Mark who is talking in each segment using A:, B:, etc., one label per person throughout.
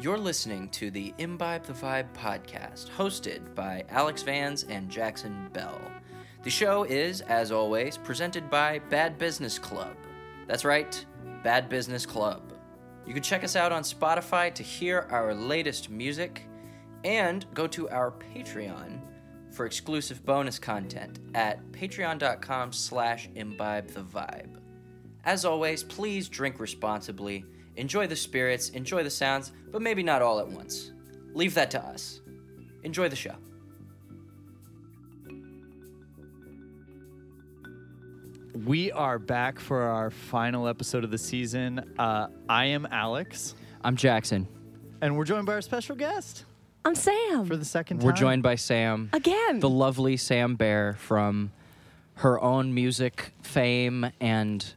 A: You're listening to the Imbibe the Vibe podcast, hosted by Alex Vans and Jackson Bell. The show is, as always, presented by Bad Business Club. That's right, Bad Business Club. You can check us out on Spotify to hear our latest music and go to our Patreon for exclusive bonus content at patreon.com slash imbibe the vibe. As always, please drink responsibly, enjoy the spirits, enjoy the sounds, but maybe not all at once. Leave that to us. Enjoy the show.
B: We are back for our final episode of the season. Uh, I am Alex,
A: I'm Jackson.
B: and we're joined by our special guest
C: I'm Sam.
B: for the second time.
A: We're joined by Sam.
C: Again.
A: The lovely Sam Bear from her own music fame and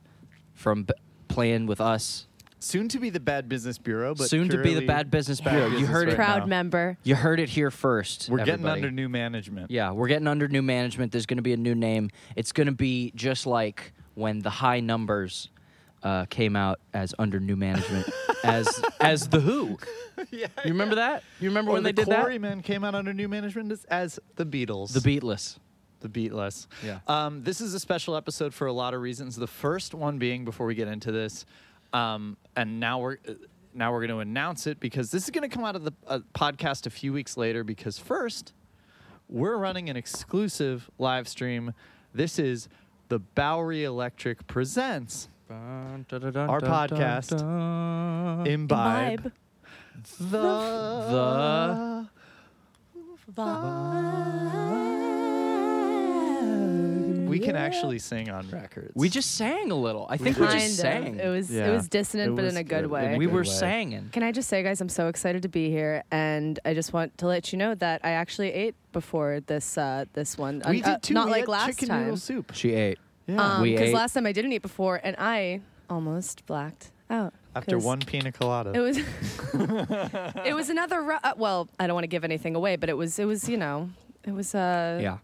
A: from b- playing with us.
B: soon to be the Bad Business Bureau, but
A: Soon to be the
B: purely
A: Bad Business
B: bad
A: Bureau. You
B: business
A: heard it.
B: right
C: proud
B: now.
C: member.
A: You heard it here first.
B: We're getting
A: everybody.
B: under new management.
A: Yeah, we're getting under new management. There's going to be a new name. It's going to be just like when the High Numbers uh, came out as under new management, as as the Who.
B: Yeah,
A: You remember that? You remember
B: Or
A: when they
B: the
A: did that?
B: Quarrymen came out under new management as, as the Beatles.
A: The Beatless.
B: the Beatless.
A: Yeah.
B: Um, this is a special episode for a lot of reasons. The first one being before we get into this, um, and now we're uh, now we're going to announce it because this is going to come out of the uh, podcast a few weeks later. Because first, we're running an exclusive live stream. This is the Bowery Electric presents
A: Our
B: podcast. Imbibe
C: Vibe.
B: the the we can actually sing on records.
A: We just sang a little. I think we,
C: Kind
A: just
C: of.
A: sang.
C: It was
B: Yeah.
C: it was dissonant,
B: It
C: but
B: was
C: in a good
B: good.
C: way.
A: we
B: good
A: were
B: way.
A: singing.
C: Can I just say, guys, I'm so excited to be here, and I just want to let you know that I actually ate before this uh, this one.
B: we
C: Uh,
B: did too.
C: Not
B: we
C: like
B: had
C: last
B: chicken
C: time.
B: noodle soup.
A: She ate.
B: Yeah.
C: Um,
A: We ate-
C: last time I didn't eat before, and I almost blacked out.
B: After
C: 'cause
B: one pina colada.
C: It was. it was another. Ru- uh, well, I don't want to give anything away, but it was. It was. You know. It was. Uh,
A: Yeah.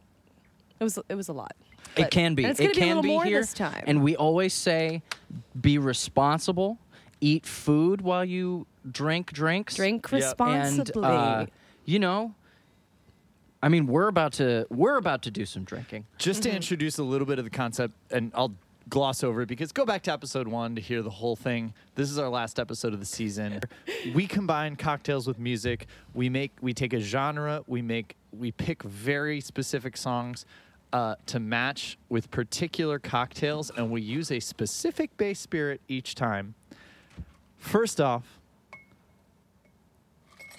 C: It was. It was a lot.
A: It
C: But-
A: can be.
C: and it's
A: it
C: gonna be a
A: can
C: little
A: be
C: more
A: here.
C: this time.
A: And we always say, be responsible. Eat food while you drink drinks.
C: Drink
B: Yeah.
C: responsibly.
A: And uh, you know, I mean, we're about to we're about to do some drinking.
B: Just to introduce a little bit of the concept, and I'll gloss over it because go back to episode one to hear the whole thing. This is our last episode of the season. we combine cocktails with music. We make we take a genre. We make we pick very specific songs. Uh, to match with particular cocktails, and we use a specific base spirit each time. First off,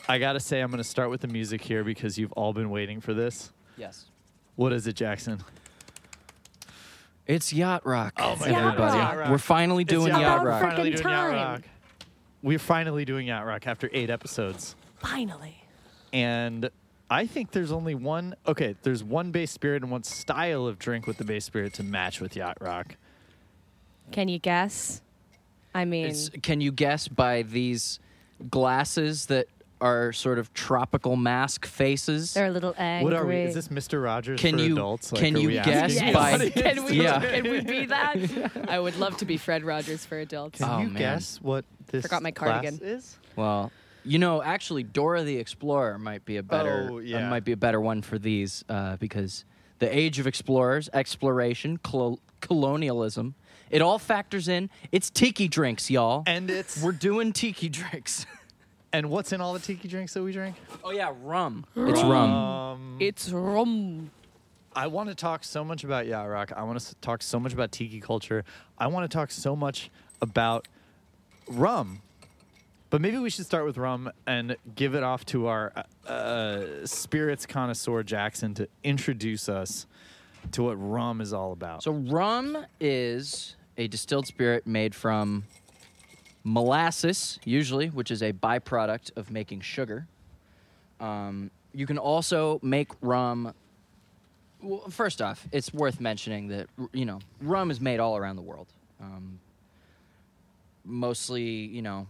B: I gotta say, I'm gonna start with the music here because you've all been waiting for this.
A: Yes.
B: What is it, Jackson?
A: It's yacht rock. Oh
B: my
C: It's Yacht
A: everybody.
C: Rock.
A: We're finally doing
C: Yacht
A: yacht
C: About
A: rock.
C: Rock. freaking time.
B: We're finally doing Yacht Rock after eight episodes.
C: Finally.
B: And I think there's only one, okay, there's one base spirit and one style of drink with the base spirit to match with Yacht Rock.
C: Can you guess? I mean,
A: It's, can you guess by these glasses that are sort of tropical mask faces?
C: they're a little angry.
B: What are we? Is this Mr. Rogers
A: Can
B: for
A: you-
B: adults?
A: can
B: are
A: you
B: we
A: guess
B: asking
A: Yes.
B: what
A: by-
B: it is?
C: Can we?
A: Yeah.
C: Can we be that? I would love to be Fred Rogers for adults.
B: Can
A: Oh,
B: you
A: man.
B: guess what this
C: Forgot my
B: class
C: cardigan.
B: is?
A: Well, you know, actually, Dora the Explorer might be a better
B: Oh,
A: uh,
B: yeah.
A: might be a better one for these uh, because the age of explorers, exploration, clo- colonialism, it all factors in. It's tiki drinks, y'all.
B: And it's
A: We're doing tiki drinks.
B: and what's in all the tiki drinks that we drink? Um,
A: oh yeah, rum. It's rum.
C: It's rum.
B: I want to talk so much about Yacht Rock. I want to talk so much about tiki culture. I want to talk so much about rum. But maybe we should start with rum and give it off to our uh, uh, spirits connoisseur Jackson to introduce us to what rum is all about.
A: So rum is a distilled spirit made from molasses, usually, which is a byproduct of making sugar. Um, you can also make rum. Well, first off, it's worth mentioning that you know rum is made all around the world. Um, mostly, you know,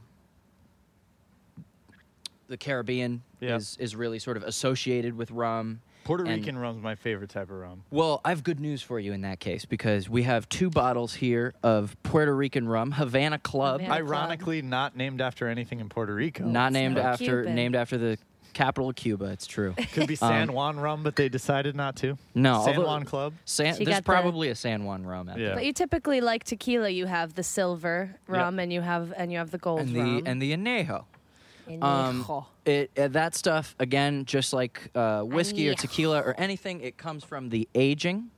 A: the Caribbean
B: Yeah.
A: is is really sort of associated with rum,
B: Puerto
A: And-
B: Rican rum's my favorite type of rum.
A: Well, I have good news for you in that case because we have two bottles here of Puerto Rican rum, Havana Club,
C: Havana- And a club.
B: Ironically, not named after anything in Puerto Rico.
A: not named
B: But
C: not
A: after
C: Cuban.
A: named after the capital of Cuba. It's true.
B: Could be San Juan rum, but they decided not to.
A: um, No,
B: San
A: although-
B: Juan Club.
A: San,
C: She
A: there's
C: got the-
A: probably a San Juan rum. Out
B: Yeah.
A: there.
C: But you typically like tequila. You have the silver rum, and you have and you have the gold
A: and the
C: rum.
A: and the añejo.
C: And
A: Um,
C: Añejo.
A: it, uh, that stuff again, just like uh, whiskey or
C: Añejo.
A: tequila or anything, it comes from the aging.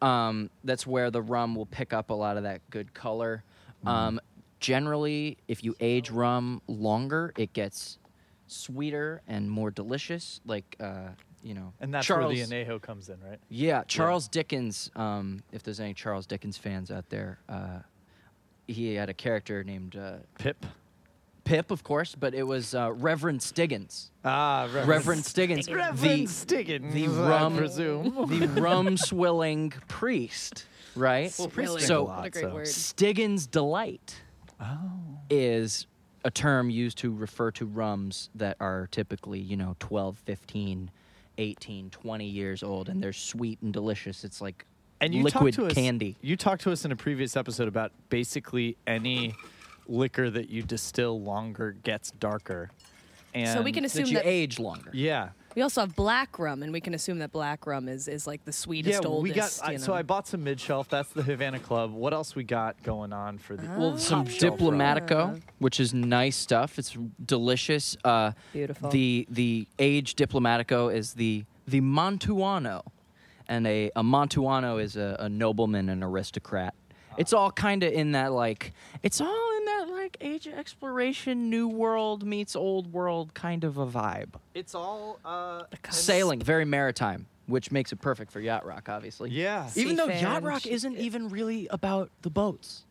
A: Um, that's where the rum will pick up a lot of that good color.
B: Mm-hmm.
A: Um, generally, if you age rum longer, it gets sweeter and more delicious. Like uh, you know,
B: And that's
A: Charles,
B: where the anejo comes in, right?
A: Yeah, Charles Dickens. Um, if there's any Charles Dickens fans out there, uh, he had a character named uh,
B: Pip.
A: Pip, of course, but it was uh, Reverend Stiggins.
B: Ah, Reverend,
A: Reverend Stiggins.
B: Reverend Stiggins.
A: the
B: I
A: rum-
B: presume.
A: The, the rum swilling priest, right?
D: Well, priest
C: Really?
D: drink
A: So-
C: what a great
B: so-
C: word.
A: Stiggins Delight
B: Oh.
A: is a term used to refer to rums that are typically, you know, 12, 15, 18, 20 years old, and they're sweet and delicious. It's like
B: and you
A: liquid
B: talked to us,
A: candy.
B: You talked to us in a previous episode about basically any liquor that you distill longer gets darker. And
C: So we can assume
A: That you
C: that
A: age longer.
B: Yeah.
C: we also have black rum, and we can assume that black rum is is like the sweetest,
B: yeah, we
C: oldest.
B: got. I,
C: you
B: So
C: know.
B: I bought some mid shelf. That's the Havana Club. What else we got going on for the?
C: Uh-huh.
A: Well, some
B: Oh. top shelf rum?
A: Diplomatico, which is nice stuff. It's delicious. Uh,
C: Beautiful.
A: The the aged Diplomatico is the the Montuano, and a, a Montuano is a, a nobleman and aristocrat. It's all kind of in that like it's all in that like age of exploration, new world meets old world kind of a vibe.
B: It's all. Uh,
A: Sailing, very maritime, which makes it perfect for yacht rock, obviously.
B: Yeah.
A: Even though yacht
C: Seafaring.
A: rock isn't even really about the boats.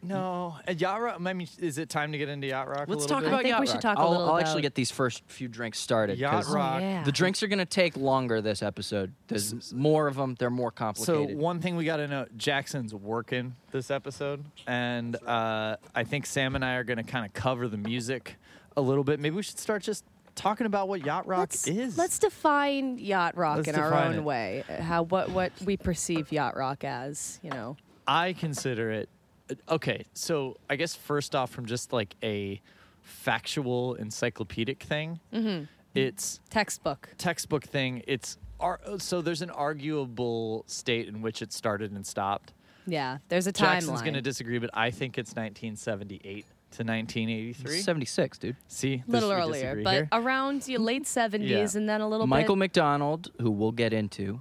B: no, uh, yacht rock. I mean, is it time to get into yacht rock? a
A: Let's
B: little
A: talk
B: bit?
A: about
C: I think
A: yacht
C: we should
A: rock.
C: talk a
A: I'll,
C: little
A: I'll
C: about-
A: actually get these first few drinks started.
B: yacht
A: 'cause
B: rock.
C: Oh, yeah.
A: The drinks are going to take longer this episode. There's more of them. They're more
B: So
A: complicated.
B: one thing we got to know: Jackson's working this episode, and uh, I think Sam and I are going to kind of cover the music a little bit. Maybe we should start just talking about what yacht rock
C: let's,
B: is.
C: let's define yacht rock
B: Let's
C: in our
B: define
C: own
B: it.
C: way. How what what we perceive yacht rock as, you know.
B: I consider it uh, okay. So I guess first off, from just like a factual encyclopedic thing,
C: Mm-hmm.
B: it's
C: Textbook.
B: textbook thing. It's ar- so there's an arguable state in which it started and stopped.
C: Yeah. There's a
B: Jackson's
C: timeline.
B: going to disagree, but I think it's 1978 to 1983.
A: 76, dude.
B: See,
C: a little
B: this we
C: earlier,
B: disagree
C: but
B: here.
C: around the late 70s
B: Yeah.
C: and then a little
A: Michael
C: bit.
A: McDonald, who we'll get into,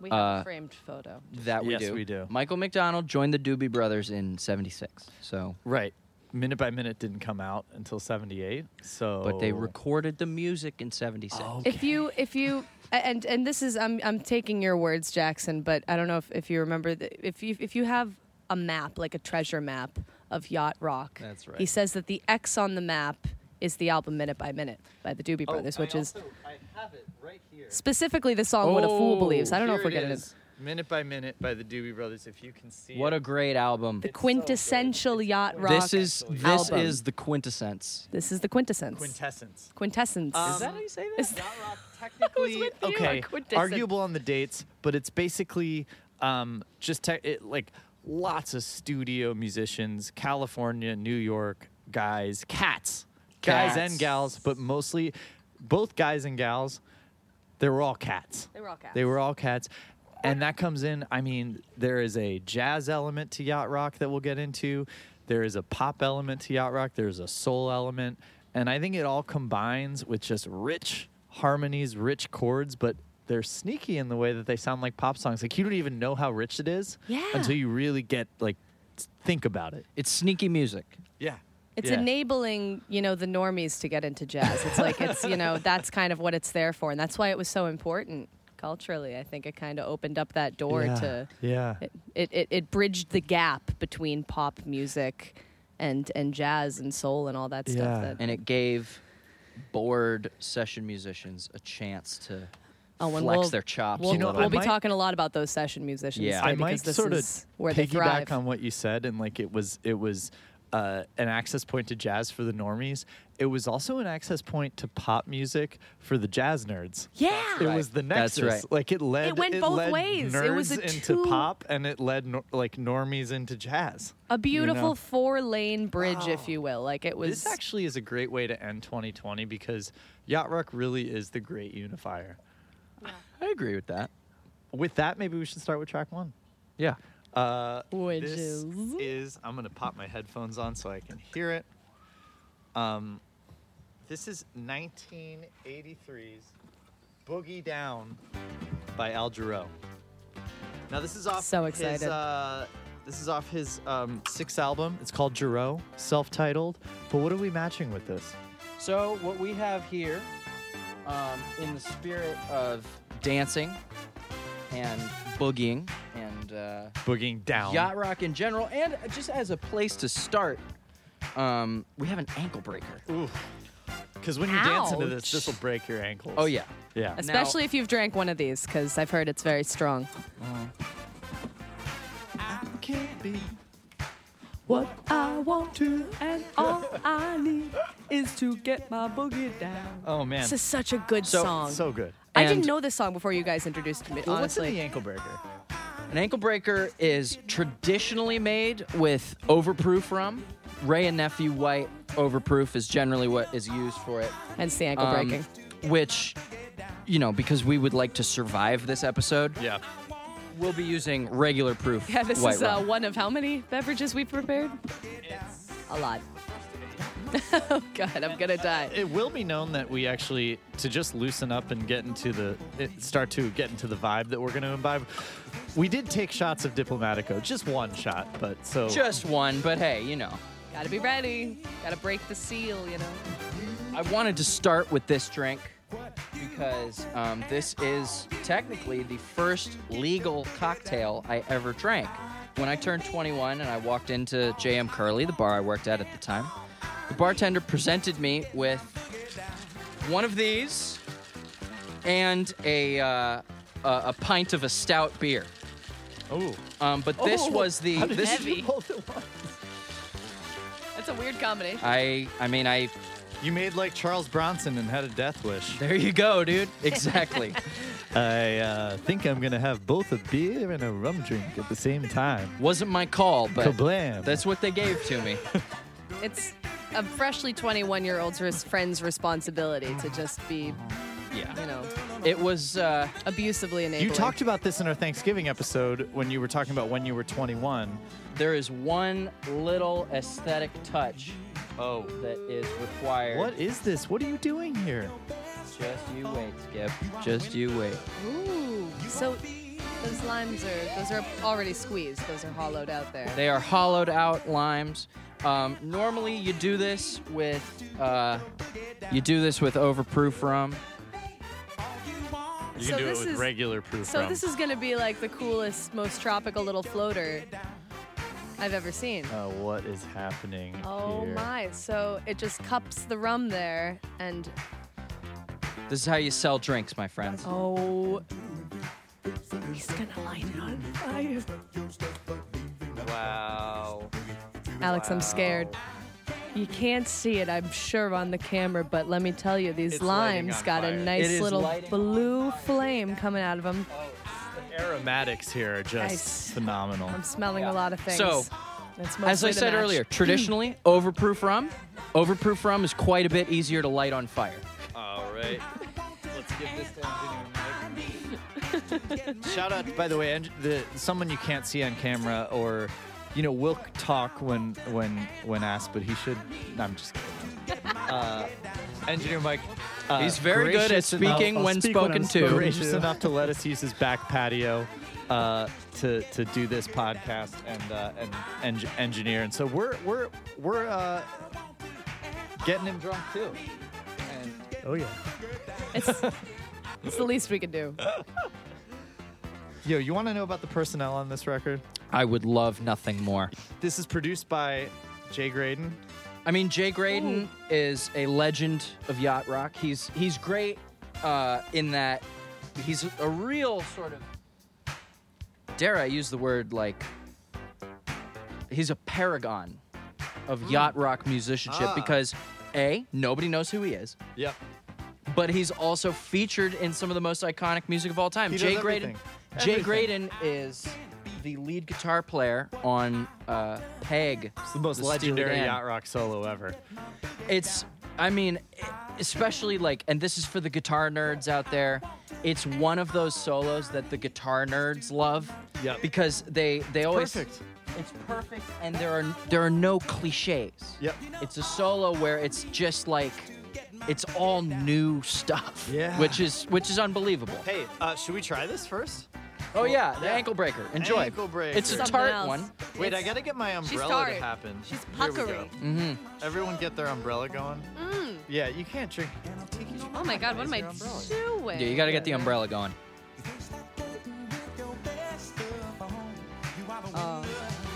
C: we have
A: uh,
C: a framed photo.
A: that we
B: Yes,
A: do.
B: we do.
A: Michael McDonald joined the Doobie Brothers in 76. So,
B: right, minute by minute didn't come out until 78. So,
A: but they recorded the music in 76.
C: If you if you and and this is I'm I'm taking your words, Jackson, but I don't know if, if you remember the, if you if you have a map like a treasure map of yacht rock.
A: That's right.
C: He says that the X on the map is the album Minute by Minute by the Doobie Brothers, which is
B: Oh, I have it right here.
C: specifically the song What a Fool
A: Oh,
C: Believes. I don't know if we're getting it.
B: Minute by minute by the Doobie Brothers. If you can see
A: What
B: it.
A: a great album.
C: The quintessential yacht rock.
A: this is this
C: album.
A: is the quintessence.
C: this is the quintessence.
B: quintessence.
C: Quintessence.
B: Um,
A: you say
C: Is-
B: Yacht Rock technically
C: with you on
B: okay,
C: quintessence.
B: arguable on the dates, but it's basically um, just te- it, like lots of studio musicians, California, New York guys, cats, guys and
A: Cats.
B: gals, but mostly both guys and gals. They were all cats.
C: They were all cats.
B: They were all cats. And that comes in, I mean, there is a jazz element to yacht rock that we'll get into. There is a pop element to yacht rock. There's a soul element. And I think it all combines with just rich harmonies, rich chords, but they're sneaky in the way that they sound like pop songs. Like you don't even know how rich it is
C: Yeah.
B: until you really get like s- think about it.
A: It's sneaky music.
B: Yeah.
C: It's enabling, you know, the normies to get into jazz. It's like it's, you know, that's kind of what it's there for, and that's why it was so important culturally. I think it kind of opened up that door
B: yeah.
C: to
B: Yeah.
C: it, it, it. It bridged the gap between pop music and and jazz and soul and all that
B: Yeah.
C: stuff. That
A: and it gave bored session musicians a chance to
C: Oh, and
A: flex
C: we'll-
A: their chops.
C: we'll,
A: a
B: You know,
A: little
C: we'll
B: I
A: bit.
C: be
B: might-
C: talking a lot about those session musicians.
A: Yeah.
C: today
B: I
C: because
B: might
C: this
B: sort of
C: is where they
B: piggyback
C: thrive.
B: on what you said, and like it was, it was uh, an access point to jazz for the normies. It was also an access point to pop music for the jazz nerds.
C: Yeah.
B: It
A: right.
B: was the
A: That's
B: nexus.
A: right.
B: Like it led.
C: It went both
B: led
C: ways.
B: Nerds
C: It was a
B: into
C: two-
B: pop, and it led nor- like normies into jazz.
C: A beautiful
B: You know?
C: four-lane bridge, if you will. Like it was.
B: This actually is a great way to end 2020 because yacht rock really is the great unifier.
A: I agree with that.
B: With that, maybe we should start with track one.
A: Yeah.
B: Uh,
C: Which
B: this
C: is-
B: is- I'm gonna pop my headphones on so I can hear it. Um, this is 1983's "Boogie Down" by Al Jarreau. Now this is off
C: So
B: his.
C: excited.
B: Uh, this is off his um, sixth album. It's called Jarreau, self-titled. But what are we matching with this?
A: So what we have here, um, in the spirit of dancing and boogieing and uh,
B: Boogieing down.
A: yacht rock in general, and just as a place to start, um, we have an ankle breaker.
B: Because when you dance into this,
C: Ouch.
B: this will break your ankles.
A: Oh yeah.
B: Yeah.
A: That's-
C: Especially if you've drank one of these, because I've heard it's very strong. What I want to and all I need is to get my boogie down.
B: Oh man.
C: This is such a good
A: So-
C: song.
B: So good.
C: I didn't
A: And-
C: know this song before you guys introduced me.
B: Well, what's in the
C: honestly,
B: ankle breaker?
A: An ankle breaker is traditionally made with overproof rum. Ray and nephew white overproof is generally what is used for it.
C: hence the ankle
A: Um,
C: breaking.
A: Which, you know, because we would like to survive this episode,
B: Yeah.
A: we'll be using regular proof.
C: Yeah, this
A: white
C: is uh,
A: rum.
C: one of how many beverages we prepared? A lot. oh God, I'm gonna die.
B: It will be known that we actually to just loosen up and get into the it, start to get into the vibe that we're going to imbibe. We did take shots of Diplomatico, just one shot, but so
C: uh,
A: Just one, but hey, you know.
C: Gotta be ready. Gotta break the seal, you know.
A: I wanted to start with this drink because um, this is technically the first legal cocktail I ever drank. When I turned 21 and I walked into JM Curly, the bar I worked at at the time, the bartender presented me with one of these and a, uh, a, a pint of a stout beer.
B: oh,
A: Um, but this was the
B: How did
A: this
B: you
C: Heavy.
B: hold it up?
C: That's a weird combination.
A: I I mean I
B: You made like Charles Bronson and had a death wish.
A: there you go, dude. Exactly.
B: I uh, think I'm gonna have both a beer and a rum drink at the same time.
A: Wasn't my call, but
B: Kablam.
A: that's what they gave to me.
C: It's a freshly 21 year old's res- friend's responsibility to just be, you
A: Yeah.
C: know,
A: It was uh
C: abusively enabling.
B: You talked about this in our Thanksgiving episode when you were talking about when you were 21.
A: there is one little aesthetic touch
B: Oh,
A: that is required.
B: what is this? What are you doing here?
A: Just you wait, Skip. Just you wait.
C: Ooh. So those limes are those are already squeezed. Those are hollowed out there.
A: They are hollowed out limes. Um, normally you do this with uh, you do this with overproof rum.
B: You
C: can So do it this with is- regular
B: proof.
C: So this is gonna be like the coolest, most tropical little floater I've ever seen.
B: Uh, what is happening
C: Oh
B: here?
C: my! So it just cups the rum there, and
A: This is how you sell drinks, my friends.
C: oh, he's gonna light it on fire.
A: Wow.
C: Alex, I'm scared. You can't see it, I'm sure, on the camera, but let me tell you, these
B: It's lighting
C: limes
B: on
C: got
B: fire.
C: a nice
A: It is
C: little
A: lighting on
C: blue flame coming out of them.
B: The aromatics here are just
C: Nice.
B: phenomenal.
C: I'm smelling
A: Yeah.
C: a lot of things.
A: So,
C: That's
A: As I
C: mostly the
A: said
C: match.
A: earlier, traditionally overproof rum, overproof rum is quite a bit easier to light on fire.
B: All right. Let's give this Shout out, by the way, and the someone you can't see on camera, or you know, will talk when when when asked, but he should. no, I'm just kidding. Uh, Engineer Mike. uh,
A: He's very good at
B: gracious enough-
A: speaking
B: I'll
A: when
B: speak when
A: spoken
B: I'm
A: to.
B: Gracious enough to let us use his back patio uh, to to do this podcast and uh, and, and engineer, and so we're we're we're uh, getting him drunk too. And oh yeah.
C: it's, it's the least we can do.
B: Yo, you want to know about the personnel on this record?
A: I would love nothing more.
B: This is produced by Jay Graydon.
A: I mean, Jay Graydon is a legend of yacht rock. He's he's great uh, in that he's a real sort of dare I use the word like he's a paragon of yacht rock musicianship
B: Ah.
A: because a nobody knows who he is,
B: Yep.
A: but he's also featured in some of the most iconic music of all time.
B: He
A: Jay
B: does
A: Graydon.
B: everything.
A: Jay
B: Everything.
A: Graydon is the lead guitar player on uh, Peg.
B: It's the most
A: Steely
B: legendary
A: Dan.
B: yacht rock solo ever.
A: It's, I mean, especially like, and this is for the guitar nerds out there. It's one of those solos that the guitar nerds love.
B: Yep.
A: Because they they always
B: Perfect.
A: It's perfect, and there are there are no cliches.
B: Yep.
A: It's a solo where it's just like, it's all new stuff.
B: Yeah.
A: Which is which is unbelievable.
B: Hey, uh, should we try this first?
A: Oh yeah, the
B: Yeah.
A: ankle breaker. Enjoy.
B: Ankle breaker.
A: It's a
C: Something
A: tart
C: else.
A: one.
B: Wait,
C: It's-
B: I gotta get my
C: She's
B: umbrella to
C: tired.
B: happen.
C: She's
B: Here we go. Mm-hmm.
C: puckery.
B: Everyone get their umbrella going.
C: Mm.
B: Yeah, you can't drink.
C: Oh my god, what am I doing?
A: Yeah, you gotta get the umbrella going.
C: Oh,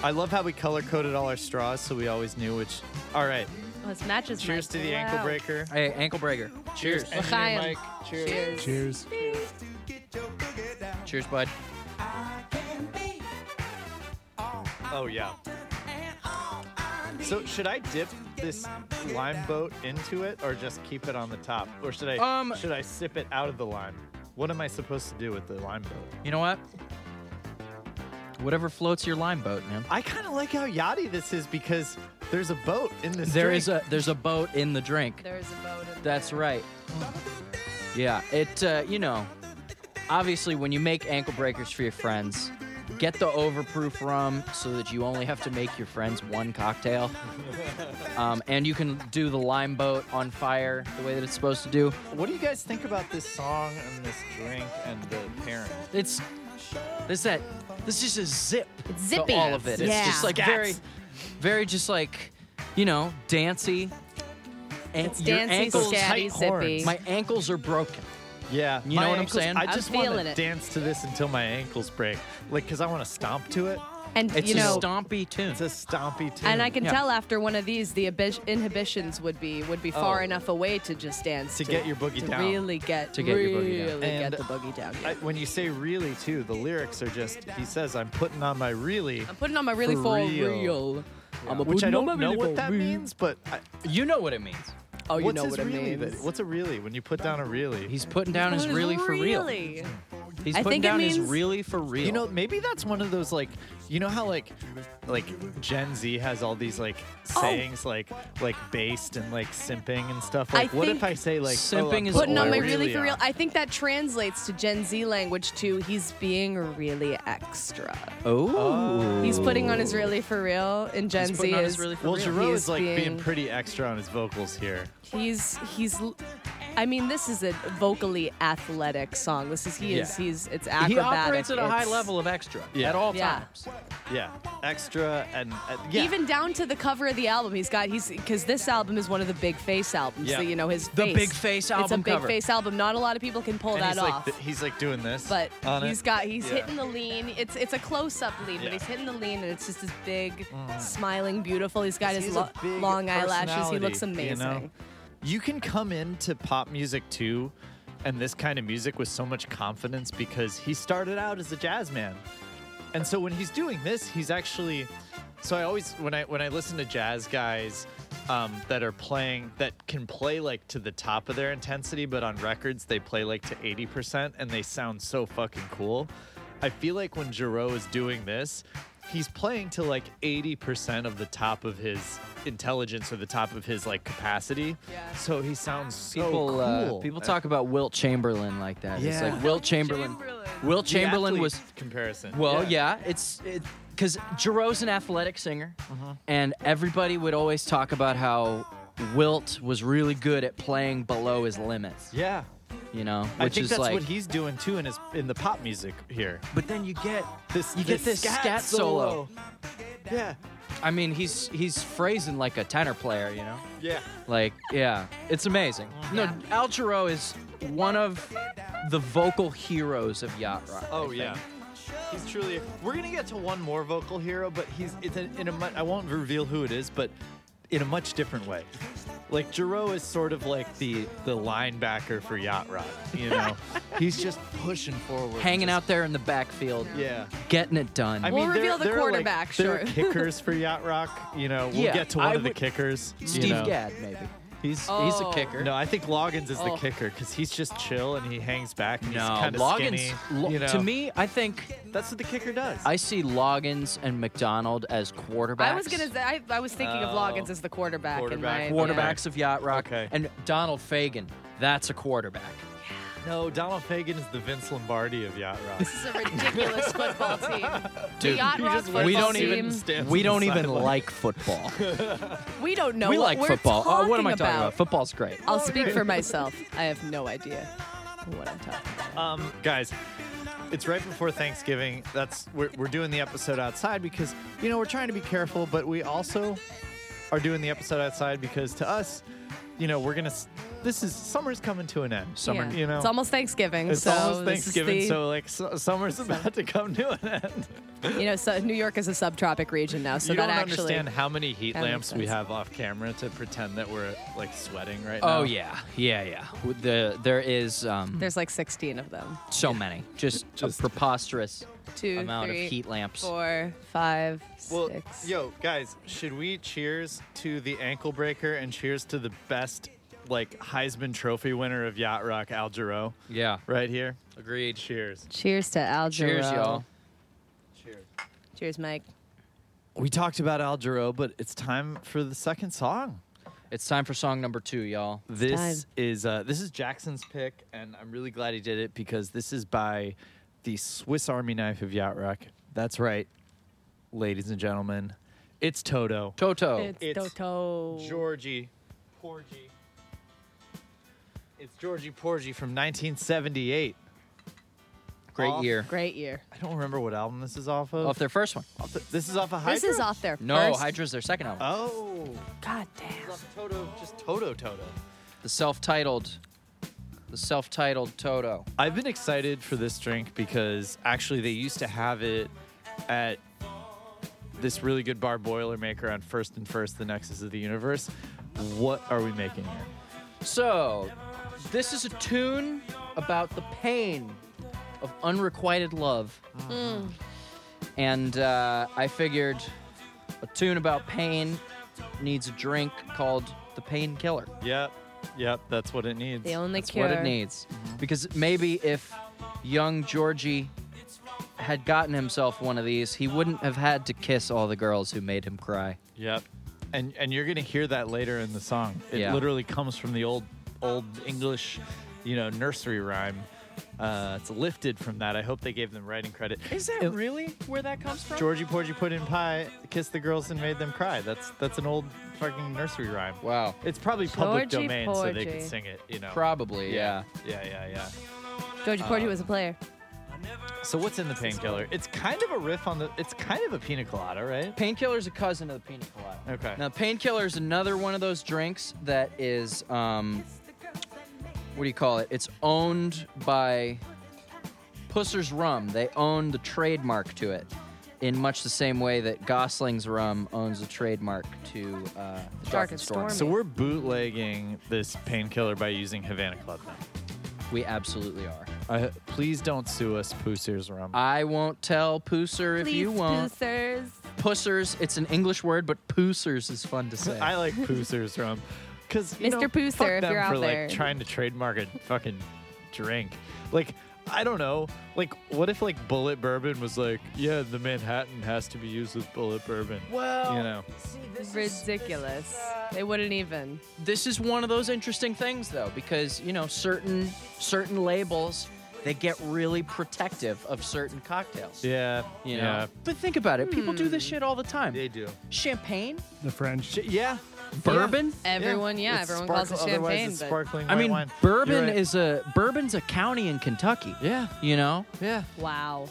B: I love how we color coded all our straws so we always knew which. All right,
C: oh, this matches.
B: cheers
C: my-
B: to the ankle
C: wow.
B: breaker.
A: Hey, ankle breaker. Cheers.
C: L'chaim.
B: cheers.
C: Cheers.
B: Cheers.
A: Cheers, bud.
B: Oh, yeah. So, should I dip this lime boat into it or just keep it on the top? Or should I
A: Um,
B: should I sip it out of the lime? What am I supposed to do with the lime boat?
A: You know what? Whatever floats your lime boat, man.
B: I kind of like how yachty this is because there's a boat in this
A: There
B: drink.
A: is a there's a boat in the drink.
C: There is a vote. in
A: That's
C: there.
A: right. Yeah, it uh, you know, obviously when you make ankle breakers for your friends, get the overproof rum so that you only have to make your friends one cocktail. Um, and you can do the lime boat on fire the way that it's supposed to do.
B: What do you guys think about this song and this drink and the pairing?
A: It's there's that this is just a zip
C: It's
A: to
C: zippy.
A: all of it.
C: Yeah.
A: It's just like
B: Scats.
A: very very just like, you know, dancy. And
C: It's
A: your
C: dancing,
A: ankles
C: scabby, zippy.
A: my ankles are broken.
B: Yeah,
A: You
B: my
A: know what I'm
B: ankles-
A: saying?
B: I
A: I'm
B: just want
C: feeling
B: to
C: it.
B: dance to this until my ankles break, like, cause I want to stomp to it.
C: and
A: It's
C: you
A: a
C: know,
A: stompy tune.
B: It's a stompy tune.
C: and I can
A: Yeah.
C: tell after one of these, the abi- inhibitions would be would be far
B: Oh.
C: enough away to just dance
B: To get your boogie
C: to
B: down.
C: Really get
A: To get your boogie down.
C: really get
B: And
C: the boogie down.
B: I, when you say really too, the lyrics are just. He says, "I'm putting on my really,"
C: I'm putting on my really
B: For
C: full
B: real.
C: real. I'm a
B: which I
C: putting on
B: don't
C: my
B: know
C: really full
B: what that
C: real.
B: means, but I,
A: You know what it means.
C: Oh, you
B: what's
C: know
B: his
C: what it
B: really? that-
C: means.
B: what's a really? When you put down a really,
A: He's putting down his really for real. He's
C: I
A: putting
C: think it
A: down his
C: means-
A: really for real.
B: You know, maybe that's one of those like, you know how like, like Gen Z has all these like
C: Oh.
B: sayings like like based and like simping and stuff.
C: I
B: Like, what if
C: think
B: I say like
A: simping
B: oh, I'm
A: is
C: Putting
A: all
C: on
A: I
C: my
A: really
C: really for real.
B: am.
C: I think that translates to Gen Z language to he's being really extra.
A: oh.
C: He's putting on his really for real, and Gen
A: He's
C: Z
A: putting on his
C: is
A: really for
B: Well,
A: real.
B: Giroux
C: He
B: is
C: is
B: like being...
C: being-
B: pretty extra on his vocals here.
C: he's he's. l- I mean, this is a vocally athletic song. This is he
B: Yeah.
C: is he's it's
A: he
C: acrobatic.
A: operates at a high
C: it's-
A: level of extra
B: Yeah. Oh,
A: at all
C: Yeah.
A: times.
B: Yeah, extra and uh, yeah.
C: Even down to the cover of the album, he's got he's because this album is one of the big face albums.
B: Yeah.
C: So, you know his
A: The
C: face.
A: Big Face
C: It's a
A: album
C: big
A: cover.
C: face album. Not a lot of people can pull
B: and
C: that
B: he's
C: off.
B: like th- he's like doing this,
C: but
B: on
C: he's
B: it.
C: got he's
B: Yeah.
C: hitting the lean. It's it's a close up lean,
B: Yeah. Mm.
C: but he's hitting the lean, and it's just this big, smiling, beautiful. He's got his
B: He's
C: lo-
B: a big
C: long eyelashes. He looks
B: personality,
C: amazing.
B: You, know? You can come into pop music too, and this kind of music with so much confidence because he started out as a jazz man, and so when he's doing this, he's actually. So I always when I when I listen to jazz guys. Um, that are playing that can play like to the top of their intensity, but on records they play like to 80% and they sound so fucking cool. I feel like when Giroux is doing this, he's playing to like 80% of the top of his intelligence or the top of his like capacity.
C: Yeah.
B: So he sounds so
A: People uh,
B: cool.
A: people talk about Wilt Chamberlain like that. It's
B: Yeah.
A: like Wilt Chamberlain.
C: Chamberlain.
A: Wilt
B: The
A: Chamberlain
B: athlete
A: was
B: comparison.
A: Well, yeah, it's because Giroux's an athletic singer,
B: Mm-hmm.
A: and everybody would always talk about how Wilt was really good at playing below his limits.
B: Yeah.
A: You know, which
B: I think
A: is
B: that's
A: like.
B: what he's doing too in his in the pop music here.
A: but then you get
B: This
A: you get this scat, solo.
B: Yeah.
A: I mean, he's he's phrasing like a tenor player. You know,
B: Yeah.
A: like yeah, it's amazing. No, Al Giroux is one of the vocal heroes of yacht rock. I
B: Oh
A: think.
B: yeah. He's truly. We're gonna get to one more vocal hero, but he's it's in, in a much. I won't reveal who it is, but in a much different way. Like Giroux is sort of like the the linebacker for Yacht Rock. You know, he's just pushing forward,
A: Hanging
B: just-
A: out there in the backfield,
B: Yeah.
A: getting it done.
B: I
C: We'll
B: mean, there-
C: reveal the
B: there are, like,
C: quarterback,
B: there are
C: sure.
B: kickers for Yacht Rock. You know, we'll
A: Yeah,
B: get to one
A: I
B: of the
A: would-
B: kickers. you
A: Steve
B: know.
A: Gadd, maybe. He's he's
C: Oh.
A: a kicker.
B: No, I think Loggins is the
A: Oh.
B: kicker because he's just chill and he hangs back. And he's
A: no
B: kind of
A: Loggins.
B: Skinny,
A: Lo-
B: you know?
A: To me, I think
B: that's what the kicker does.
A: I see Loggins and McDonald as quarterbacks.
C: I was gonna. Say, I, I was thinking of
B: Oh.
C: Loggins as the quarterback.
B: Quarterback.
C: In my,
A: quarterbacks of Yacht Rock
B: Okay.
A: and Donald Fagan. That's a quarterback.
B: no, Donald Fagan is the Vince Lombardi of Yacht Rock.
C: This is a ridiculous football team.
A: Dude,
C: the Yacht
B: he
C: Rock
B: just
C: football
B: wins.
A: we don't
C: team.
A: even
B: stands
A: we
B: on
A: don't
B: the
A: even
B: sideline.
A: like football.
C: We don't know.
A: we
C: what
A: like
C: we're
A: football. Oh, what am I
C: talking Oh,
A: talking about? Football's great.
C: I'll speak for myself. I have no idea what I'm talking about.
B: Um, guys, it's right before Thanksgiving. That's we're, we're doing the episode outside because you know we're trying to be careful, but we also are doing the episode outside because to us, you know, we're gonna. s- This is summer's coming to an end.
C: Yeah.
B: you know,
C: it's almost Thanksgiving.
B: It's
C: so
B: almost
C: this is
B: Thanksgiving,
C: the-
B: so like su- summer's about to come to an end.
C: you know, so New York is a subtropic region now. So
B: you
C: that
B: don't
C: actually.
B: understand how many heat
C: that makes
B: lamps we
C: sense.
B: have off camera to pretend that we're like sweating right now.
A: Oh yeah, yeah, yeah. With The there is um,
C: There's like 16 of them.
A: so many, just,
B: Just-
A: a preposterous
C: Two,
A: amount
C: three,
A: of heat lamps.
C: four, five,
B: Well,
C: six.
B: yo, guys, should we cheers to the ankle breaker and cheers to the best, like Heisman Trophy winner of yacht rock, Al Jarreau,
A: Yeah,
B: right here?
A: agreed.
B: Cheers.
C: Cheers to Al
A: Cheers,
C: Jarreau.
A: y'all.
C: Cheers, Mike.
B: We talked about Al Jarreau, but it's time for the second song.
A: It's time for song number two, y'all.
B: This
C: time.
B: is uh, this is Jackson's pick, and I'm really glad he did it because this is by the Swiss Army Knife of yacht rock. That's right, ladies and gentlemen, it's Toto.
A: Toto.
B: Oh. It's
C: Toto.
B: Georgie Porgy. It's Georgie Porgy from 1978.
A: great
B: off-
A: year.
C: Great year.
B: I don't remember what album this is off of.
A: Off their first one.
B: Off the- this is off of Hydra.
C: This is off their
A: No,
C: first.
A: Hydra's their second album.
B: Oh,
C: God
B: it's
C: damn.
B: off Toto, just Toto Toto.
A: the self-titled, the self-titled Toto.
B: I've been excited for this drink because actually they used to have it at this really good bar Boilermaker on First and First, the Nexus of the Universe. What are we making here?
A: So, this is a tune about the pain of unrequited love. And uh, I figured a tune about pain needs a drink called the painkiller.
B: Yep, yep, that's what it needs.
C: The only
A: That's
C: cure.
A: what it needs. Because maybe if young Georgie had gotten himself one of these, he wouldn't have had to kiss all the girls who made him cry.
B: Yep. And and you're gonna hear that later in the song. It
A: Yeah.
B: literally comes from the old old English, you know, nursery rhyme. Uh, it's lifted from that. I hope they gave them writing credit.
A: Is that
B: It-
A: really where that comes from?
B: Georgie Porgy put in pie, kissed the girls and made them cry. That's that's an old fucking nursery rhyme.
A: Wow.
B: It's probably public
C: Georgie
B: domain, so they
C: Porgy.
B: could sing it. You know.
A: Probably, yeah.
B: Yeah, yeah, yeah.
C: Georgie Porgy was a player.
B: So what's in the painkiller? It's kind of a riff on the. It's kind of a pina colada, right?
A: Painkiller's a cousin of the pina colada.
B: Okay.
A: Now, painkiller is another one of those drinks that is, um, what do you call it? It's owned by Pusser's Rum. They own the trademark to it in much the same way that Gosling's Rum owns the trademark to uh, the Dark and Stormy.
B: So we're bootlegging this painkiller by using Havana Club. Now.
A: We absolutely are.
B: Uh, please don't sue us, Pooser's Rum.
A: I won't tell Pusser if
C: Please,
A: you won't.
C: Boosters.
A: Pussers, it's an English word, but Poosers is fun to say.
B: I like Pooser's Rum. Cause, you
C: Mr.
B: know,
C: Pooser,
B: fuck
C: if
B: them
C: you're out
B: for,
C: there.
B: like trying to trademark a fucking drink. Like, I don't know. Like, what if like Bullet Bourbon was like, yeah, the Manhattan has to be used with Bullet Bourbon.
A: well,
B: you know.
A: see, this is-
C: Ridiculous. They wouldn't even.
A: this is one of those interesting things though because you know certain certain labels they get really protective of certain cocktails
B: Yeah.
A: you know
B: Yeah. Hmm.
A: but think about it people do this shit all the time
B: do.
A: champagne
E: The French.
B: Yeah.
A: bourbon
C: Everyone, yeah,
B: It's
C: everyone calls it
B: sparkle- otherwise
C: champagne.
B: it's
C: But
B: sparkling
A: i
B: white
A: mean
B: wine. You're
A: bourbon
B: right.
A: is a bourbon's a county in kentucky
B: Yeah.
A: you know
B: Yeah.
C: wow.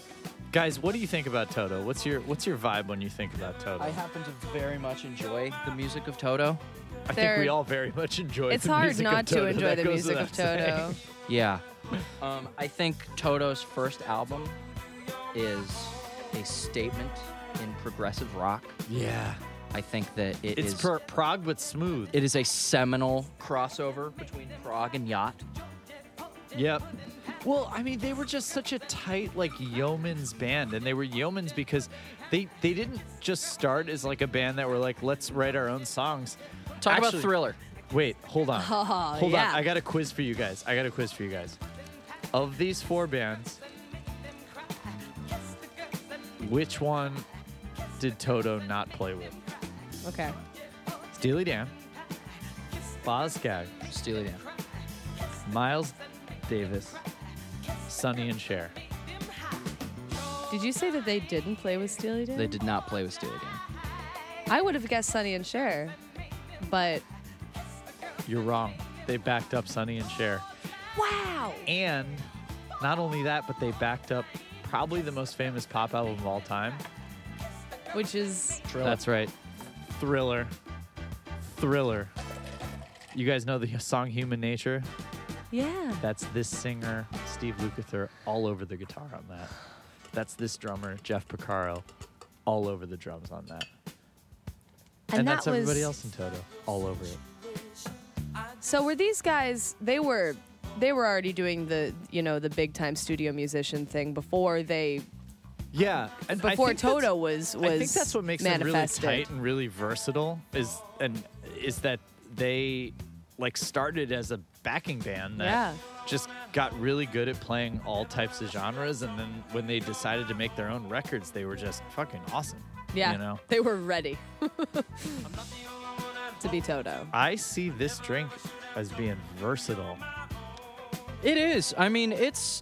B: Guys, what do you think about Toto? What's your what's your vibe when you think about Toto?
A: i happen to very much enjoy the music of toto
B: I think
C: They're-
B: we all very much enjoy.
C: It's
B: the
C: hard
B: music
C: not
B: of Toto.
C: to enjoy
B: That
C: the
B: goes
C: music
B: without
C: of Toto.
B: saying.
A: yeah um, i think toto's first album is a statement in progressive rock
B: Yeah.
A: I think that it
B: It's
A: is-
B: pro- Prague but smooth.
A: it is a seminal crossover between Prague and Yacht.
B: Yep. Well, I mean, they were just such a tight, like yeoman's band, and they were yeomans because they they didn't just start as like a band that were like, let's write our own songs.
A: Talk
B: Actually-
A: about Thriller.
B: Wait, hold on, hold
C: yeah.
B: on. I got a quiz for you guys. I got a quiz for you guys. Of these four bands, which one did Toto not play with?
C: Okay.
B: Steely Dan, Bozkag,
A: Steely Dan.
B: Miles Davis, Sonny and Cher.
C: Did you say that they didn't play with Steely Dan?
A: They did not play with Steely Dan.
C: I would have guessed Sonny and Cher, but
B: You're wrong. They backed up Sonny and Cher.
C: wow.
B: And not only that, but they backed up probably the most famous pop album of all time.
C: Which is
B: That's right. Thriller. Thriller. You guys know the song Human Nature?
C: yeah.
B: That's this singer, Steve Lukather, all over the guitar on that. That's this drummer, Jeff Picaro, all over the drums on that. And,
C: that
B: that's everybody
C: was,
B: else in Toto, all over it.
C: So were these guys? They were. They were already doing the you know the big time studio musician thing before they
B: Yeah. And I
C: before
B: think that's-
C: Toto was was
B: I think that's what makes
C: manifested.
B: them really tight and really versatile is and is that they like started as a backing band that
C: Yeah.
B: just got really good at playing all types of genres and then when they decided to make their own records they were just fucking awesome.
C: Yeah,
B: You know.
C: they were ready to be Toto.
B: I see this drink as being versatile.
A: It is. I mean, it's,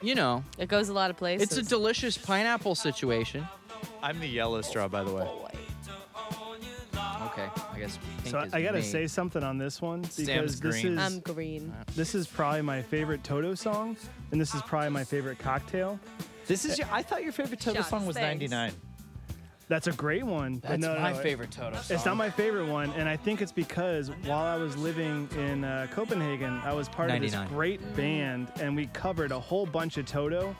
A: you know,
C: It goes a lot of places.
A: it's a delicious pineapple situation.
B: I'm the yellow straw by the way.
A: Okay, I guess. Pink
E: So I,
A: is
E: I gotta
A: me.
E: say something on this one because this
B: green.
E: is
C: I'm green.
E: this is probably my favorite Toto song, and this is probably my favorite cocktail.
B: This is your I thought your favorite Toto
C: Shucks,
B: song was
C: thanks.
B: 99.
E: That's a great one. but
A: that's
E: no, no,
A: my
E: no, it-
A: favorite Toto song.
E: It's not my favorite one, and I think it's because while I was living in uh, Copenhagen, I was part of
A: 99.
E: this great band, and we covered a whole bunch of Toto,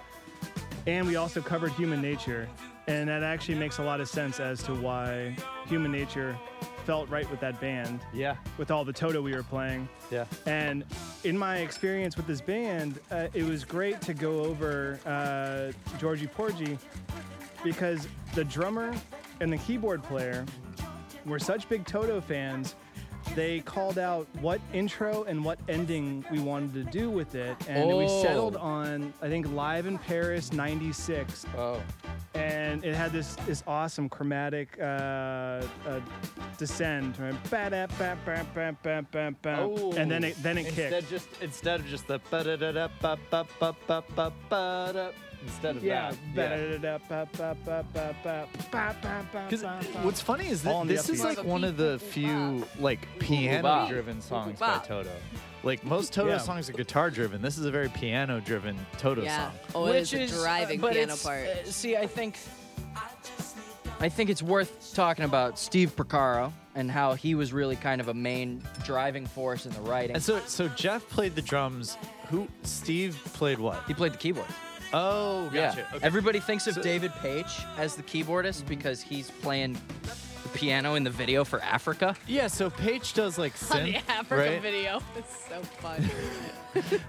E: and we also covered Human Nature, and that actually makes a lot of sense as to why Human Nature felt right with that band,
B: Yeah.
E: with all the Toto we were playing.
B: Yeah.
E: And in my experience with this band, uh, it was great to go over uh, Georgie Porgy because the drummer and the keyboard player were such big Toto fans. They called out what intro and what ending we wanted to do with it, and we
A: Oh.
E: settled on I think Live in Paris '96,
A: Oh.
E: and it had this this awesome chromatic uh, uh, descend, right? Ba-da, ba, ba, ba, ba, ba, ba. and then it then it
B: Oh, instead
E: kicked.
B: Just, instead of just the ba-da-da-da, ba-ba-ba-ba-ba-da, instead of
E: Yeah.
B: that. Because
E: Because
B: what's funny is
E: All
B: that
E: in the
B: this is
E: upbeat.
B: like one of the few like piano-driven songs by
C: Bop.
B: Toto. Like most Toto
E: Yeah.
B: songs are guitar-driven. This is a very piano-driven Toto
C: Yeah.
B: song.
C: Oh, it is, a driving
A: uh, but
C: piano
A: it's-
C: part.
A: uh, see, I think, I think it's worth talking about Steve Percaro and how he was really kind of a main driving force in the writing.
B: And so, so Jeff played the drums. Who? Steve played what?
A: he played the keyboard.
B: Oh, gotcha.
A: Yeah.
B: Okay.
A: Everybody thinks of
B: So-
A: David Page as the keyboardist because he's playing the piano in the video for Africa.
B: yeah. So Paige does like synth,
C: the Africa
B: right?
C: video. It's so fun.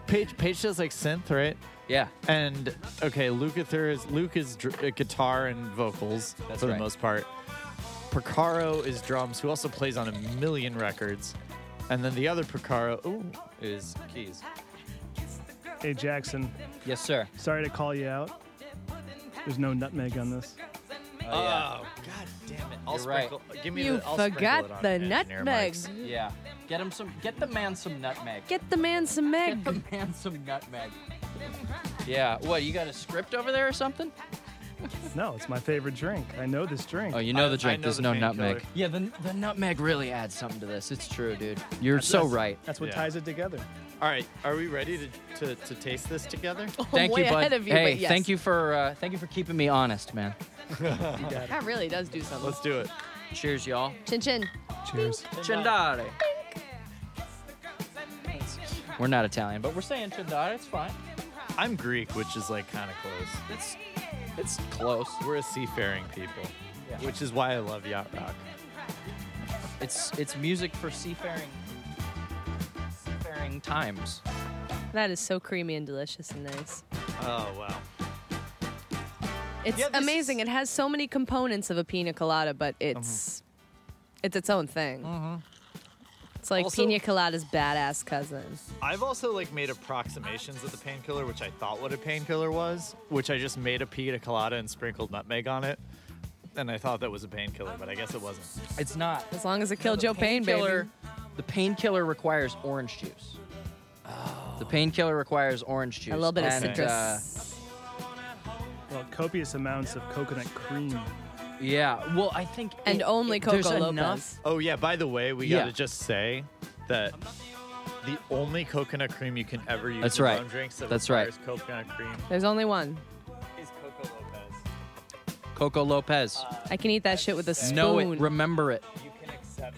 B: Paige Paige does like synth, right?
A: Yeah.
B: And okay, Lukather is Luke is dr- uh, guitar and vocals
A: That's
B: for the
A: right.
B: most part. Picaro is drums, who also plays on a million records. And then the other Picaro ooh, is keys.
E: Hey Jackson,
A: Yes, sir.
E: sorry to call you out. There's no nutmeg on this.
B: Oh, god damn it! I'll
A: You're right.
B: sprinkle. Give me
C: you
B: the, I'll sprinkle it
C: forgot
B: on
C: the
B: engineer
C: nutmeg.
B: mics.
A: Yeah. Get him some. Get the man some nutmeg.
C: Get the man some
A: Get the
C: meg.
A: man some nutmeg. Yeah. What? You got a script over there or something?
E: No, it's my favorite drink. I know this drink.
A: Oh, you know
B: I-
A: the
B: I
A: drink.
B: know
A: There's
B: the
A: no
B: painkiller.
A: nutmeg. Yeah, the, the nutmeg really adds something to this. It's true, dude. You're so right.
E: That's what
B: Yeah.
E: ties it together.
B: All right, are we ready to, to, to taste this together?
A: Thank
C: way
A: you, bud.
C: ahead of you,
A: hey,
C: but yes.
A: thank you for uh, thank you for keeping me honest, man.
C: That really does do something.
B: Let's do it.
A: Cheers, y'all.
C: Chin chin.
E: Cheers.
A: Cendare. We're not Italian, but we're saying cendare. It's fine.
B: I'm Greek, which is like kind of close.
A: It's it's close.
B: We're a seafaring people,
A: Yeah.
B: which is why I love yacht rock.
A: It's it's music for seafaring seafaring times.
C: That is so creamy and delicious and nice.
B: Oh wow.
C: It's
A: Yeah, this
C: amazing.
A: is- Uh-huh.
C: It has so many components of a pina colada, but it's it's its own thing. It's like
B: Also-
C: pina colada's badass cousin.
B: I've also like made approximations of the painkiller, which I thought what a painkiller was, which I just made a pina colada and sprinkled nutmeg on it, and I thought that was a painkiller, but I guess it wasn't.
A: It's not.
C: As long as it killed Joe Payne, baby.
A: Painkiller- The painkiller requires orange juice. The painkiller requires orange juice.
C: A little bit of
A: and,
C: citrus.
A: uh,
E: Well, copious amounts of coconut cream.
A: yeah. Well, I think
C: and
A: it-
C: only
A: it- there's
C: Coco Lopez.
A: enough-
B: Oh yeah. By the way, we
A: Yeah.
B: gotta just say that the only coconut cream you can ever use
A: That's
B: in
A: right.
B: Bone drinks that
A: That's right.
B: requires coconut cream
C: There's only one.
B: is Coco Lopez.
A: Coco Lopez.
C: I can eat that shit with a spoon.
A: know it. Remember it.
B: You can accept.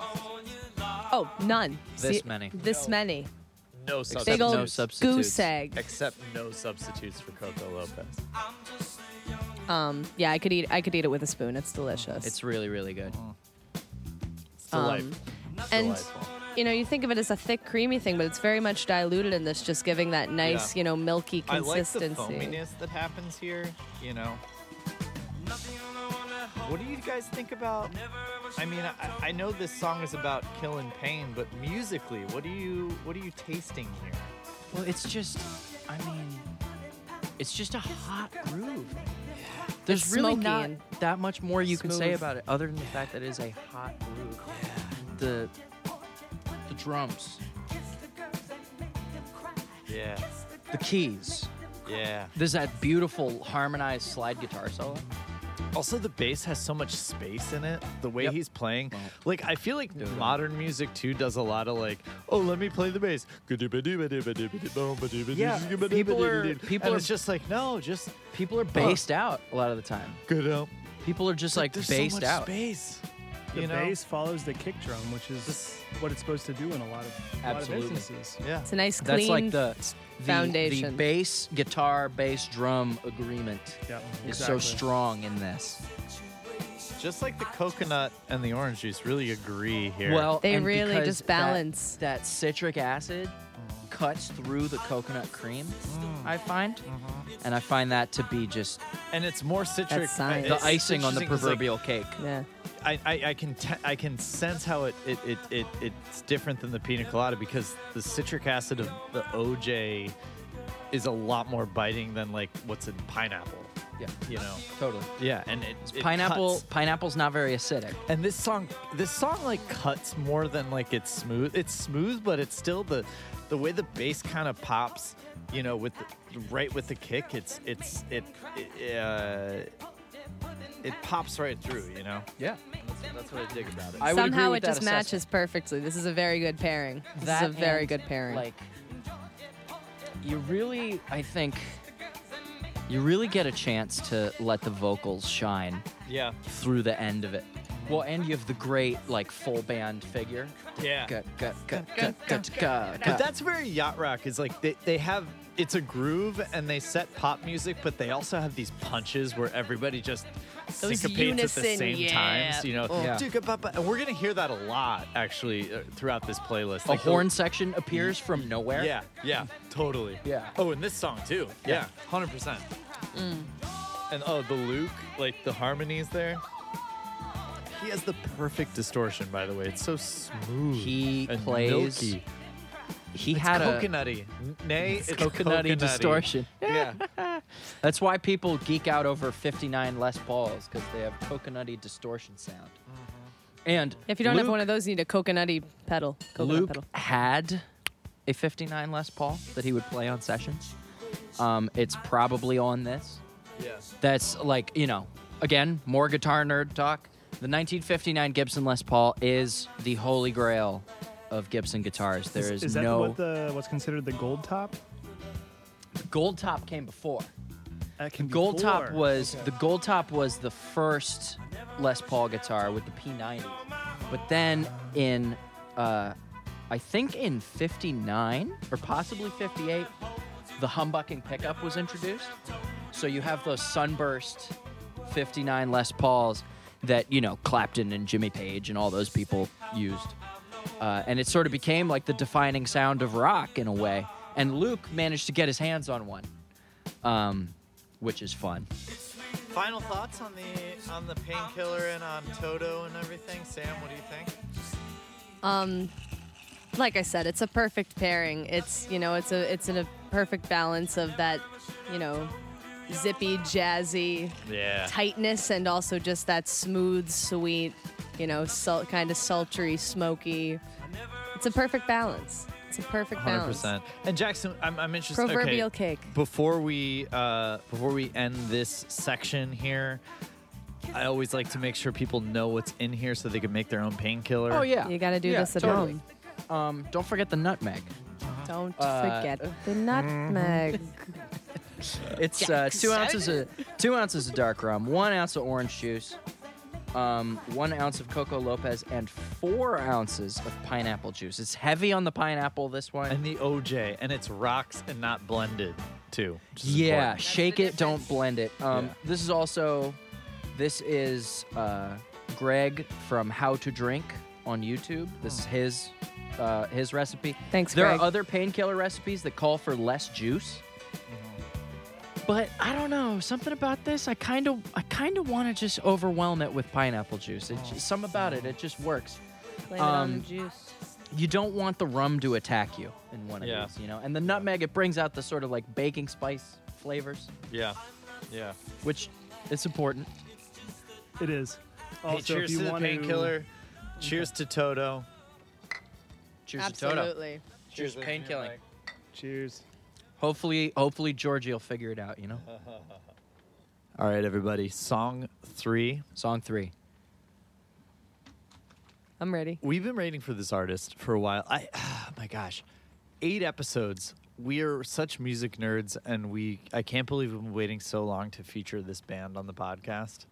C: oh, none.
A: This many.
C: This many.
B: No
C: Big
A: no
C: old
B: substitutes.
A: substitutes.
C: goose egg.
B: Except no substitutes for Coco Lopez.
C: Um, yeah, I could eat. I could eat it with a spoon. It's delicious.
A: It's really really good.
B: It's
C: Um,
B: delightful.
C: and
B: delightful.
C: you know, you think of it as a thick, creamy thing, but it's very much diluted in this, just giving that nice,
B: Yeah.
C: you know, milky
B: I like the
C: consistency.
B: foaminess that happens here. You know. What do you guys think about? I mean, I, I know this song is about killing pain, but musically, what do you what are you tasting here?
A: Well, it's just, I mean, it's just a hot groove. There's
C: It's
A: really
C: smoky
A: not
C: and
A: that much more you can say
C: smooth.
A: about it, other than the fact that it is a hot groove. The the drums,
B: Yeah,
A: the keys.
B: yeah.
A: There's that beautiful harmonized slide guitar solo.
B: Also, the bass has so much space in it. The way
A: Yep.
B: he's playing,
A: Wow.
B: like I feel like modern music too does a lot of like, oh, let me play the bass.
A: Yeah, people are- people
B: and
A: are-
B: It's just like no, just
A: People are based out a lot of the time.
B: good out.
A: People are just like
B: There's
A: based
B: so much
A: out.
B: space.
E: The
B: you know?
E: bass follows the kick drum, which is what it's supposed to do in a lot of, a lot of
A: Absolutely.
E: instances.
B: Yeah.
C: It's a nice, clean.
A: That's like the, the The
C: foundation.
A: bass guitar bass drum agreement
E: Yeah,
A: is so
E: exactly.
A: strong in this.
B: Just like the coconut and the orange juice really agree here.
A: Well,
C: They
A: and
C: really
A: because
C: just
A: that-
C: balance.
A: that, citric acid cuts through the coconut cream. I find, and I find that to be just
B: and it's more citric.
C: That's science.
A: the
C: It's
A: icing on the
B: interesting 'cause, like,
A: proverbial cake.
C: yeah.
B: I, I, I can te- I can sense how it, it, it, it it's different than the pina colada because the citric acid of the OJ is a lot more biting than like what's in pineapple.
A: Yeah,
B: You know.
A: totally.
B: Yeah, and it, it
A: Pineapple,
B: cuts.
A: pineapple's not very acidic.
B: And this song this song like cuts more than like it's smooth. It's smooth, but it's still the the way the bass kind of pops, you know, with the, right with the kick. It's it's it it, uh, it pops right through. You know.
A: Yeah,
B: That's what I dig about it.
A: I would agree
C: Somehow
A: with
C: it
A: that
C: just
A: assessment.
C: matches perfectly. This is a very good pairing. This is
A: That
C: a very
A: and,
C: good pairing.
A: Like, you really, I think, you really get a chance to let the vocals shine
B: yeah.
A: through the end of it. Well, and you have the great like full band figure.
B: Yeah.
A: Gu- gu- gu- gu- gu- gu- gu-
B: But that's very yacht rock. Is like they, they have it's a groove and they set pop music, but they also have these punches where everybody just
C: Those
B: syncopates at the
C: unison,
B: same
C: yeah.
B: time. So, you know,
A: Yeah.
B: "Duka-ba-ba," and we're gonna hear that a lot actually uh, throughout this playlist.
A: a
B: Like, the-
A: horn section appears from nowhere.
B: Yeah, yeah, totally.
A: Yeah.
B: Oh, and this song too.
A: Yeah. Mm.
B: Yeah, hundred percent. And oh, the Luke, like the harmonies there. He has the perfect distortion, by the way. It's so smooth.
A: He
B: and
A: plays
B: milky.
A: He
B: It's
A: had a
B: coconutty. N- Nay, it's,
A: coconutty, distortion.
B: Yeah.
A: That's why people geek out over 59 Les Pauls because they have coconutty distortion sound.
B: Mm-hmm.
A: And
C: if you don't
A: Luke,
C: have one of those, you need a coconutty pedal. Coconut
A: Luke
C: pedal.
A: had a 59 Les Paul that he would play on sessions. Um, it's probably on this.
B: yeah.
A: That's like, you know, again, more guitar nerd talk. The 1959 Gibson Les Paul is the holy grail of Gibson guitars. There is,
E: Is, is that
A: no
E: what the what's considered the gold top?
A: Gold Top came before.
E: That can be
A: Gold Top
E: four.
A: was the Gold Top was the first Les Paul guitar with the P90. But then in uh, I think in 59 or possibly 58 the humbucking pickup was introduced. So you have those sunburst 59 Les Pauls that you know Clapton and Jimmy Page and all those people used, uh, and it sort of became like the defining sound of rock in a way. And Luke managed to get his hands on one, um, which is fun.
F: Final thoughts on the on the painkiller and on Toto and everything. Sam, what do you think?
C: like I said, it's a perfect pairing. It's you know, it's a it's in a perfect balance of that, you know, zippy, jazzy
B: Yeah.
C: tightness and also just that smooth, sweet, you know, sul- kind of sultry, smoky. It's a perfect balance. It's a perfect
B: Hundred
C: balance.
B: percent. And Jackson, I'm, I'm interested.
C: Proverbial
B: okay,
C: cake.
B: Before we uh, before we end this section here, I always like to make sure people know what's in here so they can make their own painkiller.
A: Oh yeah,
C: You got to do
A: Yeah,
C: this at
A: totally.
C: home.
A: Um, don't forget the nutmeg.
C: Don't
A: Uh,
C: forget the nutmeg.
A: It's uh, two ounces of two ounces of dark rum, one ounce of orange juice, um, one ounce of Coco Lopez, and four ounces of pineapple juice. It's heavy on the pineapple. This one,
B: And the OJ, and it's rocks and not blended too. which is
A: yeah,
B: important.
A: shake
C: the
A: it, don't blend it. Um,
B: Yeah.
A: This is also this is uh, Greg from How to Drink on YouTube. This
B: Hmm.
A: is his uh, his recipe.
C: Thanks,
A: There
C: Greg.
A: are other painkiller recipes that call for less juice.
B: Mm-hmm.
A: But I don't know, something about this. I kind of, I kind of want to just overwhelm it with pineapple juice. It, just, some about it, it just works.
C: Blame it on the
A: um,
C: juice.
A: You don't want the rum to attack you in one of
B: Yeah.
A: these, you know. And the nutmeg, it brings out the sort of like baking spice flavors,
B: Yeah, yeah.
A: which is important.
E: It is.
B: Hey,
E: Also,
B: cheers
E: if you
B: to the
E: want
B: painkiller. Cheers to Toto.
A: Cheers to Toto.
C: Absolutely.
A: Cheers, to pain killing.
E: cheers.
A: Hopefully, hopefully Georgie will figure it out, you know.
B: All right, everybody. Song three.
A: Song three.
C: I'm ready.
B: We've been waiting for this artist for a while. I, my gosh, eight episodes. We are such music nerds, and we I can't believe we've been waiting so long to feature this band on the podcast.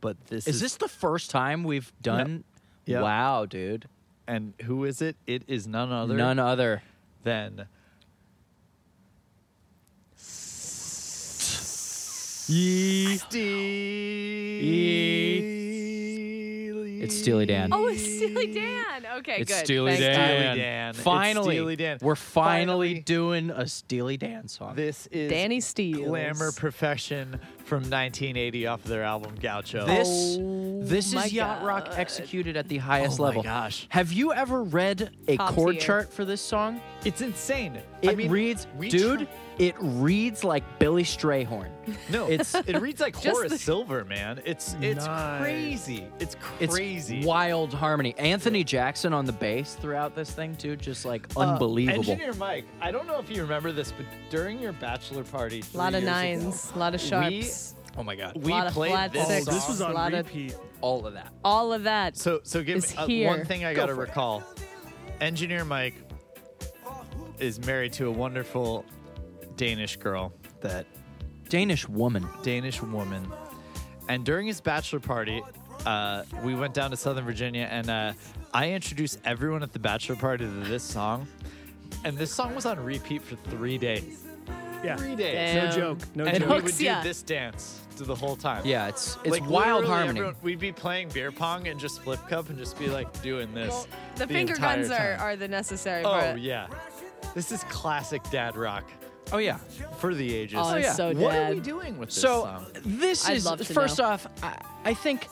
B: But this
A: Is this the first time we've done?
B: Yep.
A: Wow, dude.
B: and who is it? It is none other
A: None other.
B: than Steely.
A: It's Steely Dan.
C: Oh, it's Steely Dan. Okay,
A: It's
C: good.
A: Steely
C: Thanks,
A: Dan.
B: Steely Dan. It's
A: Finally,
B: Steely Dan.
A: we're finally,
B: Finally.
A: doing a Steely Dan song.
B: This is
C: Danny Steele.
B: Glamour Profession from 1980 off of their album Gaucho.
A: this this
C: my
A: is yacht rock
C: God.
A: executed at the highest
B: Oh my
A: level.
B: gosh.
A: Have you ever read a
C: Top
A: chord
C: tier.
A: chart for this song?
B: it's insane.
A: It
B: I mean,
A: reads,
B: we
A: dude.
B: tr-
A: it reads like Billy Strayhorn.
B: no, it's it reads like
C: Just
B: Horace
C: the-
B: Silver, man. It's it's
E: Nice.
B: crazy. It's
A: It's
B: crazy.
A: wild harmony. Anthony Jackson on the bass throughout this thing too, just like unbelievable.
B: Uh, Engineer Mike, I don't know if you remember this, but during your bachelor party,
C: A
B: three
C: lot
B: years
C: of
B: ago,
C: nines, a lot of sharps,
A: oh my god,
B: we
C: lot of
B: played
C: flat
B: this.
C: six.
E: Oh,
B: song.
E: this was on
C: Lot of-
E: repeat.
A: all of that.
C: all of that.
B: So so give
C: is
B: me uh, one
C: here.
B: thing I
A: Go
B: gotta
A: for it.
B: recall. Engineer Mike is married to a wonderful Danish girl that
A: Danish woman.
B: Danish woman. And during his bachelor party, uh, we went down to Southern Virginia and uh, I introduced everyone at the bachelor party to this song. And this song was on repeat for three days.
E: Yeah.
B: Three days.
E: No
C: Damn.
E: joke. No
B: and
E: joke.
B: we
C: hooks
B: would do
C: ya.
B: this dance to the whole time.
A: Yeah, it's it's
B: Like,
A: wild
B: literally
A: harmony.
B: everyone- we'd be playing beer pong and just flip cup and just be like doing this.
C: Well, the, finger
B: entire
C: guns are,
B: time.
C: are the necessary
B: Oh
C: part.
B: yeah, this is classic dad rock
A: oh yeah.
B: for the ages.
C: Oh, it's
A: yeah.
C: so
B: what
C: dad.
B: are we doing with this
A: so
B: song?
A: this
C: I'd
A: is
C: love to
A: first
C: know.
A: off I, I think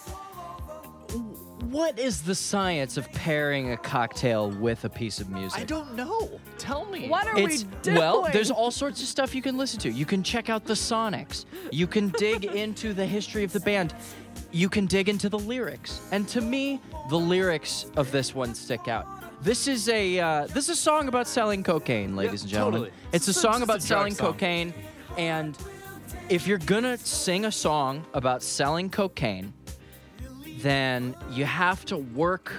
A: what is the science of pairing a cocktail with a piece of music
B: I don't know. Tell me.
C: What are
A: it's
C: we doing?
A: well there's all sorts of stuff you can listen to you can check out the sonics you can dig into the history of the band you can dig into the lyrics and to me the lyrics of this one stick out this is a uh, this is a song about selling cocaine ladies and gentlemen
B: totally.
A: it's a
B: It's
A: song
B: just
A: about
B: a drug
A: selling
B: song.
A: cocaine and if you're gonna sing a song about selling cocaine then you have to work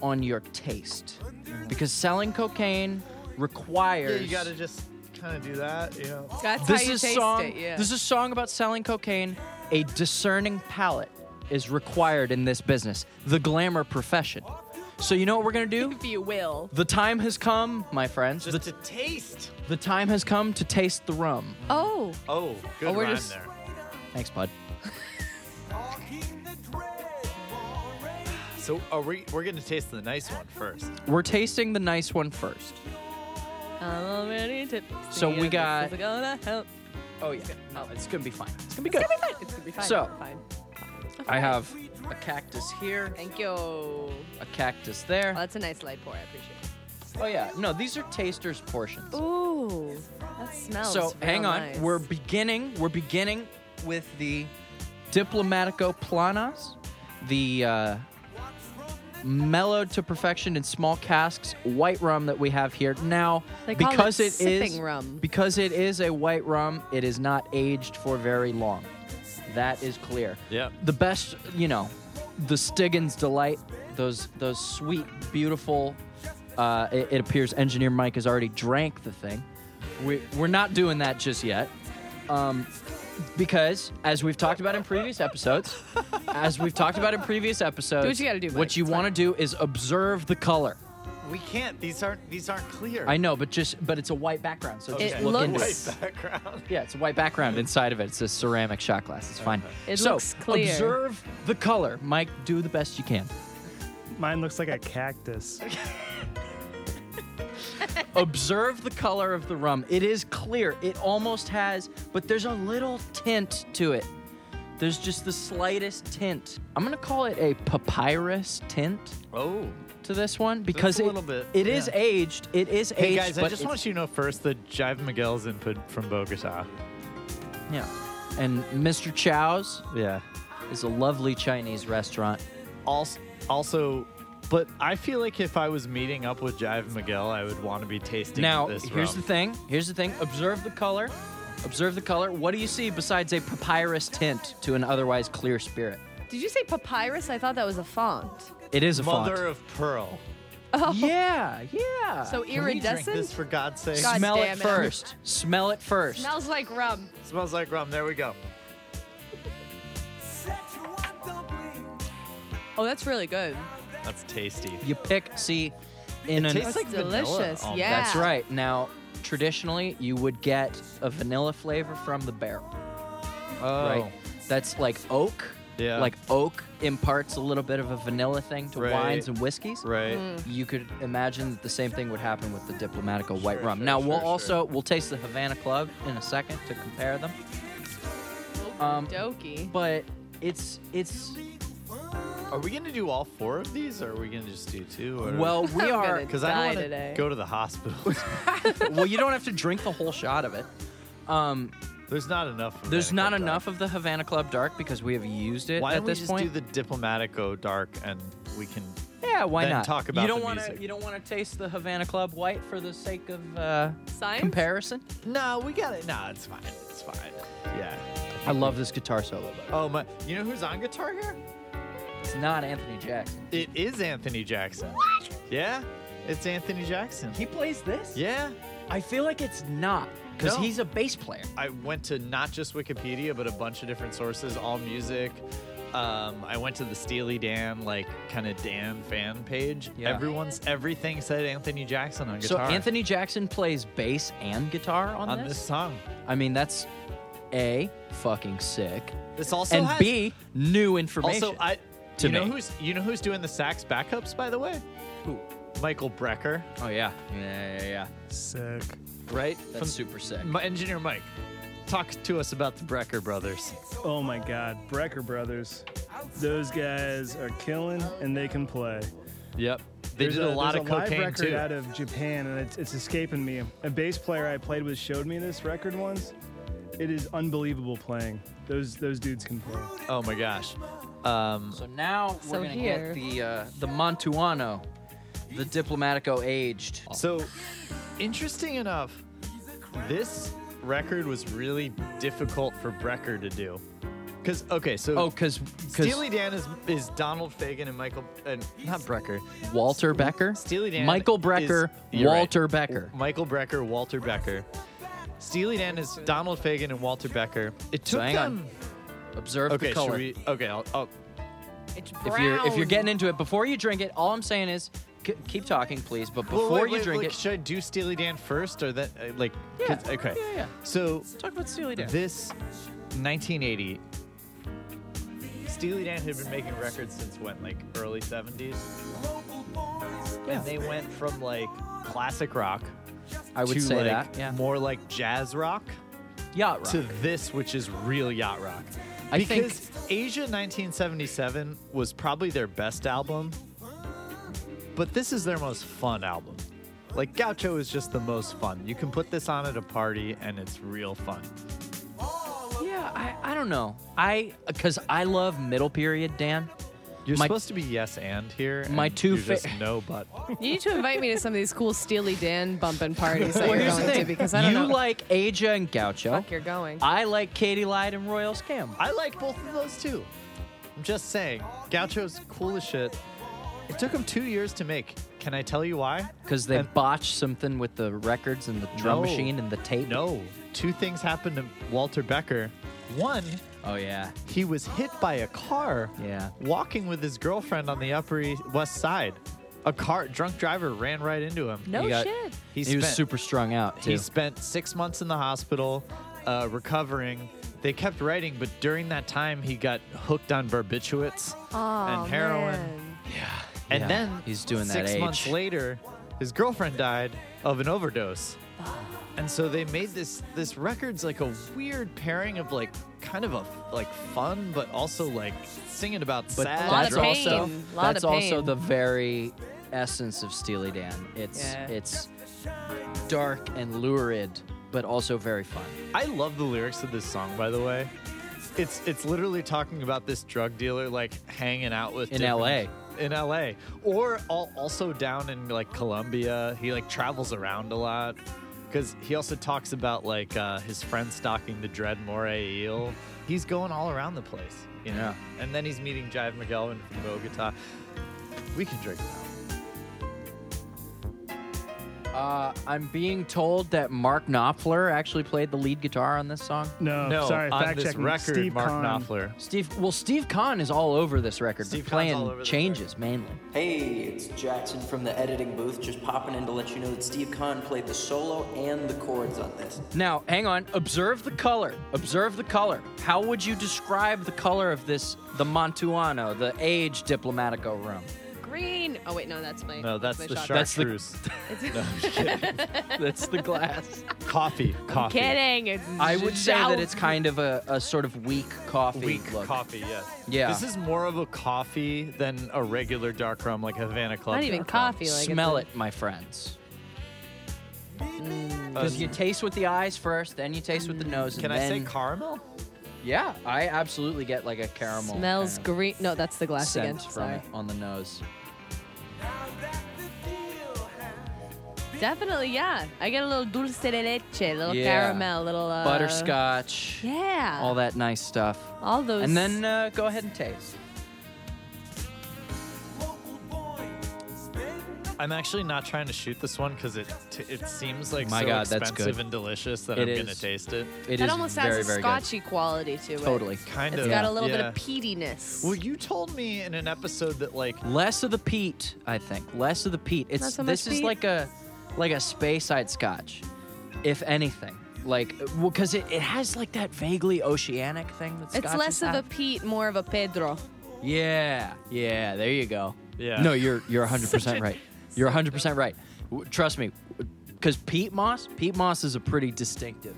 A: on your taste because selling cocaine
B: Yeah,
A: requires
B: you gotta just kind of do that. You know.
C: That's
A: this
C: how you
A: is
C: taste
A: song
C: it. Yeah.
A: this is a song about selling cocaine a discerning palate is required in this business the glamour profession so you know what we're gonna do
C: if you will.
A: the time has come my friends the,
B: Just a taste.
A: the time has come to taste the rum
C: Oh,
B: Oh, good
C: Oh, we're
B: rhyme
C: just-
B: there.
A: thanks bud
B: So are we? We're gonna taste the nice one first.
A: We're tasting the nice one first.
C: I'm already to
A: So we got-
C: This is gonna help.
A: Oh yeah, no, it's gonna be fine. It's gonna be
C: It's
A: good.
C: gonna be fine. It's gonna be fine.
A: So-
C: We're fine.
A: I have a cactus here,
C: Thank you. Well,
A: a cactus there.
C: that's a nice light pour. I appreciate
A: Oh yeah, no, these are tasters portions.
C: it. Ooh, that smells.
A: So
C: real
A: hang on,
C: nice.
A: we're beginning. We're beginning with the Diplomatico Planas, the uh, mellowed to perfection in small casks white rum that we have here. Now,
C: They call it
A: because it is
C: sipping rum.
A: because it is a white rum, it is not aged for very long. That is clear.
G: Yeah.
A: The best, you know, the Stiggins delight. Those those sweet, beautiful. Uh, it, it appears engineer Mike has already drank the thing. We we're not doing that just yet, um, because as we've talked about in previous episodes, as we've talked about in previous episodes,
C: you gotta do, Mike.
A: What you
C: It's
A: want to do is observe the color.
B: We can't. These aren't. These aren't clear.
A: I know, but just but it's a white background, so
B: Okay.
A: just
C: It
A: look into
C: looks-
A: it.
B: White background.
A: Yeah, it's a white background inside of it. It's a ceramic shot glass. It's fine.
C: It
A: so,
C: looks clear.
A: Observe the color. Mike, do the best you can.
E: Mine looks like a cactus.
A: observe the color of the rum. It is clear. It almost has, but there's a little tint to it. There's just the slightest tint. I'm going to call it a papyrus tint
B: Oh.
A: to this one because
B: a
A: it-
B: little bit,
A: it is
B: yeah.
A: aged. It is
B: Hey
A: aged.
B: guys, I
A: but
B: just
A: it's-
B: want you to know first that Jive Miguel's input from Bogota.
A: Yeah. And Mr. Chow's
B: Yeah.
A: is a lovely Chinese restaurant.
B: Also, also, but I feel like if I was meeting up with Jive Miguel, I would want to be tasting
A: Now,
B: this
A: here's
B: rum.
A: the thing. Here's the thing. Observe the color. Observe the color. What do you see besides a papyrus tint to an otherwise clear spirit?
C: Did you say papyrus? I thought that was a font.
A: It is a
B: Mother
A: font.
B: of pearl.
A: Yeah, yeah.
C: Oh. So
A: Can we drink
C: iridescent?
B: This for God's sake.
C: God
A: Smell
C: damn
A: it
C: it.
A: first. Smell it first.
C: Smells like rum.
B: Smells like rum. There we go.
C: Oh, that's really good.
B: That's tasty.
A: You pick, see, in an.
B: tastes
C: That's
B: like vanilla
C: delicious.
B: almond.
C: yeah.
A: That's right. Now, traditionally, you would get a vanilla flavor from the barrel,
B: Oh.
A: right? That's like oak.
B: Yeah.
A: Like oak imparts a little bit of a vanilla thing to
B: Right.
A: wines and whiskeys.
B: Right.
C: Mm.
A: You could imagine that the same thing would happen with the Diplomatico white
B: Sure,
A: rum.
B: sure,
A: now
B: sure,
A: we'll
B: sure.
A: also we'll taste the Havana Club in a second to compare them. Um,
C: Doki.
A: But it's it's
B: Are we gonna do all four of these, or are we gonna just do two? Or...
A: well we
C: I'm
A: are
C: gonna
B: because I don't
C: die
B: wanna
C: today.
B: go to the hospital.
A: well, you don't have to drink the whole shot of it. Um,
B: There's not enough. Of
A: there's not
B: Manico
A: enough
B: Dark.
A: of the Havana Club Dark because we have used it
B: Why
A: at
B: don't we
A: this
B: just
A: point.
B: do the Diplomatico dark, and we can?
A: yeah, why
B: then
A: not?
B: talk about
A: you don't
B: the
A: wanna-
B: music.
A: you don't want to taste the Havana Club White for the sake of uh,
C: Science?
A: comparison.
B: No, we got it. No, it's fine. It's fine. Yeah.
A: I love this guitar solo. Though.
B: Oh my! You know who's on guitar here?
A: It's not Anthony Jackson.
B: It is Anthony Jackson. What? Yeah, it's Anthony Jackson.
A: He plays this.
B: yeah.
A: I feel like it's not because
B: No.
A: he's a bass player.
B: I went to not just Wikipedia, but a bunch of different sources, all music. Um, I went to the Steely Dan, like kind of Dan fan page.
A: Yeah.
B: Everyone's everything said Anthony Jackson on
A: So
B: guitar.
A: Anthony Jackson plays bass and guitar on,
B: on this song.
A: I mean, that's a fucking sick,
B: This also
A: and
B: has,
A: b new information.
B: also I.
A: to
B: you know
A: me.
B: who's you know who's doing the sax backups by the way?
A: Who?
B: Michael Brecker,
A: Oh yeah, yeah, yeah, yeah.
E: Sick.
B: right?
A: That's super sick.
B: My engineer Mike, talk to us about the Brecker brothers.
E: Oh my God, Brecker Brothers. Those guys are killing and they can play.
B: Yep, they
E: There's
B: did a, lot
E: there's
B: of
E: a live
B: cocaine
E: record
B: too.
E: out of Japan, and it's, it's escaping me. A bass player I played with showed me this record once. It is unbelievable playing. Those those dudes can play.
B: oh my gosh, um,
A: So now we're
C: So
A: gonna get
C: here-
A: the uh, the Montuano, the Diplomatico aged.
B: So, interesting enough, this record was really difficult for Brecker to do. Because, okay, so
A: Oh, cause, 'cause
B: Steely Dan is, is Donald Fagen and Michael, and not Brecker.
A: Walter Becker,
B: Steely Dan.
A: Michael
B: is-
A: Brecker,
B: you're right.
A: Walter Becker.
B: Michael Brecker, Walter Becker. Steely Dan is Donald Fagen and Walter Becker. It
A: So
B: took
A: hang on.
B: them.
A: Observe
B: Okay,
A: the
B: should
A: color.
B: we? Okay, I'll, I'll,
C: It's
A: If you're if you're getting into it before you drink it, all I'm saying is c- keep talking, please. But
B: Well,
A: before
B: wait,
A: you
B: wait,
A: drink
B: like,
A: it,
B: should I do Steely Dan first or that? uh, Like, 'cause-
A: Yeah.
B: okay.
A: Yeah, yeah.
B: So
A: talk about Steely Dan.
B: This 1980, Steely Dan had been making records since when, like early 70s?
A: Yeah.
B: And they went from like classic rock
A: I would
B: to
A: say
B: like
A: that. Yeah.
B: more like jazz rock
A: Yacht rock.
B: to this, which is real yacht rock.
A: I think-
B: because Asia 1977 was probably their best album, but this is their most fun album. Like Gaucho is just the most fun. You can put this on at a party and it's real fun.
A: yeah, I, I don't know. I because I love middle period Dan.
B: You're
A: My-
B: supposed to be yes and here.
A: My
B: and
A: two
B: you're
A: fa-
B: just no but.
C: You need to invite me to some of these cool Steely Dan bumping parties that
A: Well,
C: you're
A: here's the
C: going to
A: thing.
C: because I don't
A: you
C: know what
A: like Aja and
C: the
A: Gaucho.
C: fuck you're going.
A: I like Katie Light and Royal Scam.
B: I like both of those too. I'm just saying, Gaucho's cool as shit. It took him two years to make. Can I tell you why?
A: Because they
B: And-
A: botched something with the records and the drum
B: No.
A: machine and the tape.
B: No, two things happened to Walter Becker. One,
A: Oh yeah.
B: he was hit by a car
A: Yeah.
B: walking with his girlfriend on the Upper East- West Side. A car, drunk driver ran right into him.
C: No
A: You got-
C: shit.
B: He,
A: He was
B: spent-
A: super strung out too.
B: He spent six months in the hospital, uh, recovering. They kept writing, but during that time, he got hooked on barbiturates
C: Aw,
B: and heroin.
C: Oh, man.
B: And
A: Yeah,
B: then
A: he's doing that
B: six months
A: age.
B: later, his girlfriend died of an overdose. And so they made this this record's like a weird pairing of like kind of a like fun but also like singing about
A: but
B: sad
C: lot
A: that's
C: of
B: drugs.
C: pain.
A: also
C: A lot of
A: that's also
C: pain.
A: the very essence of Steely Dan. It's
C: Yeah.
A: it's dark and lurid, but also very fun.
B: I love the lyrics of this song by the way. It's it's literally talking about this drug dealer like hanging out with
A: In
B: different-
A: LA.
B: in LA or al- also down in like Colombia. He like travels around a lot because he also talks about like uh, his friend stalking the dread moray eel. He's going all around the place, you know. And then he's meeting Jive McGowan from Bogota. We can drink now.
A: Uh, I'm being told that Mark Knopfler actually played the lead guitar on this song.
E: No, Oh, sorry,
B: on
E: fact
B: this
E: checking.
B: record,
E: Steve
B: Mark
E: Kahn.
B: Knopfler.
A: Steve, well, Steve Kahn is all over this record,
B: Steve
A: but
B: Kahn's all
A: playing
B: over this
A: changes mainly.
D: Hey, it's Jackson from the editing booth, just popping in to let you know that Steve Kahn played the solo and the chords on this.
A: Now, hang on. Observe the color. Observe the color. How would you describe the color of this, the Montuano, the age Diplomatico room?
C: Green. Oh wait, no, that's my.
B: No, that's
C: my
B: the
C: shot.
A: That's the-
B: chartreuse.
A: That's the glass.
B: coffee, coffee,
C: Kidding. It's
A: I would say that it's kind of a, a sort of weak coffee
B: weak
A: look.
B: coffee. Yes.
A: Yeah.
B: This is more of a coffee than a regular dark rum like Havana Club.
C: not even
B: dark rum.
C: coffee. Like
A: Smell it,
C: it's
A: my friends. Because you taste with the eyes first, then you taste with the nose.
B: Can
A: and
B: I say
A: then-
B: caramel?
A: Yeah, I absolutely get like a
C: a-
A: caramel.
C: Smells
A: kind of
C: green. No, that's the glass
A: scent
C: again.
A: from
C: Sorry.
A: it on the nose.
C: Definitely, yeah. I get a little dulce de leche, a little
A: Yeah.
C: caramel, a little uh,
A: Butterscotch.
C: Yeah.
A: All that nice stuff.
C: All those.
A: And then uh, go ahead and taste.
B: I'm actually not trying to shoot this one because it t- it seems like
A: My
B: so
A: God, that's
B: expensive
A: good.
B: and delicious that
A: It
B: I'm gonna
A: is.
B: taste it.
A: It is
C: that almost
A: very,
C: has a
A: very
C: scotchy quality to it.
A: good. Totally.
B: Kind
C: It's
B: of.
C: got a little bit
B: yeah.
C: of peatiness.
B: Well, you told me in an episode that like
A: Less of the peat, I think. Less of the peat. It's
C: Not so much
A: this is
C: peat?
A: like a like a Speyside Scotch, if anything. Like, because it, it has like that vaguely oceanic thing. That
C: it's
A: Scotches
C: less of a
A: have.
C: peat, more of a Pedro.
A: Yeah, yeah. There you go.
B: Yeah.
A: No, you're you're 100 percent right. You're 100 percent right. W- Trust me, because peat moss, peat moss is a pretty distinctive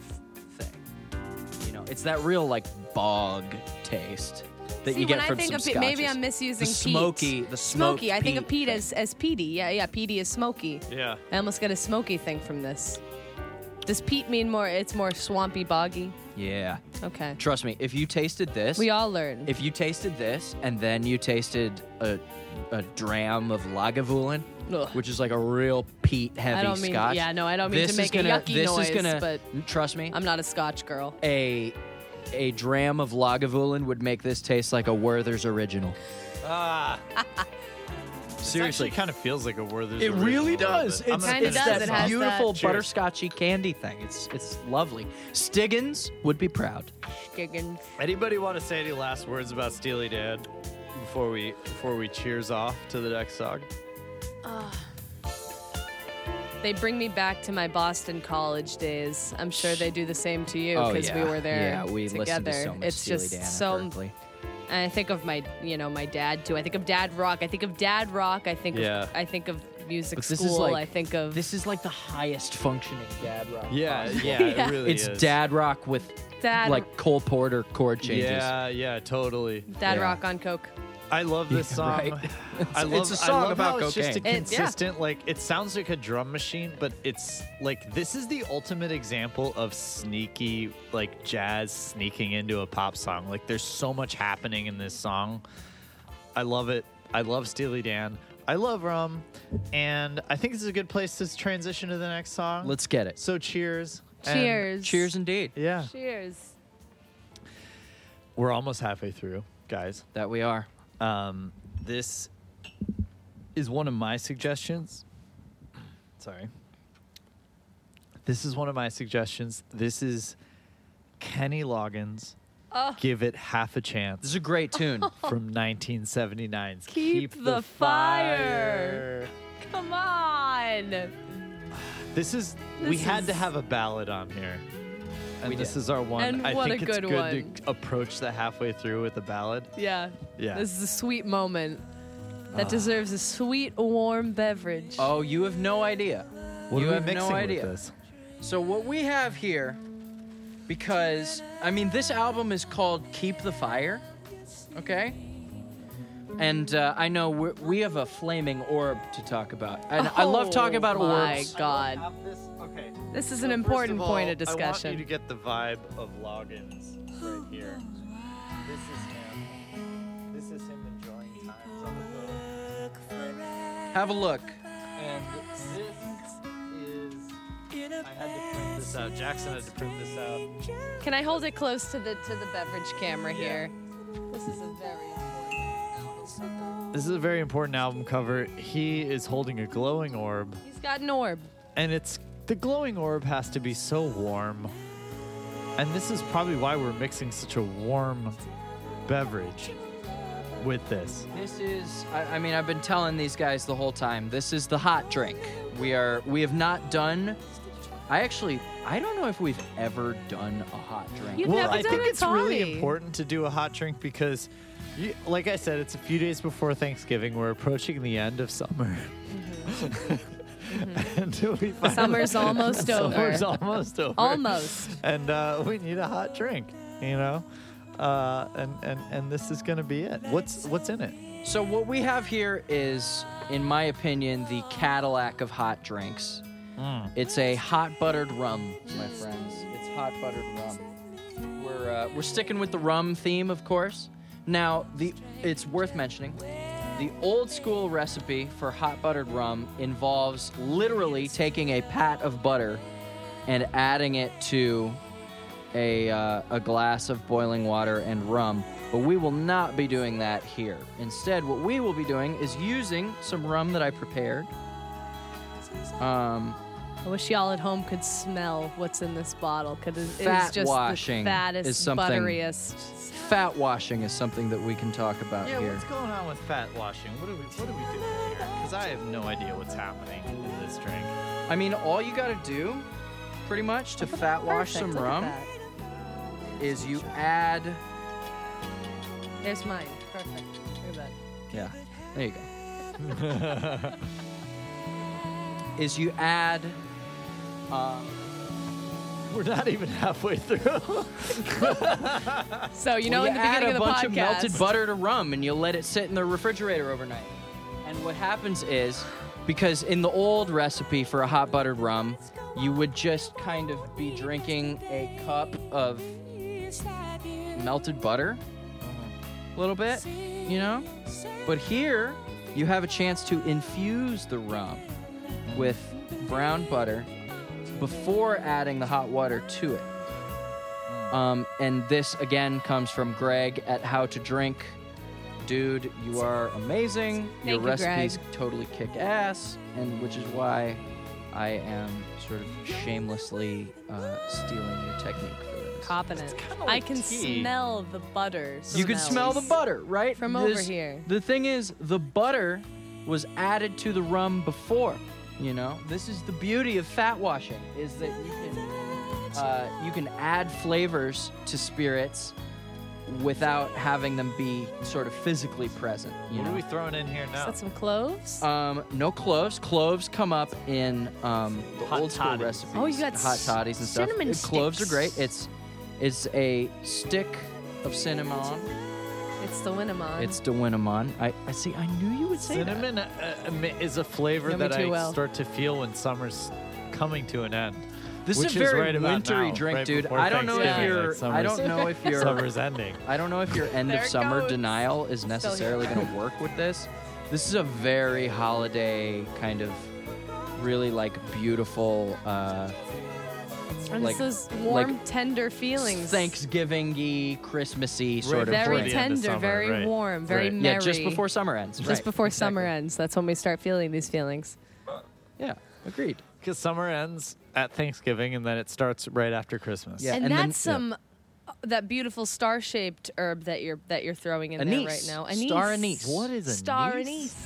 A: thing. You know, it's that real like bog taste that
C: See,
A: you get
C: when
A: from
C: I think
A: some
C: of peat, maybe
A: scotches.
C: I'm
A: the
C: misusing peat.
A: smoky, the smoked
C: smoky. I think of peat
A: thing.
C: as, as peaty. Yeah, yeah. Peaty is smoky.
B: yeah.
C: I almost got a smoky thing from this. Does peat mean more? It's more swampy, boggy.
A: Yeah.
C: Okay.
A: Trust me, if you tasted this,
C: We all learn.
A: if you tasted this and then you tasted a a dram of Lagavulin,
C: Ugh.
A: which is like a real peat heavy
C: I don't mean-
A: scotch.
C: yeah, no, I don't mean to
A: this is
C: make a
A: gonna-
C: yucky
A: this
C: noise,
A: is gonna,
C: but-
A: trust me,
C: I'm not a Scotch girl.
A: Eh. a a dram of Lagavulin would make this taste like a Werther's original.
B: Ah,
A: Seriously.
B: kind of feels like a Werther's.
A: It
B: original
A: really
B: a little
A: does.
B: bit. I'm
A: It's,
B: gonna
C: Kinda
A: it's
B: finish
A: that
C: does.
B: this
C: It has
B: off.
A: beautiful
C: that-
B: Cheers.
A: butterscotchy candy thing. It's it's lovely. Stiggins would be proud.
C: Giggins.
B: Anybody want to say any last words about Steely Dan before we before we cheers off to the next song?
C: They bring me back to my Boston college days. I'm sure they do the same to you
A: Oh,
C: because
A: yeah.
C: we were there
A: Yeah, we
C: together.
A: listened to so much
C: it's
A: Steely
C: just
A: Dan at
C: so.
A: Berkeley.
C: And I think of my, you know, my dad too. I think of Dad Rock. I think of Dad Rock. I think
B: Yeah.
C: of, I think of music
A: But
C: school.
A: this is like
C: I think of
A: this is like the highest functioning dad rock.
B: Yeah,
A: possible.
B: yeah, it really
A: it's
B: is.
A: dad rock with
C: Dad-
A: like Cole Porter chord changes.
B: Yeah, yeah, totally.
C: Dad
A: yeah.
C: Rock on Coke.
B: I love this
A: Yeah,
B: song.
A: right.
B: I love,
A: it's a
B: I
A: song
B: love
A: about
B: how it's just a
A: cocaine.
C: It- yeah.
B: consistent, like, it sounds like a drum machine, but it's like this is the ultimate example of sneaky, like, jazz sneaking into a pop song. Like, there's so much happening in this song. I love it. I love Steely Dan. I love rum. And I think this is a good place to transition to the next song.
A: Let's get it.
B: So, cheers. and-
C: Cheers.
A: Cheers indeed.
B: yeah.
C: Cheers.
B: We're almost halfway through, guys.
A: That we are.
B: Um, this is one of my suggestions. Sorry. This is one of my suggestions. This is Kenny Loggins.
C: Oh.
B: Give it half a chance
A: This is a great tune.
B: from 1979's
C: Keep the Fire. Come on.
B: This is we
C: This
B: had to
C: is-
B: have a ballad on here. And
A: We
B: this
A: did.
B: is our one.
C: And
B: I
C: what
B: think
C: a
B: it's
C: good
B: good
C: one.
B: to approach the halfway through with a ballad.
C: Yeah.
B: Yeah.
C: This is a sweet moment that deserves a sweet, warm beverage.
A: Ah. oh, you have no idea.
B: What
A: you
B: are we
A: have
B: mixing
A: no
B: with
A: idea.
B: this?
A: So what we have here, because I mean, this album is called "Keep the Fire," okay? And uh, I know we're, we have a flaming orb to talk about, and I love talking about
C: oh My
A: orbs.
C: God,
B: Okay.
C: this is
B: So
C: an
B: first
C: important
B: of
C: point
B: all,
C: of
B: I want you
C: discussion.
B: to get the vibe of Loggins right here. This is him. This is him enjoying times on the boat.
A: Have a look.
B: And this is. I had to print this out. Jackson had to print this out.
C: Can I hold it close to the to the beverage camera here? This is a very
B: This is a very important album cover. He is holding a glowing orb,
C: He's got an orb.
B: and it's the glowing orb has to be so warm. And this is probably why we're mixing such a warm beverage with this.
A: This is. I, I mean, I've been telling these guys the whole time. This is the hot drink. We are. We have not done. I actually. I don't know if we've ever done a hot drink.
C: You- You've
B: well,
C: never
B: I
C: done
B: think
C: a
B: it's really
C: toddy.
B: important to do a hot drink because, you, like I said, it's a few days before Thanksgiving. We're approaching the end of summer. and we find
C: Summer's almost over.
B: summer's almost over.
C: Almost.
B: And uh, we need a hot drink, you know? Uh, and, and, and this is going to be it. What's, what's in it?
A: So what we have here is, in my opinion, the Cadillac of hot drinks. It's a hot buttered rum, my friends. It's hot buttered rum. We're uh, we're sticking with the rum theme, of course. Now, the it's worth mentioning, the old school recipe for hot buttered rum involves literally taking a pat of butter and adding it to a, uh, a glass of boiling water and rum, but we will not be doing that here. Instead, what we will be doing is using some rum that I prepared. Um,
C: I wish y'all at home could smell what's in this bottle because it is
A: Fat
C: just
A: washing
C: the fattest,
A: is something-
C: butteriest.
A: fat washing is something that we can talk about
B: Yeah,
A: here.
B: what's going on with fat washing? What are we, what are we doing here? Because I have no idea what's happening in this drink.
A: I mean, all you gotta do, pretty much, to fat wash
C: Perfect,
A: some
C: look at
A: rum
C: that.
A: is you add.
C: There's mine. Perfect. Look at that.
A: Yeah, there you go. is you add. Um,
B: We're not even halfway through.
C: So you know,
A: Well,
C: in the
A: add
C: beginning
A: a
C: of the
A: bunch
C: podcast,
A: of melted butter to rum, and you let it sit in the refrigerator overnight. And what happens is, because in the old recipe for a hot buttered rum, you would just kind of be drinking a cup of melted butter, a little bit, you know. But here, you have a chance to infuse the rum with brown butter before adding the hot water to it. Um, and this again comes from Greg at How to Drink. Dude, you are amazing. Your
C: Thank you,
A: recipes totally kick ass, and which is why I am sort of shamelessly uh, stealing your technique for this.
C: popping it. I can smell the butter.
A: You can smell the butter, right?
C: From over here.
A: The thing is, the butter was added to the rum before. You know, this is the beauty of fat washing: is that you can uh, you can add flavors to spirits without having them be sort of physically present. You
B: What are
A: know?
B: we throwing in here now?
C: Got some cloves.
A: Um, no cloves. Cloves come up in um, the
B: Hot
A: old school
B: toddies.
A: recipes.
C: Oh, you got
A: hot
C: s-
A: toddies and stuff.
C: cinnamon
A: Uh, Cloves are
C: sticks.
A: great. It's it's a stick of cinnamon.
C: it's the Winnemon.
A: It's Dewinnamon. I, I see. I knew you would say that.
B: Cinnamon uh, uh, ma- is a flavor
C: Know me
B: that
C: too
B: I
C: well.
B: start to feel when summer's coming to an end.
A: This
B: Which
A: is a very
B: right about
A: wintry
B: now,
A: drink,
B: right
A: dude.
B: before
A: I don't know if
B: Thanksgiving,
A: you're.
B: like
A: I don't
B: summer's-
A: know if you're.
B: Summer's ending.
A: I don't know if your end
C: There
A: of
C: it
A: summer
C: goes.
A: denial is
C: Still here.
A: necessarily going to work with this. This is a very holiday kind of really like beautiful uh,
C: And
A: like-
C: it's those warm,
A: like
C: tender feelings.
A: Thanksgiving-y, Christmassy sort of
C: Very
B: before
A: drink.
B: the end
C: tender,
B: of summer,
C: very
B: right.
C: warm, very
B: Right.
C: merry.
A: Yeah, just before summer ends.
C: Just
A: right.
C: before summer
A: Exactly.
C: ends. That's when we start feeling these feelings.
A: Yeah, agreed.
B: Because summer ends at Thanksgiving and then it starts right after Christmas.
A: Yeah.
C: and,
A: and then-
C: that's some uh, that beautiful star-shaped herb that you're that you're throwing in
A: Anise.
C: there right now.
A: Star anise. What
B: is anise?
C: Star anise.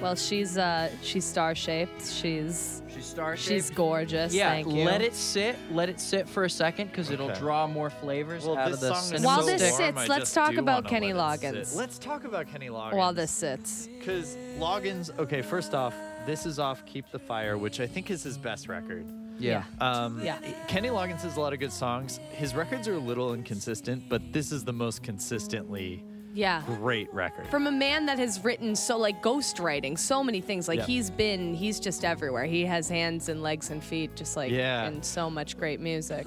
C: Well, she's uh she's star-shaped. She's
A: She's star
C: she's gorgeous.
A: Yeah,
C: thank you.
A: let it sit. Let it sit for a second because it'll
B: Okay.
A: draw more flavors
B: Well,
A: out
B: this
A: of the
B: song is
A: cinnamon
C: While
B: so
C: this
B: warm,
A: stick.
C: sits,
B: I
C: let's
B: just
C: talk
B: do
C: about
B: wanna
C: Kenny
B: let it
C: Loggins.
B: sit. Let's talk about Kenny Loggins.
C: While this sits,
B: Because Loggins, okay, first off, this is off Keep the Fire, which I think is his best record.
A: Yeah.
B: Um,
C: Yeah.
B: Kenny Loggins has a lot of good songs. His records are a little inconsistent, but this is the most consistently
C: yeah.
B: great record.
C: From a man that has written so like ghostwriting, so many things. Like
B: Yeah.
C: he's been, he's just everywhere. He has hands and legs and feet, just like
B: Yeah.
C: and so much great music.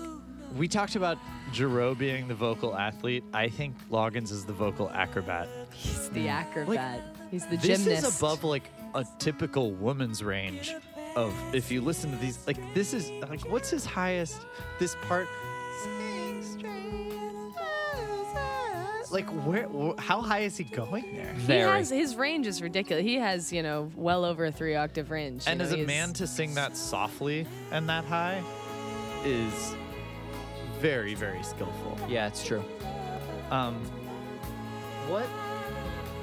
B: we talked about Giroux being the vocal athlete. I think Loggins is the vocal acrobat.
C: He's the acrobat. he's the
B: Mm. This
C: gymnast.
B: is above like a typical woman's range of if you listen to these like this is like what's his highest this part like where wh- how high is he going there
C: He
A: Very.
C: has his range is ridiculous. He has you know well over a three octave range. you
B: and
C: know,
B: as a
C: he's-
B: man to sing that softly and that high is very very skillful
A: Yeah, it's true.
B: um what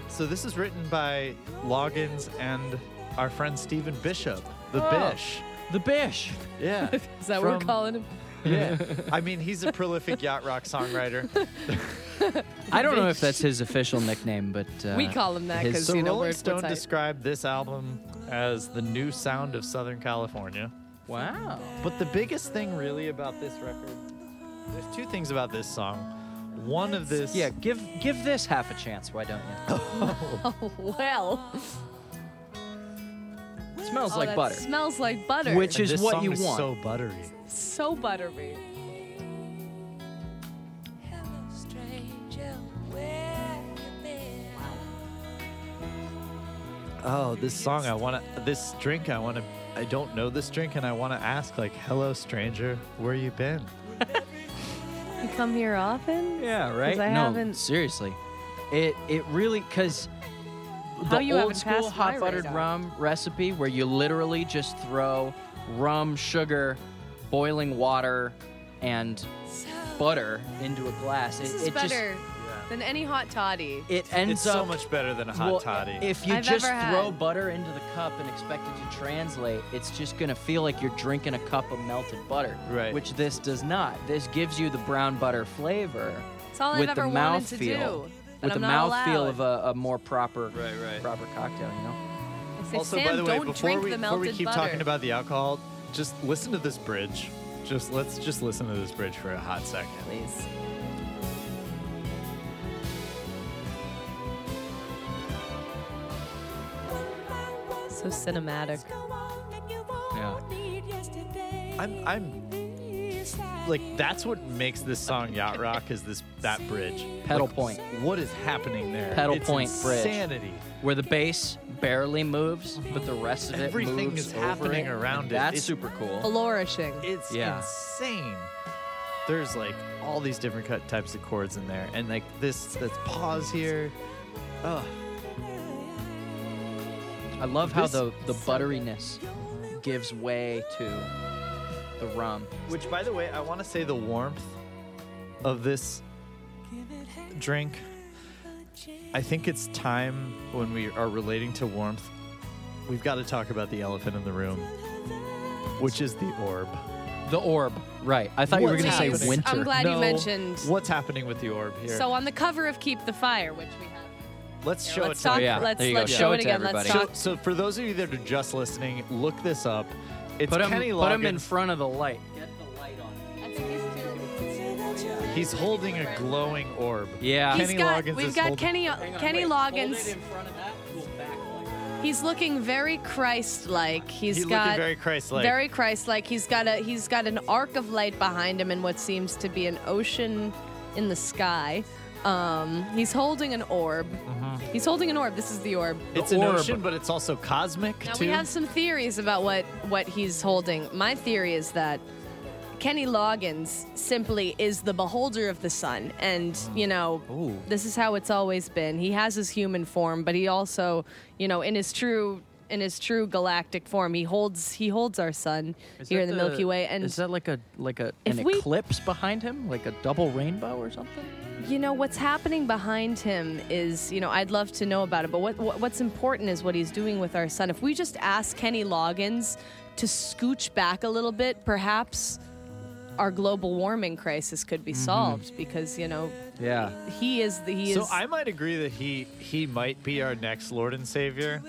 B: so this is written by loggins and our friend stephen bishop the
A: Oh.
B: bish
A: The Bish.
B: yeah
C: is that what we're
B: from-
C: calling him?
B: Yeah. I mean, he's a prolific yacht rock songwriter.
A: I don't know if that's his official nickname, but uh,
C: We call him that
A: his-
C: 'cause
B: So
C: you know
B: Rolling
C: we're,
B: Stone
C: we're tight.
B: described this album as the new sound of Southern California.
A: Wow.
B: But the biggest thing really about this record, there's two things about this song. One of this
A: Yeah, give give this half a chance. Why don't you?
C: well,
A: It smells
C: oh,
A: like
C: that
A: butter.
C: Smells like butter.
A: Which
B: and
A: is
B: this
A: what
B: song
A: you
B: is
A: want.
B: so buttery.
C: so buttery.
B: Oh, this song I want to this drink I want to I don't know this drink and I want to ask like, "Hello stranger, where you been?"
C: You come here often?
A: yeah, right.
C: I
A: no,
C: haven't-
A: seriously. It it really because
C: How
A: the
C: you
A: old
C: haven't
A: school
C: passed my
A: hot buttered
C: radar?
A: rum recipe where you literally just throw rum, sugar, boiling water, and butter into a glass.
C: This
A: it,
C: is
A: it just
C: better than any hot toddy.
A: it ends
B: it's
A: up
B: so much better than a hot
A: Well,
B: toddy.
A: If you
C: I've
A: just
C: ever
A: throw
C: had.
A: butter into the cup and expect it to translate, it's just gonna feel like you're drinking a cup of melted butter.
B: Right.
A: Which this does not. This gives you the brown butter flavor
C: It's all
A: with
C: I've ever
A: the
C: wanted to
A: mouthfeel.
C: do. but
A: With
C: I'm
A: the
C: not
A: mouthfeel
C: allowed.
A: of a, a more proper
B: Right, right.
A: proper cocktail, you know?
C: I said,
B: Also,
C: Sam,
B: by the way,
C: don't
B: before
C: drink
B: we,
C: the
B: before
C: melted
B: we keep
C: butter.
B: talking about the alcohol, just listen to this bridge. Just let's just listen to this bridge for a hot second.
C: Please. So cinematic.
B: I'm I'm like that's what makes this song yacht rock is this that bridge.
A: Pedal
B: Like,
A: point.
B: What is happening there?
A: Pedal
B: It's
A: point bridge.
B: Insanity.
A: Where the bass barely moves, but the rest of it
B: Everything
A: moves
B: is
A: over
B: happening
A: it.
B: around it.
A: That's
B: It's-
A: super
C: Oh,
A: cool.
C: Flourishing.
B: It's
A: Yeah.
B: insane. There's like all these different cut types of chords in there, and like this this pause here. Ugh.
A: I love how
B: This-
A: the, the butteriness gives way to the rum.
B: Which, by the way, I want to say the warmth of this drink. I think it's time when we are relating to warmth, we've got to talk about the elephant in the room, which is the orb.
H: The orb.
A: Right. I thought you were
B: What's
A: going to say
B: happening?
A: winter.
C: I'm glad you
B: No,
C: mentioned.
B: what's happening with the orb here.
C: So on the cover of Keep the Fire, which we have.
B: let's
C: here,
B: show
C: let's
B: it. to
C: talk.
B: you.
A: yeah.
C: Let's,
A: There you go.
C: let's
A: Show
C: show,
A: it
C: it
A: to
C: again. Let's
A: everybody.
C: talk.
B: So for those of you that are just listening, look this up. It's
A: Put him,
B: Kenny
A: put him in
B: Loggins.
A: front of the light. Get the light on.
B: He's holding a glowing orb.
A: Yeah.
C: He's
B: Kenny
C: got,
B: Loggins
C: we've
B: is
C: got
B: holding-
C: Kenny Kenny Loggins. He's looking very Christ-like. He's
B: He's
C: got
B: looking very Christ-like.
C: very Christ-like. He's got a he's got an arc of light behind him in what seems to be an ocean in the sky. Um, he's holding an orb.
B: Mm-hmm.
C: He's holding an orb. This is the orb.
B: it's an ocean, but it's also cosmic
C: Now
B: too.
C: we have some theories about what what he's holding. My theory is that Kenny Loggins simply is the beholder of the sun, and you know this is how it's always been. He has his human form, but he also, you know, in his true in his true galactic form, he holds he holds our sun here in the, Milky Way. And
A: is that like a like a
C: If
A: an
C: we-
A: eclipse behind him, like a double rainbow or something?
C: you know what's happening behind him is you know I'd love to know about it, but what, what what's important is what he's doing with our son. If we just ask Kenny Loggins to scooch back a little bit, perhaps our global warming crisis could be solved because you know
A: Yeah.
C: he is the he
B: Mm-hmm. So
C: is
B: I might agree that he he might be our next Lord and Savior.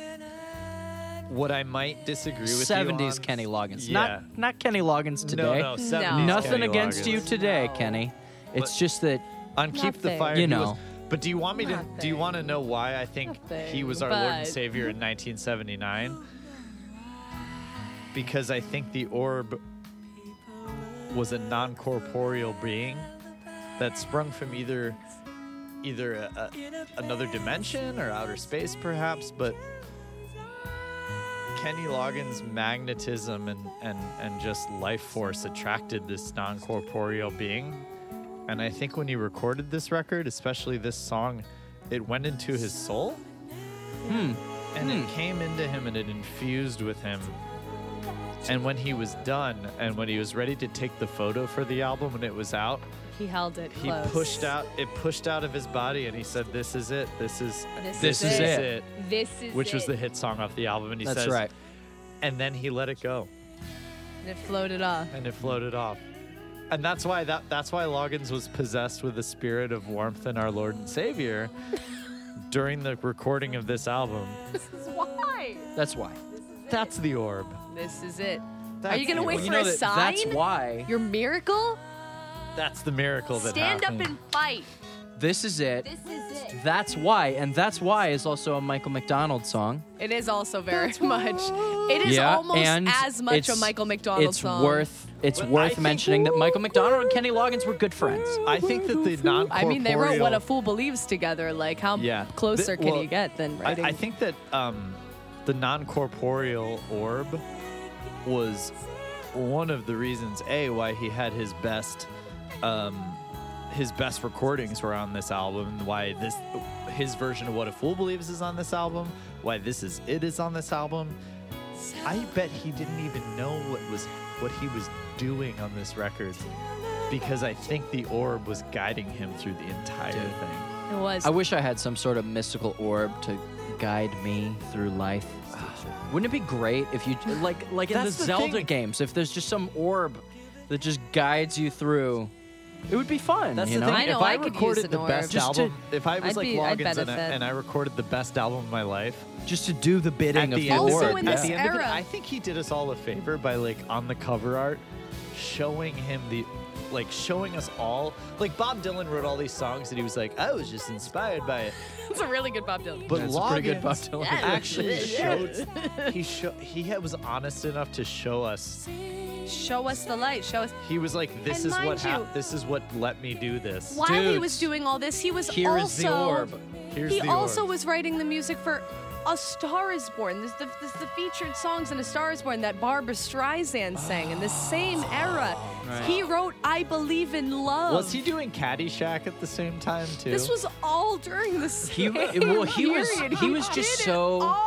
B: What I might disagree with you
A: Seventies
B: on-
A: Kenny Loggins,
B: Yeah.
A: not not Kenny Loggins today.
B: No, no, 70s
A: Nothing
B: Kenny
A: against
B: Loggins.
A: you today, Kenny. It's just that
B: on keep the
C: Nothing.
B: fire.
A: You
B: he was-
A: know.
B: but do you want me to? Do you
C: Nothing.
B: want to know why I think he
C: Nothing,
B: was our Lord and
C: but-
B: Savior in 1979? Because I think the orb was a non-corporeal being that sprung from either either a, a, another dimension or outer space, perhaps. But Kenny Loggins' magnetism and, and, and just life force attracted this non corporeal being. And I think when he recorded this record, especially this song, it went into his soul. And
A: Hmm.
B: it came into him and it infused with him. And when he was done and when he was ready to take the photo for the album when it was out,
C: he held it
B: he
C: close.
B: pushed out it pushed out of his body and he said, This is it. This is
C: This,
H: This is it.
C: This is
B: Which was
C: it.
B: the hit song off the album, and he
A: that's
B: says,
A: right.
B: and then he let it go
C: And it floated off.
B: and it floated off and that's why that that's why loggins was possessed with the spirit of warmth in our lord and savior during the recording of this album
C: This is why.
A: That's why.
B: that's the orb
C: This is it. Are
B: That's
C: you gonna
B: it.
C: wait
B: Well,
C: for a sign?
A: that's why.
C: Your miracle?
B: that's the miracle that
C: Stand
B: happened
C: up and fight.
A: This is it.
C: This is it.
A: That's why, and that's why is also a Michael McDonald song.
C: It is also very much. It is
A: yeah,
C: almost
A: and
C: as much a
A: it's-
C: Michael McDonald
A: it's
C: song.
A: worth it's
B: But I
A: worth
B: think-
A: mentioning that Michael McDonald and Kenny Loggins were good friends.
B: i think that the non
C: I mean, they wrote "What a Fool Believes" together. Like, how
B: Yeah.
C: closer
B: Th-
C: can
B: well,
C: you get than
B: I,
C: writing?
B: I think that um, the non-corporeal orb was one of the reasons a why he had his best um, his best recordings were on this album and why this his version of what a fool believes is on this album why this is it is on this album i bet he didn't even know what was what he was doing on this record because i think the orb was guiding him through the entire thing
C: it was.
A: I wish I had some sort of mystical orb to guide me through life. Wouldn't it be great if you like like in the,
B: That's the
A: Zelda
B: thing.
A: games if there's just some orb that just guides you through? It would be fun,
B: That's
A: you know?
B: the thing.
C: I know,
B: if I,
C: I could
B: recorded
C: use an
B: the
C: orb.
B: best
A: Just to-
B: album, if I was
C: I'd
B: like
C: be- I'd
B: Loggins and, I-
C: benefit.
B: and I recorded the best album of my life,
A: Just to do the bidding
B: at
A: of the
B: the end
C: Also
B: of it,
A: orb.
C: in
B: at
C: this
B: the end of it,
C: era.
B: I think he did us all a favor by like on the cover art, showing him the, like showing us all. Like Bob Dylan wrote all these songs and he was like, I was just inspired by it.
C: It's a really good Bob Dylan.
B: But
A: That's
B: Loggins
A: a pretty good Bob Dylan.
C: Yeah.
B: actually showed he show, he had- was honest enough to show us.
C: Show us the light. Show us.
B: He was like, this
C: And
B: is what
C: mind you-
B: hap- this is what let me do this.
C: While he
A: Dudes,
C: was doing all this, he was
A: Here
C: also
A: is the orb.
B: Here's
C: he
B: the
C: also
B: orb.
C: was writing the music for A Star Is Born. This the, this the featured songs in A Star Is Born that Barbara Streisand sang in the same era.
B: Oh,
C: He wrote "I Believe in Love."
B: Was he doing Caddyshack at the same time too?
C: This was all during
A: He-
C: the same
A: well, he was-
C: period.
A: he was just
C: did it
A: so-
C: all.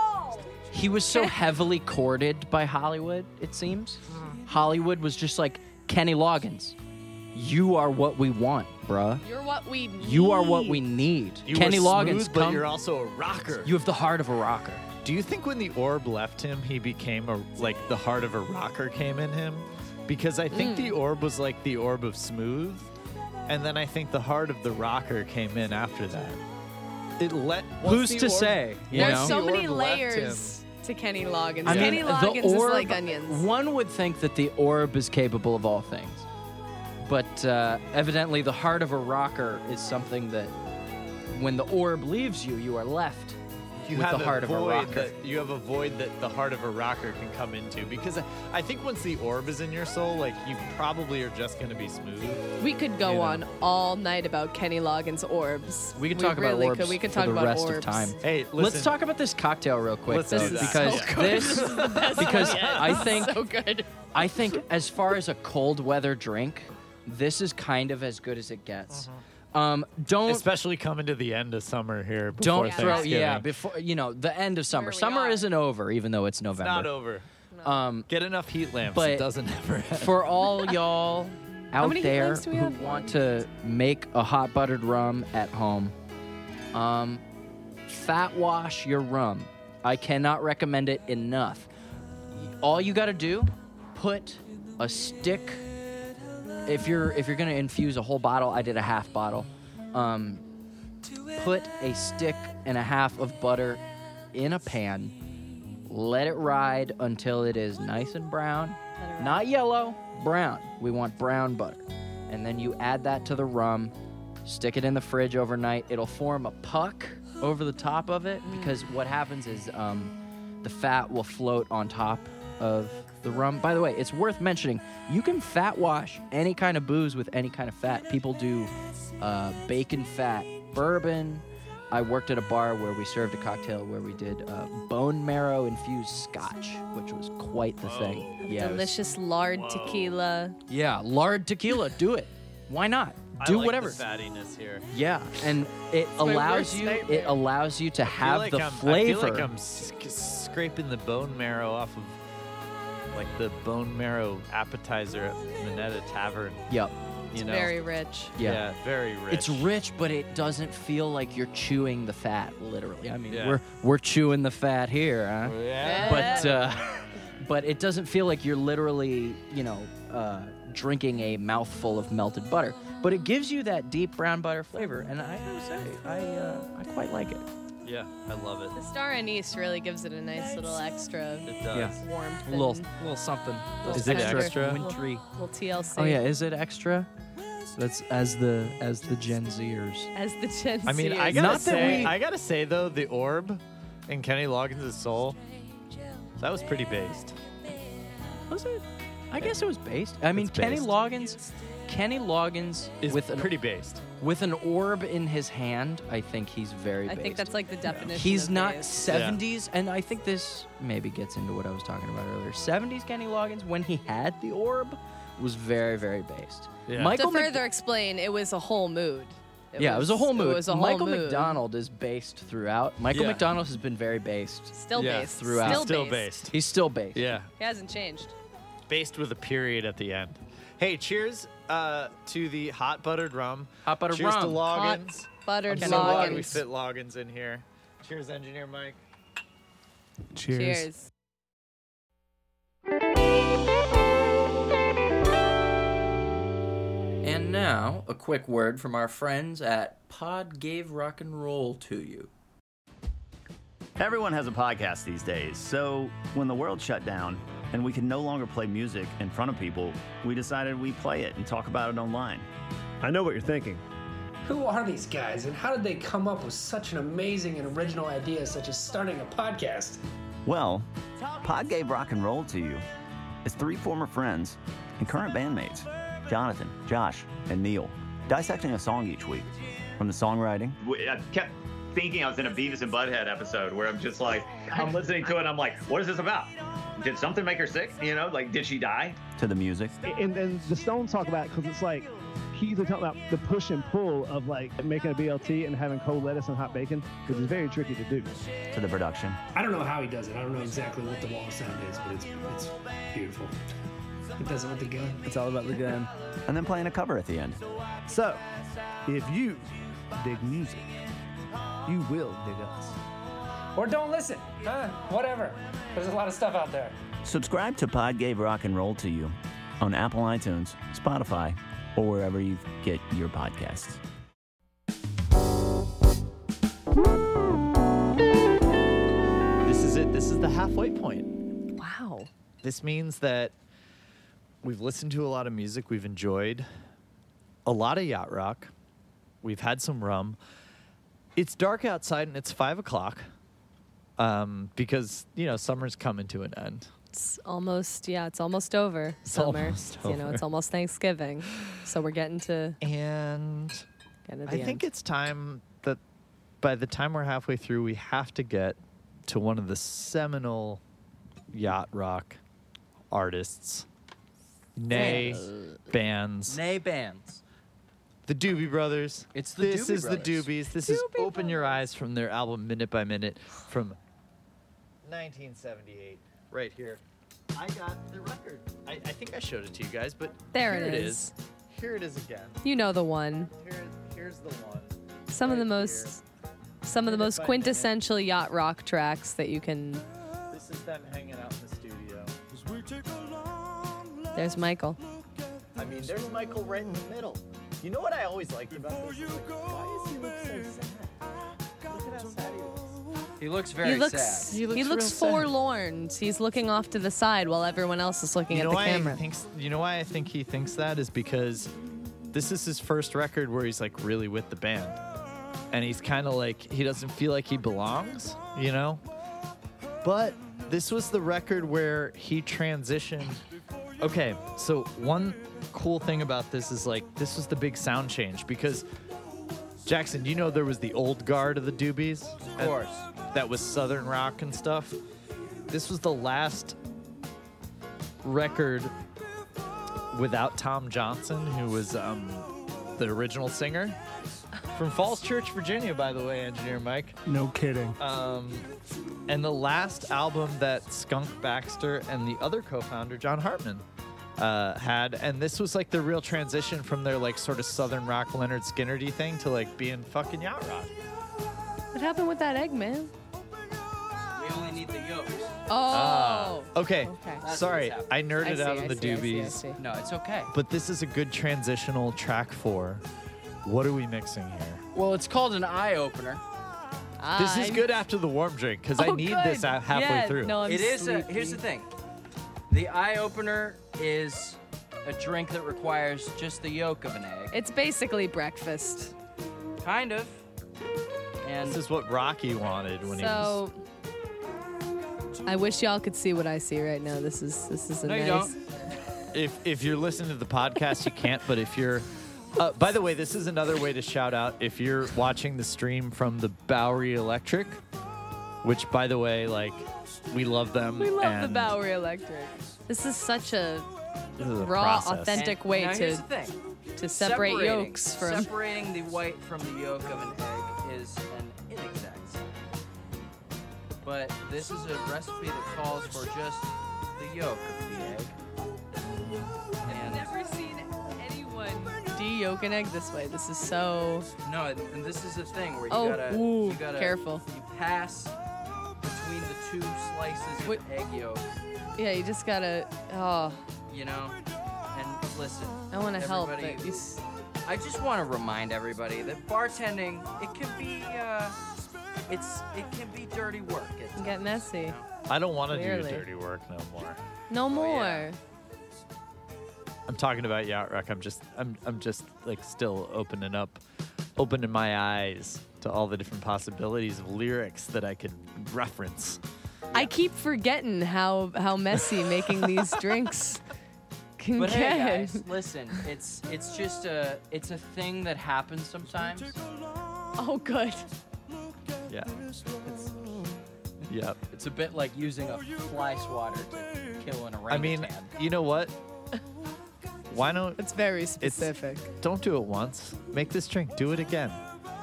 A: He was so heavily courted by Hollywood, it seems.
C: Mm-hmm.
A: Hollywood was just like Kenny Loggins. You are what we want, bruh.
C: You're what we. Need.
A: You are what we need.
B: You
A: Kenny
B: were
A: Loggins,
B: smooth, but
A: come.
B: you're also a rocker.
A: you have the heart of a rocker.
B: Do you think when the orb left him, he became a like the heart of a rocker came in him? because I think
A: Hmm.
B: the orb was like the orb of smooth, and then I think the heart of the rocker came in after that. It let. once
A: Who's
B: the
A: to
B: orb-
A: say? You
C: There's
A: know?
C: so many
B: orb left him.
C: layers to Kenny Loggins.
A: I mean,
C: Kenny Loggins
A: the orb,
C: is like onions.
A: One would think that the orb is capable of all things, but uh, evidently the heart of a rocker is something that, when the orb leaves you, you are left
B: you
A: with
B: have
A: the heart of a
B: void
A: rocker.
B: That, you have a void that the heart of a rocker can come into because I, I think once the orb is in your soul, like you probably are just gonna be smooth.
C: We could go
B: You know.
C: on all night about Kenny Loggins orbs.
A: we could talk about
C: really
A: orbs
C: Could. We could
A: for
C: talk
A: the
C: about
A: rest
C: orbs.
A: of time.
B: Hey, listen,
A: Let's talk about this cocktail real quick,
B: Let's
A: though,
B: do that.
A: because
B: Yeah.
A: this, because I think
C: So good.
A: I think as far as a cold weather drink, this is kind of as good as it gets. Um, don't
B: Mm-hmm. especially coming to the end of summer here. Before
A: don't throw yeah
B: Thanksgiving.
A: before you know the end of summer.
C: Where we
A: Summer
C: are.
A: isn't over, even though it's
B: It's not
A: November.
B: over.
A: Um,
B: Get enough heat lamps.
A: But-
B: it doesn't ever end.
A: for all y'all out
C: many
A: there
C: healings do we
A: who
C: have?
A: want to make a hot buttered rum at home, um, fat wash your rum. I cannot recommend it enough. All you got to do, put a stick. If you're if you're gonna infuse a whole bottle, I did a half bottle. Um, put a stick and a half of butter in a pan. Let it ride until it is nice and brown. Not yellow, brown. We want brown butter. And then you add that to the rum, stick it in the fridge overnight. It'll form a puck over the top of it because what happens is um, the fat will float on top of the rum. By the way, it's worth mentioning you can fat wash any kind of booze with any kind of fat. People do uh, bacon fat bourbon. I worked at a bar where we served a cocktail where we did uh, bone marrow infused scotch, which was quite the thing. Yeah, it was-
C: Delicious lard tequila.
A: yeah, lard tequila. Do it. Why not? Do whatever.
B: fattiness here.
A: Yeah, and it allows
E: worst
A: you.
E: nightmare.
A: It allows you to have
B: like
A: the
B: I'm,
A: flavor.
B: I feel like I'm sc- scraping the bone marrow off of like the bone marrow appetizer at Minetta Tavern.
A: Yep.
B: You
C: It's
B: know,
C: very rich.
A: Yeah.
B: very rich.
A: It's rich, but it doesn't feel like you're chewing the fat. Literally, I mean,
B: Yeah.
A: we're we're chewing the fat here, huh?
B: Yeah.
A: But uh, but it doesn't feel like you're literally, you know, uh, drinking a mouthful of melted butter. But it gives you that deep brown butter flavor, and I gotta say, I uh, I quite like it.
B: yeah, I love it.
C: The star anise really gives it a nice little extra
B: It does.
A: Yeah.
C: warmth.
A: A little
C: and
A: little something.
C: little
B: Is it
C: pepper,
B: extra?
A: Wintry.
C: Little TLC.
A: Oh yeah, is it extra? That's as the as the Gen Zers.
C: As the Gen
B: I mean, I
C: Zers.
B: gotta
A: Not that
B: say,
A: we-
B: I gotta say though, the orb in Kenny Loggins' soul, that was pretty based.
A: Was it? I guess it was based. I mean,
B: It's
A: Kenny
B: based.
A: Loggins, Kenny Loggins
B: Is
A: with an
B: pretty based.
A: with an orb in his hand. I think he's very.
C: I
A: Based.
C: think that's like the definition.
A: He's
C: of
A: not
C: based.
A: 70s, and I think this maybe gets into what I was talking about earlier. 70s Kenny Loggins, when he had the orb, was very, very based.
B: Yeah.
A: Michael
C: To
A: Mc-
C: further explain, it was a whole mood.
A: yeah, it was a whole mood.
C: It was a whole
A: Michael
C: mood.
A: McDonald is based throughout. Michael
B: Yeah.
A: McDonald has been very based.
C: Still
B: Yeah,
C: based.
A: throughout.
C: Still,
B: Still
C: based.
B: based.
A: He's still based.
B: Yeah.
C: He hasn't changed.
B: Based with a period at the end. Hey, cheers uh, to the hot buttered rum.
A: Hot buttered
B: cheers
A: rum.
B: to Loggins.
C: Hot buttered
B: I'm
C: Loggins.
B: so glad we fit Loggins in here. Cheers, engineer Mike.
C: Cheers.
I: And now, a quick word from our friends at Pod Gave Rock and Roll to You.
H: Everyone has a podcast these days, so when the world shut down and we could no longer play music in front of people, we decided we play it and talk about it online.
J: I know what you're thinking.
K: Who are these guys, and how did they come up with such an amazing and original idea, such as starting a podcast?
H: Well, Pod gave rock and roll to you. It's three former friends and current bandmates, Jonathan, Josh, and Neil, dissecting a song each week. From the songwriting,
L: w- I kept thinking I was in a Beavis and Butthead episode where I'm just like, I'm listening to it and I'm like, what is this about? Did something make her sick? You know, like, did she die?
H: to the music,
E: And then the Stones talk about it because it's like he's talking about the push and pull of like making a BLT and having cold lettuce and hot bacon because it's very tricky to do.
H: to the production,
K: I don't know how he does it. I don't know exactly what the wall sound is, but it's it's beautiful. He does it with the gun.
A: It's all about the gun.
H: and then playing a cover at the end.
J: So, if you dig music, you will dig us.
K: Or don't listen. Huh? Whatever. There's a lot of stuff out there.
H: Subscribe to Pod gave rock and roll to you on Apple iTunes, Spotify, or wherever you get your podcasts.
B: This is it. This is the halfway point.
C: Wow.
B: This means that we've listened to a lot of music, we've enjoyed a lot of yacht rock, we've had some rum. It's dark outside and it's five o'clock um, because, you know, summer's coming to an end.
C: It's almost yeah, it's almost over. Summer.
B: almost
C: It's, You know, it's
B: over.
C: almost Thanksgiving. So we're getting to
B: And
C: getting to
B: I
C: the
B: think
C: end.
B: it's time that by the time we're halfway through, we have to get to one of the seminal yacht rock artists, nay, bands.
M: Nay bands.
B: The Doobie Brothers.
M: It's the
B: This
M: Doobie
B: is the
M: Brothers.
B: Doobies. This is Open Your Eyes from their album Minute by Minute from 1978. Right here. I got the record. I, I think I showed it to you guys, but
C: There
B: here
C: it
B: it
C: is.
B: is. Here it is again.
C: you know the one.
B: Here, here's the one.
C: Some of the
B: Right
C: most some of the
B: Minute
C: most
B: by minute.
C: quintessential yacht rock tracks that you can
B: This is them hanging out in the studio.
C: There's Michael.
B: I mean, there's Michael right in the middle. You know what I always liked about this? Is like, why does he look so sad? Look at how sad he looks.
A: He looks very
C: he looks
A: sad.
C: he
B: He
C: looks,
B: looks real sad.
C: forlorn. He's looking off to the side while everyone else is looking
B: You
C: at
B: know
C: the
B: why
C: camera.
B: He thinks, you know why I think he thinks that is because this is his first record where he's like really with the band, and he's kind of like he doesn't feel like he belongs, you know. But this was the record where he transitioned. Okay, so one cool thing about this is like this was the big sound change because Jackson, you know there was the old guard of the Doobies, of
A: course.
B: that was southern rock and stuff. This was the last record without Tom Johnson, who was um, the original singer from Falls Church, Virginia, by the way, Engineer Mike.
E: No kidding.
B: Um, and the last album that Skunk Baxter and the other co-founder John Hartman uh, had, and this was like the real transition from their like sort of southern rock Leonard Skinner-y thing to like being fucking yacht rock.
C: What happened with that egg, man?
A: We only need the yolks.
C: Oh.
B: Okay,
C: Okay. That's
B: sorry,
A: what's
B: I
C: I
B: nerded
C: see,
B: Ah. out
C: I
B: on the
C: see, I see, I
B: Doobies.
C: see.
A: No, it's okay.
B: But this is a good transitional track for what are we mixing here?
A: Well, it's called an eye opener.
B: This is
C: I'm-
B: good after the warm drink because I
C: Oh,
B: need
C: good.
B: this out halfway
C: Yeah,
B: through.
C: No, I'm
A: It is. A,
C: sleepy.
A: here's the thing. The eye opener is a drink that requires just the yolk of an egg,
C: It's basically breakfast.
A: kind of. And
B: This is what Rocky wanted when
C: So I wish y'all could see what I see right now. This is this is a
A: no, you
C: nice.
A: don't.
B: he was. If if you're listening to the podcast, you can't. But if you're, uh, by the way, this is another way to shout out. If you're watching the stream from the Bowery Electric, which by the way, like we love them.
C: We love the
B: and
C: Bowery Electric. This is such a
B: this is a
C: raw,
B: process.
A: And
C: authentic way
A: now
C: to
A: here's the thing.
C: to separate
A: Separating-
C: yolks from.
A: separating the white from the yolk of an egg is an inexact science. But this is a recipe that calls for just the yolk of the egg. And
C: never seen anyone de-yolk an egg this way. This is so.
A: no, and this is the thing where you
C: Oh,
A: gotta,
C: ooh,
A: you gotta
C: careful.
A: You pass between the two slices of
C: Wait.
A: egg yolk,
C: Yeah, you just gotta. Oh,
A: you know. And listen,
C: I want to help,
A: everybody-
C: but you. s-
A: I just want to remind everybody that bartending it can be uh, it's it can be dirty work. At times.
C: Get messy.
B: I don't want to do
C: Clearly.
B: dirty work no more. Oh,
C: No more.
A: yeah.
B: I'm talking about yacht rock. I'm just I'm I'm just like still opening up, opening my eyes to all the different possibilities of lyrics that I could reference.
C: I keep forgetting how how messy making these drinks can
A: But
C: get.
A: hey guys, listen, it's it's just a it's a thing that happens sometimes.
C: Oh, good.
B: Yeah. Yep.
A: It's a bit like using a fly swatter to kill an orangutan.
B: I mean, you know what? Why don't
C: It's very
B: specific. don't do it once? Make this drink. Do it again.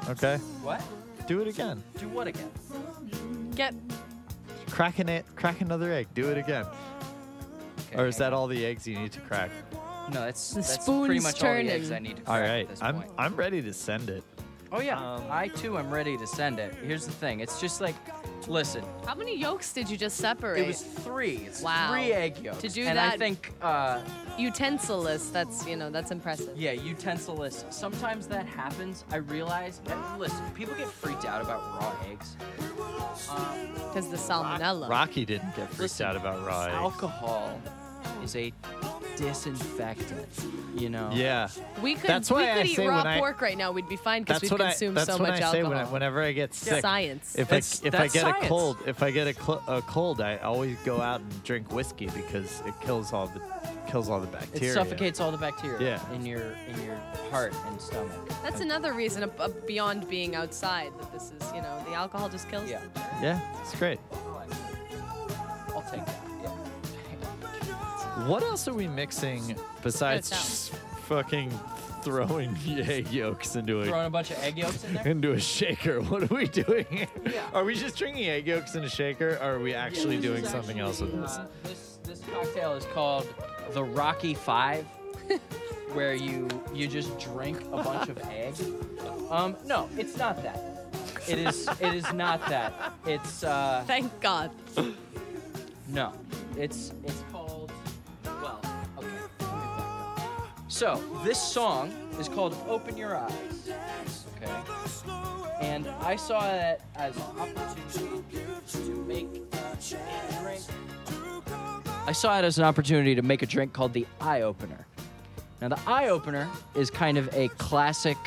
B: Okay.
A: what?
B: Do it again.
A: Do what again?
C: Get
B: Crack an egg. Crack another egg. Do it again.
A: Okay,
B: Or is
A: hang
B: that all the eggs you need to crack?
A: on. No, that's,
C: The
A: that's pretty
C: spoon's
A: much all the eggs
C: turning.
A: I need to
B: All
A: crack
B: right.
A: at this
B: I'm um,
A: point.
B: I'm ready to send it.
A: Oh yeah, I too am ready to send it. Here's the thing. It's just like, listen,
C: How many yolks did you just separate?
A: it was three. It's
C: Wow.
A: Three egg yolks.
C: To do
A: and I
C: that-
A: think, uh,
C: utensilist. That's you know that's impressive.
A: yeah, utensilist. Sometimes that happens. I realize. and listen, people get freaked out about raw eggs.
C: Because the salmonella.
B: Rocky didn't get freaked
A: Listen,
B: out about raw eggs.
A: Alcohol is a disinfectant. You know.
B: Yeah,
C: We could
B: That's
C: we
B: why
C: could
B: I
C: eat
B: say
C: raw
B: when I-
C: pork right now. We'd be fine because
B: that's
C: we've
B: what I. That's
C: consumed
B: what
C: so much
B: I say
C: alcohol.
B: when I, whenever I get sick.
C: Science.
B: If I,
A: That's-
B: if I
A: that's
B: get
A: science.
B: a cold, if I get a, cl- a cold, I always go out and drink whiskey because it kills all the kills all the
A: It
B: bacteria.
A: suffocates all the bacteria
B: Yeah.
A: in your in your heart and stomach.
C: That's another reason ab- ab- beyond being outside that this is you know the alcohol just kills.
A: Yeah,
B: Yeah, it's great.
A: I'll take that. Yeah.
B: What else are we mixing besides
C: Good
B: just fucking throwing egg yolks into a
A: Throwing a bunch of egg yolks in there.
B: into a shaker? What are we doing? here? Are we just drinking egg yolks in a shaker? Or are we actually doing something else with this?
A: Uh, this this cocktail is called the Rocky Five, where you you just drink a bunch of egg. Um, no, it's not that. It is it is not that. It's uh
C: Thank God.
A: no. It's it's called well. Okay. let me back up. So this song is called "Open Your Eyes." Okay. And I saw it as an opportunity to make a drink. I saw it as an opportunity to make a drink called the Eye Opener. Now the Eye Opener is kind of a classic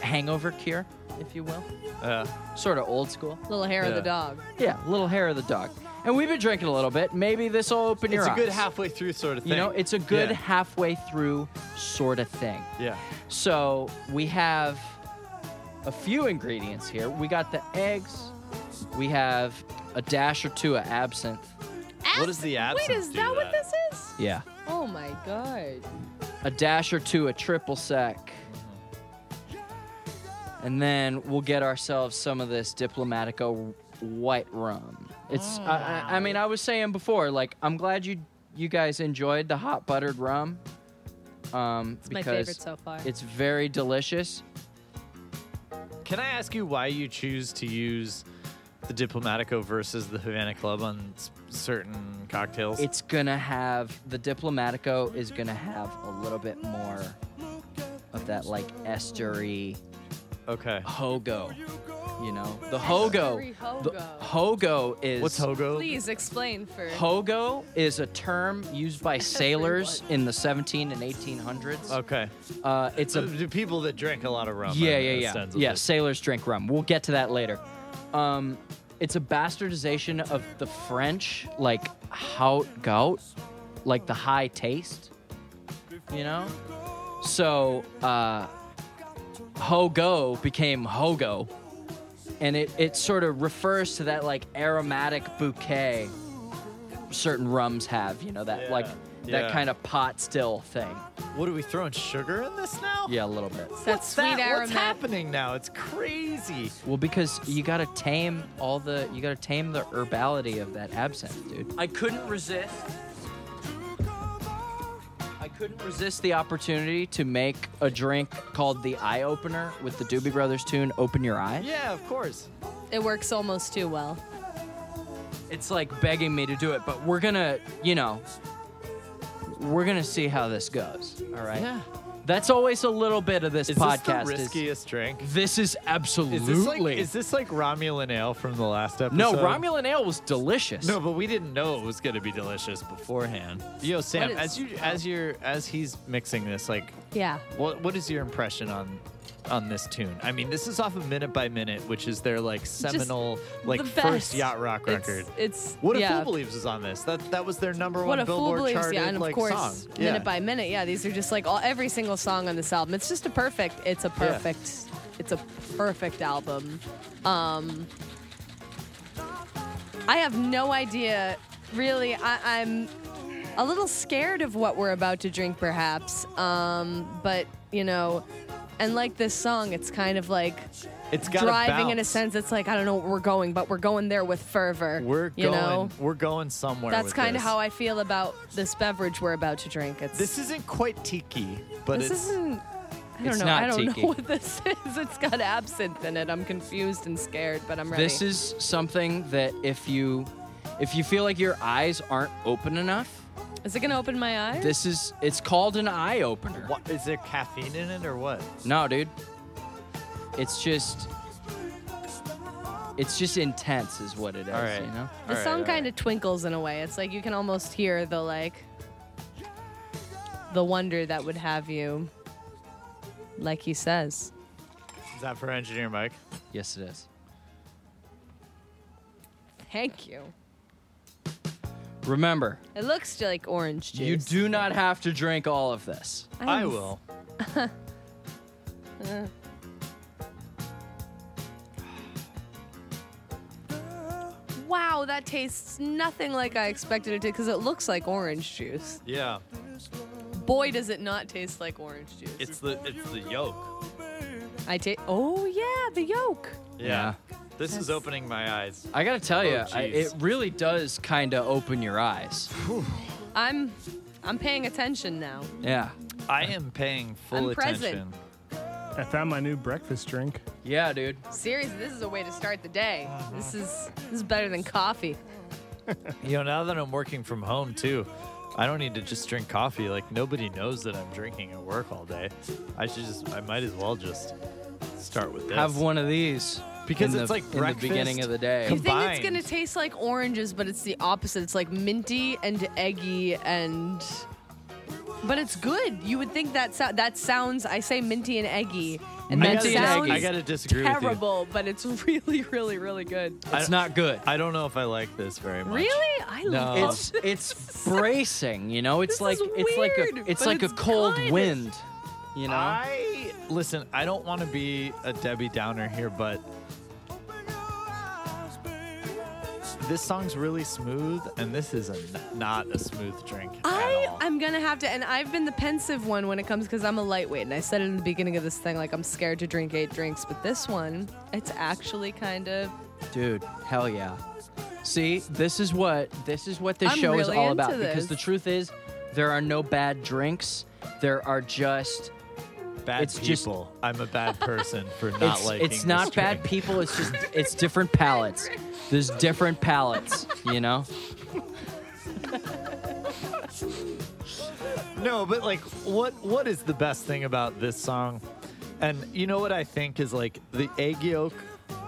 A: hangover cure, if you will.
B: Uh,
A: Sort of old school.
C: Little hair of the
B: Yeah.
C: dog.
A: Yeah, little hair of the dog. And we've been drinking a little bit. Maybe this will open your
B: it's a
A: eyes.
B: good halfway through sort of thing.
A: You know, it's a good
B: Yeah.
A: halfway through sort of thing.
B: yeah.
A: So we have a few ingredients here. We got the eggs. We have a dash or two of absinthe.
B: What does the
C: Abs- Wait,
B: absinthe
C: is
B: do
C: that what
B: that?
C: this is?
A: Yeah.
C: Oh my God.
A: A dash or two of triple sec. And then we'll get ourselves some of this Diplomatico white rum. It's.
C: Oh,
A: I, I, I mean, I was saying before, like, I'm glad you you guys enjoyed the hot buttered rum. Um,
C: It's my
A: because
C: favorite so far.
A: It's very delicious.
B: Can I ask you why you choose to use the Diplomatico versus the Havana Club on s- certain cocktails?
A: It's gonna have the Diplomatico is gonna have a little bit more of that like estery
B: okay.
A: Oh, hogo. You know, the hogo.
C: Estery
A: The hogo is
B: What's Hogo?
C: Please explain first.
A: Hogo is a term used by sailors in the 17 and 1800s.
B: Okay.
A: Uh, it's
B: So
A: a
B: the people that drink a lot of rum.
A: yeah,
B: uh,
A: yeah, yeah,
B: stands with
A: yeah.
B: it.
A: Sailors drink rum. We'll get to that later. Um, it's a bastardization of the French, like haute gout, like the high taste. You know, so uh, hogo became hogo, and it it sort of refers to that like aromatic bouquet certain rums have. You know that like
B: Yeah, yeah.
A: that kind of pot still thing.
B: What are we throwing sugar in this now?
A: Yeah, a little bit.
C: That sweet
B: that? What's
C: aromatic.
B: happening now? It's crazy.
A: Well, because you gotta tame all the you gotta tame the herbality of that absinthe, dude. I couldn't resist. I couldn't resist the opportunity to make a drink called the Eye Opener with the Doobie Brothers tune "Open Your Eyes."
B: Yeah, of course.
C: It works almost too well.
A: It's like begging me to do it, but we're gonna, you know, we're gonna see how this goes. All right.
B: Yeah.
A: That's always a little bit of this
B: Is
A: podcast.
B: this
A: is-
B: the riskiest drink?
A: this is absolutely.
B: Is this like is this like Romulan ale from the last episode?
A: no, Romulan ale was delicious.
B: No, but we didn't know it was gonna be delicious beforehand. Yo, Sam,
C: What is-
B: as you as you're as he's mixing this, like,
C: Yeah.
B: what what is your impression on on this tune? I mean, this is off of Minute by Minute, which is their like seminal like
C: the best.
B: first yacht rock
C: It's-
B: record.
C: It's,
B: What a
C: yeah.
B: Fool Believes is on this. That that was their number
C: What
B: one
C: a fool
B: Billboard
C: believes,
B: charted
C: yeah, and of
B: like
C: course,
B: song. Yeah.
C: minute by minute, yeah. These are just like all every single song on this album. It's just a perfect. It's a perfect. It's a perfect album. Um, I have no idea, really. I, I'm a little scared of what we're about to drink, perhaps. Um, but you know, and like this song, it's kind of like
B: it's got
C: driving in a
B: bounce.
C: sense. It's like I don't know where we're going, but we're going there with fervor.
B: We're
C: you
B: going.
C: know.
B: We're going somewhere.
C: That's
B: kind of
C: how I feel about this beverage we're about to drink. It's
B: This isn't quite tiki, but
C: this
B: it's
C: isn't I don't
A: It's
C: know.
A: not
C: I don't
A: tiki.
C: know what this is. It's got absinthe in it. I'm confused and scared, but I'm ready.
A: This is something that if you if you feel like your eyes aren't open enough,
C: Is it gonna open my eyes?
A: this is it's called an eye opener.
B: What is there caffeine in it or what?
A: No, dude. It's just it's just intense is what it is,
B: All right.
A: you know?
C: the sun kind of twinkles in a way. It's like you can almost hear the like the wonder that would have you. Like he says.
B: Is that for engineer Mike?
A: Yes it is.
C: Thank you.
A: Remember,
C: It looks like orange juice.
A: you do not have to drink all of this.
C: I'm-
B: I will.
C: Wow, that tastes nothing like I expected it to because it looks like orange juice.
B: Yeah.
C: Boy, does it not taste like orange juice.
B: It's the it's the yolk.
C: I ta- Oh yeah, the yolk.
B: Yeah.
A: Yeah.
B: This is opening my eyes.
A: I gotta tell you,
B: jeez.
A: it really does kind of open your eyes.
C: I'm I'm paying attention now.
A: Yeah.
B: I am paying full
C: I'm present.
B: attention.
E: I found my new breakfast drink.
A: Yeah, dude.
C: Seriously, this is a way to start the day. This is this is better than coffee.
B: You know, now that I'm working from home too, I don't need to just drink coffee. Like nobody knows that I'm drinking at work all day. I should just I might as well just start with this.
A: Have one of these
B: Because
A: in
B: it's
A: the-
B: like
A: in the beginning
B: breakfast
A: of the day.
C: You think it's
B: Combined.
C: gonna taste like oranges, but it's the opposite. It's like minty and eggy and. But it's good. You would think that so- that sounds. I say minty and eggy, and that
A: Minty and
C: sounds
A: eggy.
B: I gotta disagree with
C: terrible, but it's really, really, really good.
A: It's not good.
B: you. I don't know if I like this very much.
C: Really, I love
A: It's
C: this.
A: it's bracing, you know. It's
C: This
A: like
C: is
A: it's like
C: weird,
A: a it's
C: but
A: like
C: it's
A: a cold
C: good.
A: wind, you know.
B: I listen, I don't want to be a Debbie Downer here, but this song's really smooth, and this is a n- not a smooth drink. at
C: I
B: all.
C: am gonna have to, and I've been the pensive one when it comes because I'm a lightweight, and I said it in the beginning of this thing, like I'm scared to drink eight drinks, but this one, it's actually kind of.
A: Dude, hell yeah. See, this is what this is what this
C: I'm
A: show is
C: really
A: all
C: into
A: about because
C: this.
A: the truth is there are no bad drinks. There are just
B: bad
A: It's just-
B: people. I'm a bad person for not
A: it's,
B: liking.
A: it's not
B: this
A: bad
B: drink.
A: people, it's just it's different palettes. There's different palettes, you know?
B: No, but like, what what is the best thing about this song? And you know what I think is like the egg yolk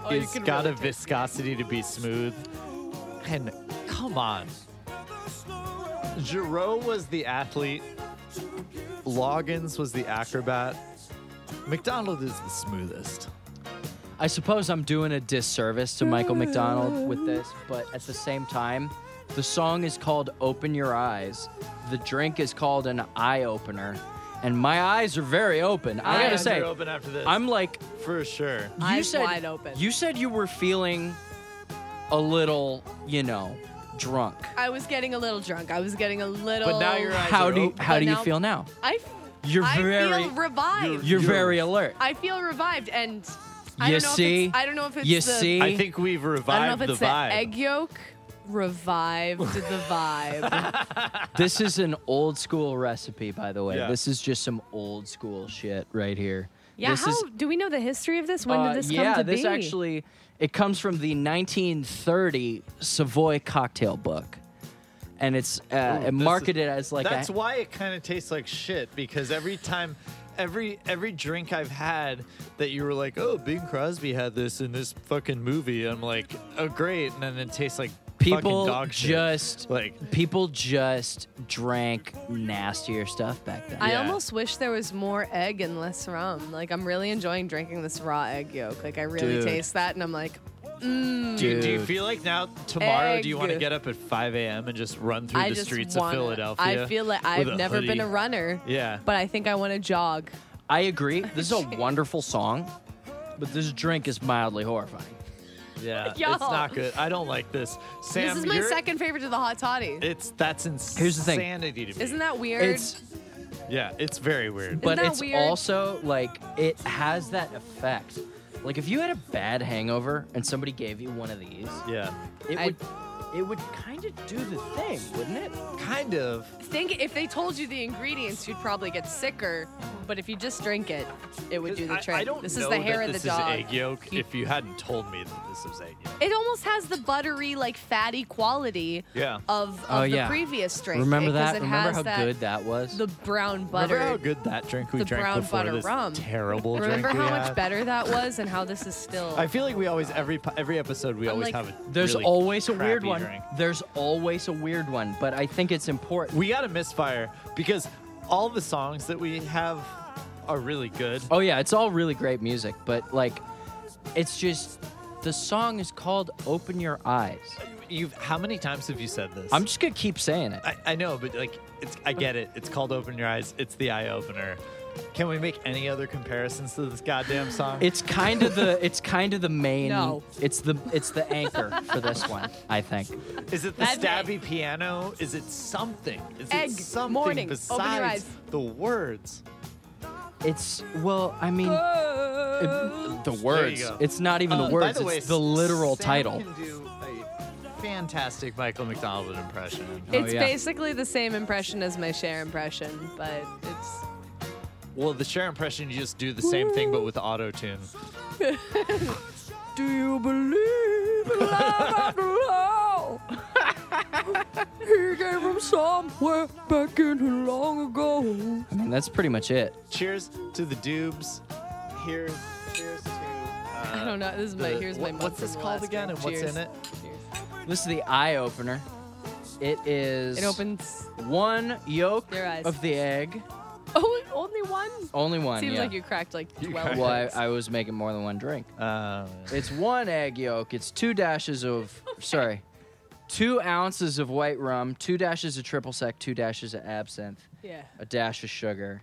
C: Oh, you
B: it's
C: can
B: got
C: really
B: a viscosity to be smooth. And come on, Giroux was the athlete. Loggins was the acrobat. McDonald is the smoothest.
A: I suppose I'm doing a disservice to Michael McDonald with this, but at the same time, the song is called Open Your Eyes. The drink is called an eye opener. And my eyes are very open. I gotta
B: Eyes
A: say,
B: are open after this.
A: I'm like,
B: for sure.
A: you
C: Eyes
A: said
C: wide open.
A: you said you were feeling a little, you know, drunk.
C: I was getting a little drunk. I was getting a little.
B: But now your eyes
A: How
B: are
A: do you,
B: open.
A: how
C: But
A: do you
C: now-
A: feel now?
C: I. f-
A: uh, You're
C: I
A: very-
C: feel revived.
A: You're very alert.
C: I feel revived, and I
A: You
C: don't know
A: see?
C: If it's, I don't know if it's
A: You
C: the.
A: see?
B: I think we've
C: I don't
B: revived
C: know if
B: the
C: it's the
B: vibe.
C: egg yolk revived the vibe.
A: This is an old school recipe, by the way.
B: Yeah.
A: This is just some old school shit right here.
C: Yeah,
A: This
C: how
A: is-
C: do we know the history of this? When
A: Uh,
C: did this
A: yeah,
C: come to
A: this
C: be?
A: actually it comes from the 1930 Savoy cocktail book, and it's uh,
B: Ooh,
A: it
B: this is-
A: marketed as like
B: that's
A: a,
B: why it kind of tastes like shit because every time every every drink i've had that you were like oh bing crosby had this in this fucking movie i'm like oh great and then it tastes like fucking
A: people
B: dog shit.
A: just
B: like
A: people just drank nastier stuff back then.
C: I
B: Yeah.
C: almost wish there was more egg and less rum. Like I'm really enjoying drinking this raw egg yolk. Like I really
A: Dude.
C: taste that, and I'm like,
B: do, you- do you feel like now tomorrow do you want to
C: Egg.
B: get up at 5 a.m and just run through
C: I
B: the
C: just
B: streets
C: wanna,
B: of philadelphia
C: I feel like
B: with
C: I've never been
B: hoodie?
C: a runner.
B: Yeah.
C: But I think I want to jog.
A: I agree. This is a wonderful song, but this drink is mildly horrifying.
B: yeah it's
C: Y'all.
B: not good i don't like this sam
C: this is my
B: you're-
C: second favorite to the hot toddy.
B: it's that's insanity
A: Here's the thing.
B: to me
C: Isn't that weird?
A: It's
B: yeah it's very weird
A: but
C: that
A: it's
C: weird?
A: also like it has that effect. Like if you had a bad hangover and somebody gave you one of these,
B: yeah
A: it
C: I-
A: would it would kind of do the thing, wouldn't it?
B: Kind of.
C: Think if they told you the ingredients, you'd probably get sicker. But if you just drink it, it would do the
B: I-
C: trick.
B: I, don't
C: this
B: know
C: is the hair
B: that
C: of the
B: this
C: dog.
B: is egg yolk. If you hadn't told me that this was egg yolk,
C: It almost has the buttery, like fatty quality
B: Yeah.
C: of, of
A: Oh,
C: the
A: yeah.
C: previous drink.
A: Remember
C: because
A: that?
C: It
A: Remember
C: has
A: how
C: that,
A: good that was?
C: the brown butter.
B: remember how good that drink we
C: the
B: drank
C: brown
B: before
C: butter
B: this
C: rum.
B: terrible
C: Remember
B: drink
C: how
B: we
C: much
B: had?
C: better that was, and how this is still.
B: I feel like we always every po- every episode we
C: I'm
B: always
C: like-
B: have a
A: There's
B: really
A: always a weird
B: crappy
A: one.
B: drink.
A: There's always a weird one, but I think it's important.
B: We got a misfire because all the songs that we have are really good.
A: Oh yeah, it's all really great music, but like, it's just the song is called "Open Your Eyes."
B: You've how many times have you said this?
A: I'm just gonna keep saying it.
B: I, I know, but like it's I get it. It's called Open Your Eyes. It's the eye opener. Can we make any other comparisons to this goddamn song?
A: It's kind of the it's kind of the main.
C: No.
A: It's the it's the anchor for this one. I think.
B: Is it the
C: Advent.
B: stabby piano? Is it something? Is
C: Egg,
B: it something
C: morning, open your
B: besides
C: eyes.
B: the words?
A: It's well, I mean, it- the words.
B: go.
A: It's not even
B: Uh,
A: the
B: by
A: words.
B: the way,
A: it's the literal
B: Sam
A: title.
B: Can do a fantastic Michael McDonald impression. Uh,
C: It's
A: Oh, yeah.
C: basically the same impression as my share impression, but it's
B: Well, the share impression, you just do the same thing but with auto tune.
A: Do you believe in love and love? he came from somewhere back in long ago. I mean, that's pretty much it.
B: Cheers to the Dubes. Here, cheers to. Uh,
C: I don't know. This is my
B: the-
C: here's
B: what-
C: my.
B: what's this called again and what's in it?
A: This is the eye opener. It is
C: It opens.
A: one yolk
C: Your eyes.
A: of the egg.
C: Oh, only one.
A: Only one.
C: Seems
A: yeah.
C: like you cracked like twelve.
A: Well, I, I was making more than one drink.
B: Uh,
A: It's one egg yolk. It's two dashes of sorry, two ounces of white rum, two dashes of triple sec, two dashes of absinthe,
C: yeah.
A: a dash of sugar,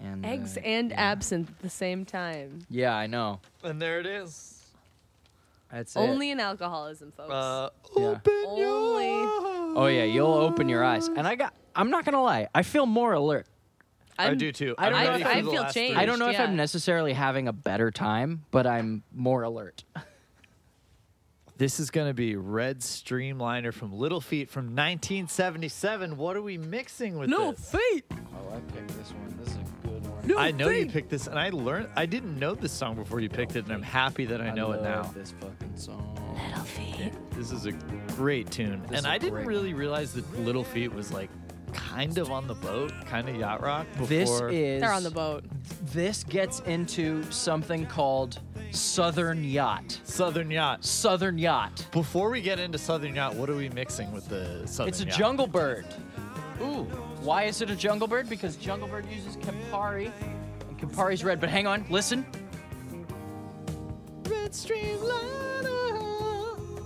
A: and
C: Eggs
A: uh,
C: and
A: yeah.
C: absinthe at the same time.
A: Yeah, I know.
B: and there it is.
A: That's
C: Only in alcoholism, folks.
B: Uh,
A: it. Yeah.
C: Only.
A: Oh yeah, you'll open your eyes. And I got. I'm not gonna lie. I feel more alert.
B: I
C: I'm-
B: do too.
A: I don't
B: I'm
A: know
B: ready
A: if
B: for
A: I
B: the
C: feel
B: last
C: changed.
B: three.
A: I don't know if
C: Yeah.
A: I'm necessarily having a better time, but I'm more alert.
B: This is going to be Red Streamliner from Little Feet from 1977. What are we mixing with this?
C: feet.
A: Oh, I picked this one. This is a good one.
C: No
B: I know you
C: feet.
B: picked this, and I learned. I didn't know this song before you picked it, and I'm happy that I know it now.
A: This fucking song.
B: This is a great tune,
A: This is
B: and I
A: a
B: didn't
A: great
B: really realize that Little Feet was like kind of on the boat, kind of yacht rock. Before
A: This is.
C: They're on the boat.
A: This gets into something called Southern Yacht.
B: Southern Yacht.
A: Southern Yacht.
B: Before we get into Southern Yacht, what are we mixing with the Southern
A: It's a
B: Yacht?
A: jungle bird. Ooh. Why is it a jungle bird? Because jungle bird uses Campari. And Campari's red. But hang on, listen.
B: Red Streamliner.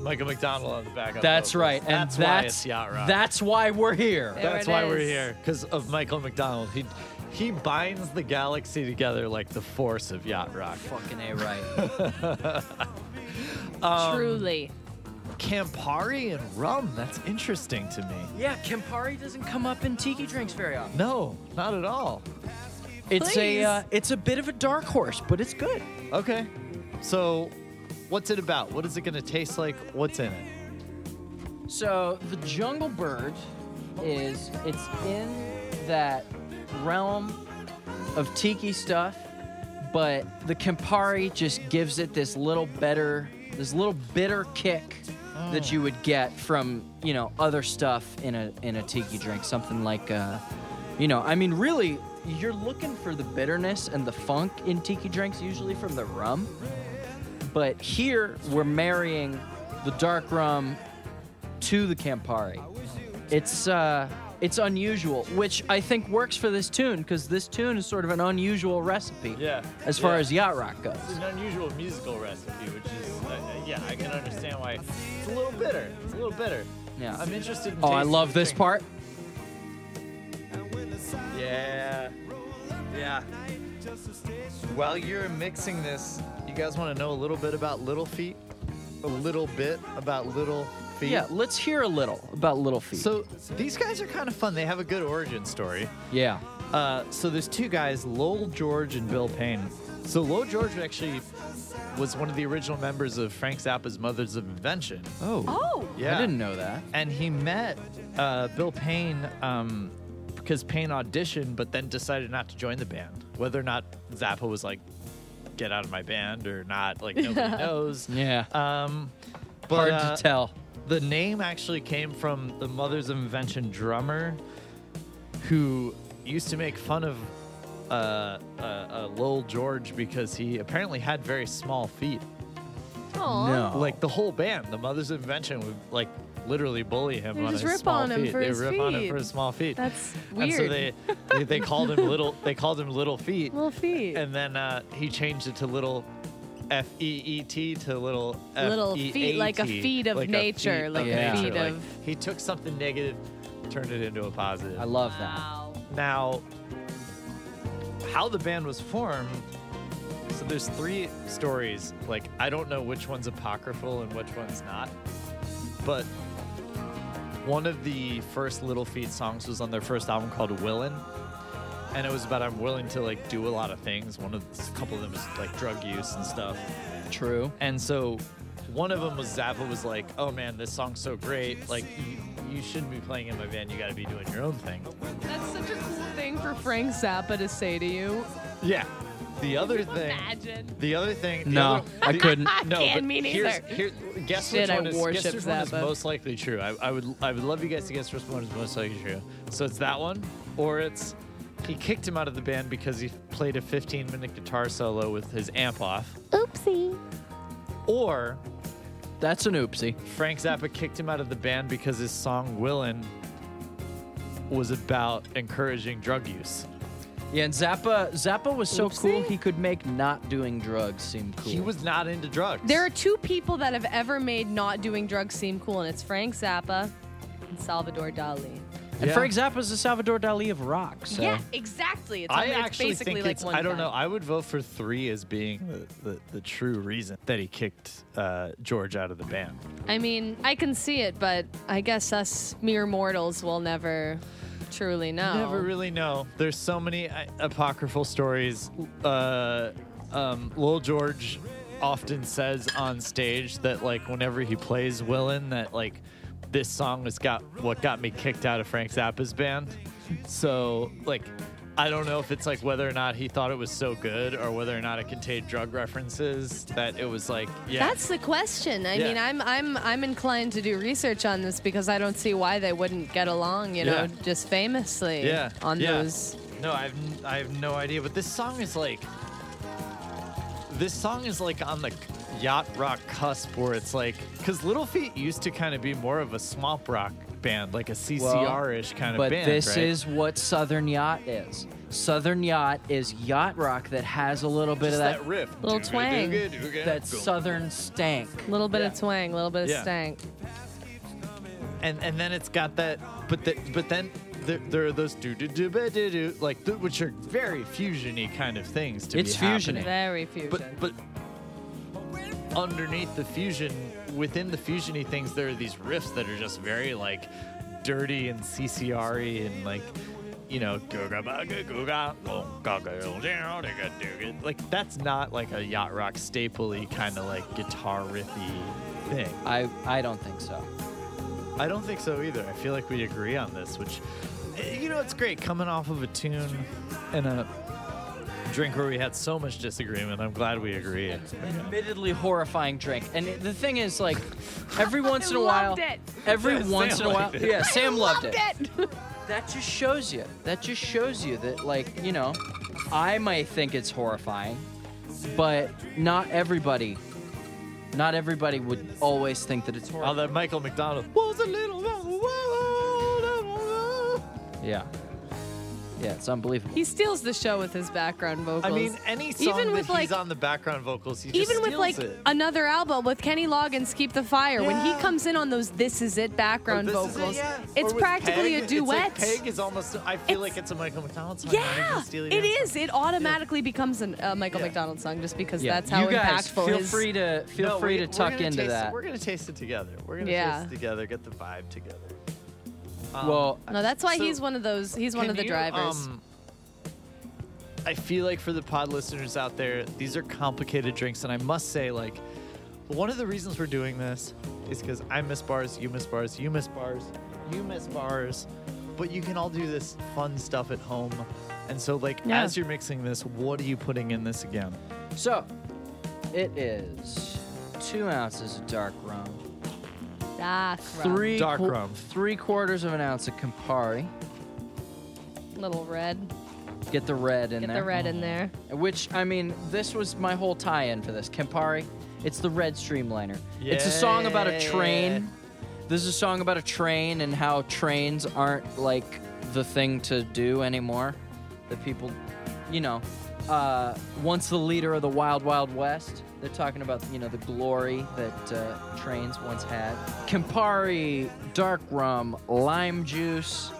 B: Michael McDonald on the back. on
A: That's
B: vocals.
A: right. And
B: that's,
A: that's
B: why it's yacht rock.
A: That's why we're here.
C: There
B: That's
C: it
B: why we're
C: is.
B: here because of Michael McDonald. He he binds the galaxy together like the force of yacht rock.
A: Fucking A right.
C: Truly.
B: Campari and rum. That's interesting to me.
A: yeah, Campari doesn't come up in tiki drinks very often.
B: No, not at all.
A: It's
C: Please.
A: a uh, it's a bit of a dark horse, but it's good.
B: Okay, so what's it about? What is it going to taste like? What's in it?
A: So the jungle bird is it's in that realm of tiki stuff, but the Campari just gives it this little better this little bitter kick that you would get from, you know, other stuff in a in a tiki drink, something like uh you know, I mean really you're looking for the bitterness and the funk in tiki drinks usually from the rum. But here we're marrying the dark rum to the Campari. It's uh, it's unusual, which I think works for this tune because this tune is sort of an unusual recipe.
B: Yeah,
A: As far
B: yeah.
A: as yacht rock goes.
B: It's an unusual musical recipe, which is uh, uh, yeah, I can understand why it's a little bitter. It's a little bitter.
A: Yeah.
B: I'm interested. In
A: Oh, I
B: tasting
A: love
B: the
A: this
B: drink.
A: part.
B: Yeah. Yeah. While you're mixing this, you guys want to know a little bit about Little Feet? A little bit about Little Feet?
A: Yeah, let's hear a little about Little Feet.
B: So these guys are kind of fun. They have a good origin story.
A: yeah,
B: Uh, so there's two guys, Lowell George and Bill Payne. So Lowell George actually was one of the original members of Frank Zappa's Mothers of Invention.
C: Oh.
B: Yeah.
A: I didn't know that.
B: and he met uh, Bill Payne um, because Payne auditioned, but then decided not to join the band. Whether or not Zappa was like, "Get out of my band" or not, like nobody knows.
A: Yeah.
B: Um, but
A: Hard
B: uh,
A: to tell.
B: The name actually came from the Mothers of Invention drummer, who used to make fun of uh, uh, uh, Lowell George because he apparently had very small feet.
C: Aw.
A: No.
B: Like the whole band, the Mothers of Invention would like literally bully him
C: They
B: on
C: just
B: his
C: rip
B: small
C: on him
B: feet.
C: for
B: they
C: his
B: rip on him
C: feet.
B: for his small feet.
C: That's
B: And so
C: weird.
B: they, they they called him little. They called him little feet.
C: Little feet.
B: And then uh, he changed it to little. F E E T to little
C: Little
B: F E A
C: feet, like a
B: T,
C: feet of
B: like a
C: nature,
B: feet
C: like
B: of
A: a
B: nature.
C: feet
B: Like,
C: of-
B: he took something negative, turned it into a positive.
A: I love that.
C: Wow.
B: Now, how the band was formed. So there's three stories. Like I don't know which one's apocryphal and which one's not, but one of the first Little Feat songs was on their first album called Willin', and it was about I'm willing to like do a lot of things. One of a couple of them was like drug use and stuff.
A: True.
B: And so one of them was Zappa was like, "Oh man, this song's so great! Like you, you shouldn't be playing in my band. You got to be doing your own thing."
C: That's such a cool thing for Frank Zappa to say to you.
B: Yeah. The other thing.
C: Imagine.
B: The other thing. the
A: No,
B: other-
A: I
B: the-
A: couldn't.
B: No,
C: Can't
B: but
C: me
B: here's-
C: neither.
B: Here, guess
C: Shit,
B: which
C: I
B: one is,
C: worship
B: guess which one is
C: Zappa.
B: most likely true. I, I would I would love you guys to guess which one is most likely true. So it's that one, or it's he kicked him out of the band because he played a 15 minute guitar solo with his amp off. Oopsie. Or
A: That's an oopsie.
B: Frank Zappa kicked him out of the band because his song "Willin" was about encouraging drug use.
A: Yeah, and Zappa Zappa was so cool he could make not doing drugs seem cool.
B: He was not into drugs.
C: There are two people that have ever made not doing drugs seem cool, and it's Frank Zappa and Salvador Dali.
A: and
B: Yeah.
A: Frank Zappa's the Salvador Dali of rock. So.
C: Yeah, exactly. It's, only- it's basically like one
B: I don't
C: guy.
B: know. I would vote for three as being the, the, the true reason that he kicked uh, George out of the band.
C: I mean, I can see it, but I guess us mere mortals will never truly know.
B: You never really know. There's so many uh, apocryphal stories. Uh, um, Lil George often says on stage that like whenever he plays Willin, that like this song has got what got me kicked out of Frank Zappa's band. So like. I don't know if it's like whether or not he thought it was so good or whether or not it contained drug references that it was like, yeah.
C: That's the question. I
B: Yeah.
C: mean, I'm I'm I'm inclined to do research on this because I don't see why they wouldn't get along, you know,
B: Yeah.
C: just famously
B: yeah
C: on
B: yeah.
C: those.
B: no i've n- i have no idea but this song is like this song is like on the yacht rock cusp where it's like because little feet used to kind of be more of a swamp rock band like a ccr-ish kind of
A: But
B: band
A: this
B: right?
A: is what Southern Yacht is. Southern Yacht is yacht rock that has a little bit
B: Just
A: of
B: that,
A: that,
B: riff
C: Little twang.
A: that Southern stank.
C: Little bit of twang, little bit of
B: Yeah.
C: stank.
B: and and then it's got that but the, but then there, there are those do do do ba do do like th- which are very fusiony kind of things to
A: It's
B: be happening.
A: fusion-y.
C: Very fusion.
B: But but underneath the fusion, within the fusiony things, there are these riffs that are just very like dirty and CCR-y and like you know "Googa bugga googa, oh, gaga, oh, down, digga, digga." like that's not like a yacht rock stapley kind of like guitar riffy thing.
A: I I don't think so.
B: I don't think so either. I feel like we agree on this, which eh, you know it's great coming off of a tune and a drink where we had so much disagreement. I'm glad we agree.
A: Admittedly horrifying drink. And it- the thing is, like, every once in a while,
C: loved it.
A: every
B: Sam
A: once in a while,
B: liked it.
A: yeah, Sam loved, it.
C: it.
A: That just shows you. That just shows you that, like, you know, I might think it's horrifying, but not everybody, not everybody would always think that it's horrifying.
B: Although Michael McDonald was a little
A: Yeah. Yeah, it's unbelievable.
C: He steals the show with his background vocals.
B: I mean, any song
C: Even
B: that
C: with,
B: he's
C: like-
B: on the background vocals, he just
C: even with
B: steals
C: like
B: it.
C: another album with Kenny Loggins, "Keep the Fire," when he
B: Yeah.
C: comes in on those "This Is It"
B: Or
C: background
B: this is it,
C: vocals,
B: yeah.
C: it's
B: Or with Peg,
C: practically a
B: it's
C: duet.
B: like Peg is almost. I feel
C: It's-
B: like it's a Michael McDonald song.
C: yeah, it is. It automatically becomes an- a Michael
B: Yeah.
C: McDonald song just because
B: Yeah.
C: that's how
A: you guys
C: impactful
A: feel
C: his.
A: free to feel free to tuck into that.
B: we're gonna taste it together. We're gonna
C: Yeah.
B: taste it together. Get the vibe together.
A: well,
B: um,
C: no, that's why
B: So,
C: he's one of those. He's one
B: Can
C: of the
B: you,
C: drivers.
B: um, I feel like for the pod listeners out there, these are complicated drinks, and I must say, like, One of the reasons we're doing this is because I miss bars, you miss bars, you miss bars, you miss bars, but you can all do this fun stuff at home. And so, like,
C: Yeah.
B: as you're mixing this, what are you putting in this again?
A: So, it is two ounces of dark rum,
C: Dark rum.
A: three
B: Dark rum.
A: three quarters of an ounce of Campari.
C: Little red.
A: Get the red in
C: Get
A: there.
C: the red in there.
A: Which I mean, this was my whole tie-in for this Campari. It's the Red Streamliner. It's a song about a train. This is a song about a train and how trains aren't like the thing to do anymore. That people, you know, uh, once the leader of the Wild Wild West, they're talking about you know the glory that uh, trains once had. Campari, dark rum, lime juice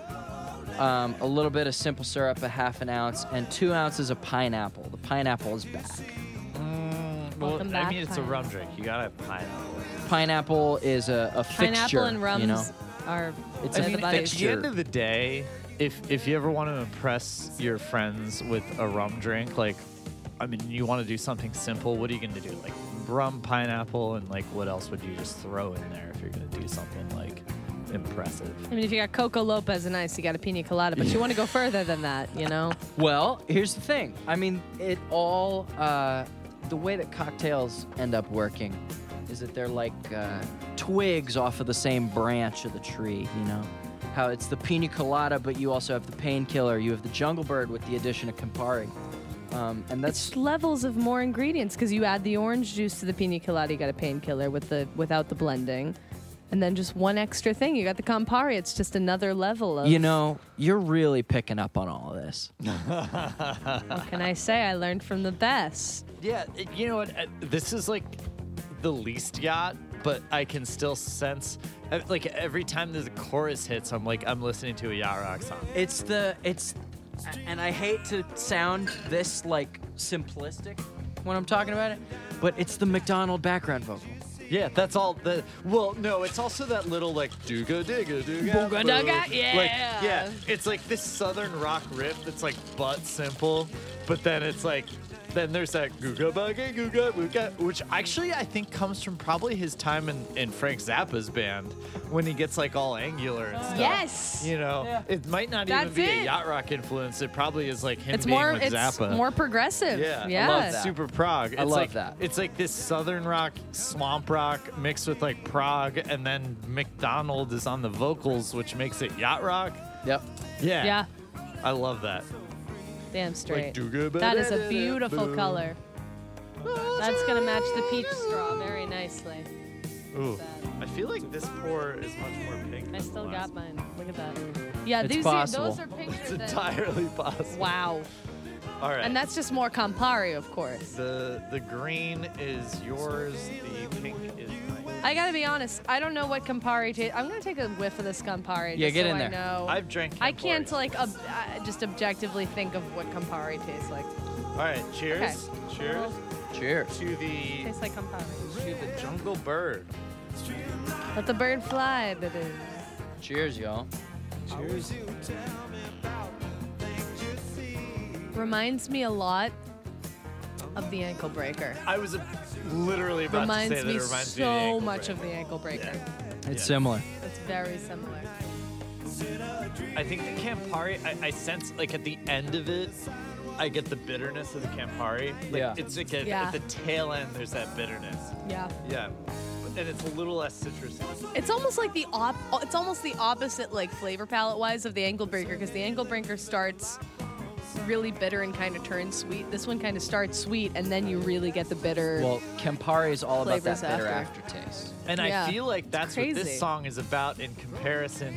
A: um, a little bit of simple syrup, a half an ounce, and two ounces of pineapple. The pineapple is back.
B: Mm,
C: Welcome back, pineapple.
B: drink. You gotta have pineapple.
A: Pineapple is a, a fixture.
C: Pineapple and rums
A: You know?
C: are
A: It's
C: they're
A: a
C: the buddies.
B: At the end of the day, if if you ever want to impress your friends with a rum drink, like, I mean, you want to do something simple. What are you gonna do? Like rum, pineapple, and like, what else would you just throw in there if you're gonna do something like impressive?
C: I mean, if you got Coco Lopez and ice, you got a pina colada, but you want to go further than that, you know?
A: Well, here's the thing. I mean, it all, uh, the way that cocktails end up working is that they're like uh, twigs off of the same branch of the tree, you know? How it's the pina colada, but you also have the painkiller, you have the jungle bird with the addition of Campari. Um, and that's
C: It's levels of more ingredients because you add the orange juice to the pina colada, you got a painkiller with the without the blending, and then just one extra thing. You got the Campari. It's just another level of.
A: You know, you're really picking up on all of this.
C: what can I say? I learned from the best.
B: Yeah, it- you know what? uh, This is like the least yacht, but I can still sense. uh, Like every time the chorus hits, I'm like, I'm listening to a yacht rock song.
A: It's the it's and I hate to sound this like simplistic when I'm talking about it, but it's the McDonald background vocal.
B: Yeah, that's all. The well, no, it's also that little like dooga digga dooga
C: Booga
B: boo.
C: dugga,
B: Like,
C: yeah.
B: yeah, it's like this southern rock riff that's like butt simple, but then it's like. Then there's that googa bugga googa wooga, which actually I think comes from probably his time in, in Frank Zappa's band when he gets like all angular and stuff.
C: Oh, Yes.
B: You know, it might not
C: That's
B: even be
C: it.
B: a yacht rock influence. It probably is like him
C: It's
B: being
C: more.
B: with
C: It's
B: Zappa.
C: more progressive.
B: yeah,
C: Yeah.
B: I love that. super prog. It's
A: love
B: like,
A: that.
B: It's like this southern rock, swamp rock mixed with like prog, and then McDonald is on the vocals, which makes it yacht rock.
A: Yep.
B: Yeah,
C: Yeah.
B: I love that.
C: Damn straight.
B: dooga
C: that is a
B: ba-da-da-da-da,
C: beautiful
B: boo.
C: color. That's gonna match the peach straw very nicely.
B: Ooh, I feel like this pour is much more pink.
C: I
B: than
C: still
B: the last.
C: got mine. Look at that. Yeah,
A: It's
C: these Are, those
A: possible.
C: are pictures.
B: It's
C: that-
B: entirely possible.
C: wow.
B: All right.
C: And that's just more Campari, of course.
B: the the green is yours. The pink is mine.
C: I gotta be honest. I don't know what Campari tastes. I'm gonna take a whiff of this Campari.
A: Yeah,
C: just
A: get
C: so
A: in
C: I
A: there.
C: know.
B: I've drank.
C: I
B: Campari.
C: can't like ob- uh, just objectively think of what Campari tastes like.
B: All right. Cheers. Cheers
A: Cheers.
B: to the
C: Tastes like Campari.
B: to the jungle bird.
C: Let the bird fly. That is.
A: Cheers, y'all.
C: Reminds me a lot of the ankle breaker.
B: I was a, literally about
C: Reminds
B: to say that
C: me
B: it reminds me of the
C: so
B: ankle
C: much
B: brace.
C: of the ankle breaker.
A: It's similar.
C: It's very similar.
B: I think the Campari. I, I sense like at the end of it, I get the bitterness of the Campari. Like,
A: Yeah.
B: It's like a,
C: Yeah.
B: at the tail end. There's that bitterness.
C: Yeah.
B: Yeah. And it's a little less citrusy.
C: It's almost like the op. It's almost the opposite, like flavor palette wise, of the ankle breaker, because the ankle breaker starts really bitter and kind of turns sweet. This one kind of starts sweet, and then you really get the bitter.
A: Well, Campari is all about
C: Flavors
A: that bitter
C: after.
A: aftertaste.
B: And
C: Yeah.
B: I feel like that's what
C: crazy.
B: this song is about in comparison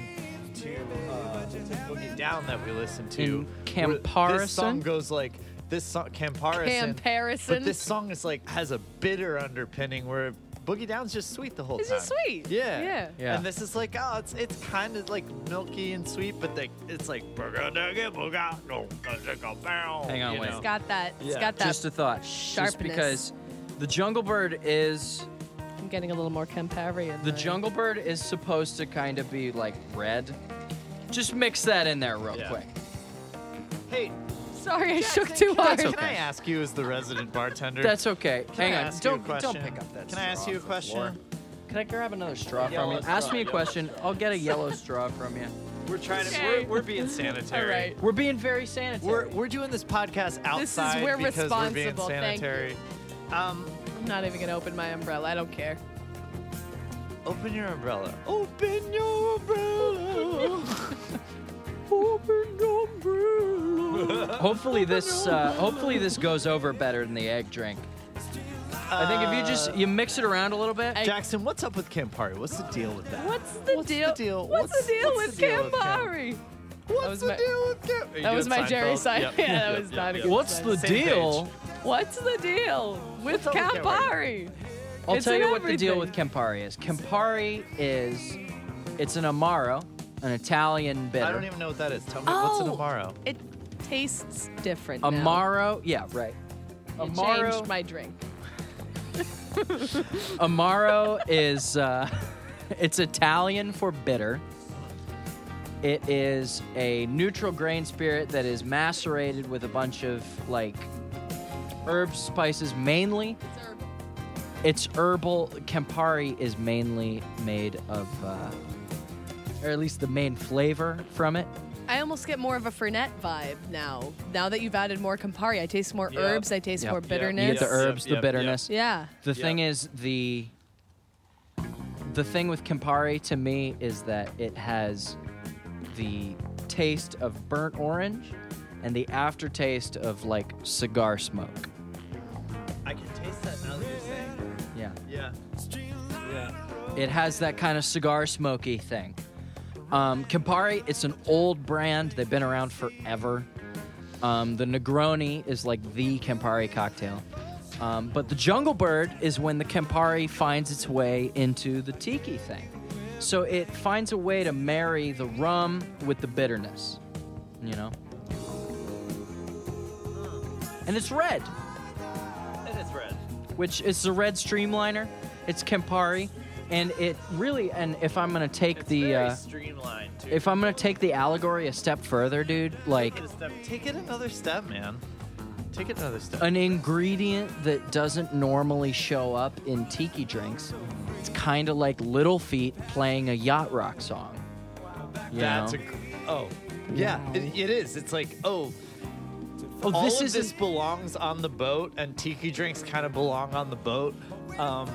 B: to, uh, to Boogie Down that we listened to.
A: In
B: where This
A: comparison?
B: song goes like this song Camparison.
C: Comparison?
B: But this song is like has a bitter underpinning where Boogie Down's just sweet the whole
C: It's
B: time.
C: just sweet.
B: Yeah.
C: Yeah.
A: Yeah.
B: And this is like oh it's it's kind of like milky and sweet, but like it's like booga digga booga no digga bow.
A: Hang on,
B: you
A: wait.
B: know?
C: it's got that. It's
B: Yeah.
C: got that.
A: Just a thought. Just
C: sharpness.
A: because the jungle bird is
C: I'm getting a little more Campari in
A: the
C: there.
A: jungle bird is supposed to kind of be like red. Just mix that in there real
B: Yeah.
A: quick.
B: Hey,
C: Sorry, I shook too
B: Can
C: hard.
B: I ask you, as the resident bartender?
A: That's okay.
B: Can I
A: Hang on.
B: ask you a
A: Don't, don't
B: question?
A: pick up that
B: Can I ask
A: straw
B: you a
A: off the
B: question?
A: floor. Can I grab another straw from
B: Yellow
A: you? Ask
B: straw,
A: me a
B: yellow
A: question. I'll get a yellow straw from you.
B: We're trying to.
C: Okay.
B: We're, we're being sanitary.
A: We're being very sanitary.
B: We're, we're doing this podcast outside
C: This is- we're
B: because we're being
C: responsible, thank you.
B: sanitary. Um,
C: I'm not even gonna open my umbrella. I don't care.
B: open your umbrella. Open your umbrella. open your umbrella.
A: hopefully this uh, hopefully this goes over better than the egg drink. I think if you just you mix it around a little bit.
B: Uh, Jackson, what's up with Campari? What's the deal with that?
C: What's the
B: What's the
C: deal?
B: deal?
C: What's,
B: What's-
C: the deal
B: what's
C: with
B: the deal with Cam-
C: Campari?
B: What's
C: was
B: the
C: my-
B: deal with Campari?
C: That was my Jerry side. Yeah, that was not a good
A: What's the
C: side.
A: deal?
C: What's the deal with
B: up with
C: Campari?
A: I'll
C: It's
A: tell
C: in
A: you what the deal with
C: everything.
A: Campari is. Campari is it's an amaro, an Italian bitter.
B: I don't even know what that is. Tell me
C: Oh.
B: what's an Amaro.
C: It tastes different. now.
A: amaro, yeah, right.
C: You
A: Amaro-
C: changed my drink.
A: Amaro is uh, it's Italian for bitter. It is a neutral grain spirit that is macerated with a bunch of like herbs, spices. Mainly, it's herbal. Campari is mainly made of, uh, or at least the main flavor from it.
C: I almost get more of a Fernet vibe now. Now that you've added more Campari, I taste more herbs. I taste
A: Yep.
C: more
A: Yep.
C: bitterness.
A: You get the
B: herb-
A: herbs,
B: yep,
A: the
B: yep.
A: bitterness.
C: Yeah.
A: The thing is the the thing with Campari to me is that it has the taste of burnt orange and the aftertaste of like cigar smoke.
B: I can taste that now that you're saying.
A: Yeah.
B: Yeah. Yeah.
A: It has that kind of cigar smoky thing. Um, Campari, it's an old brand. They've been around forever. Um, the Negroni is like the Campari cocktail. Um, but the Jungle Bird is when the Campari finds its way into the tiki thing. So it finds a way to marry the rum with the bitterness, you know? And it's red
B: And it's red.
A: which is the red streamliner. It's Campari, and it really and if I'm gonna take
B: It's
A: the
B: very
A: uh,
B: streamlined. Too.
A: if I'm gonna take the allegory a step further, dude, like
B: take it, a step, take it another step, man. Take it another step.
A: an ingredient that doesn't normally show up in tiki drinks, it's kind of like Little Feet playing a yacht rock song. You
B: That's
A: know?
B: a. Oh, yeah, it, it is. It's like oh,
A: oh,
B: all
A: this
B: of
A: is
B: this belongs on the boat, and tiki drinks kind of belong on the boat. Um,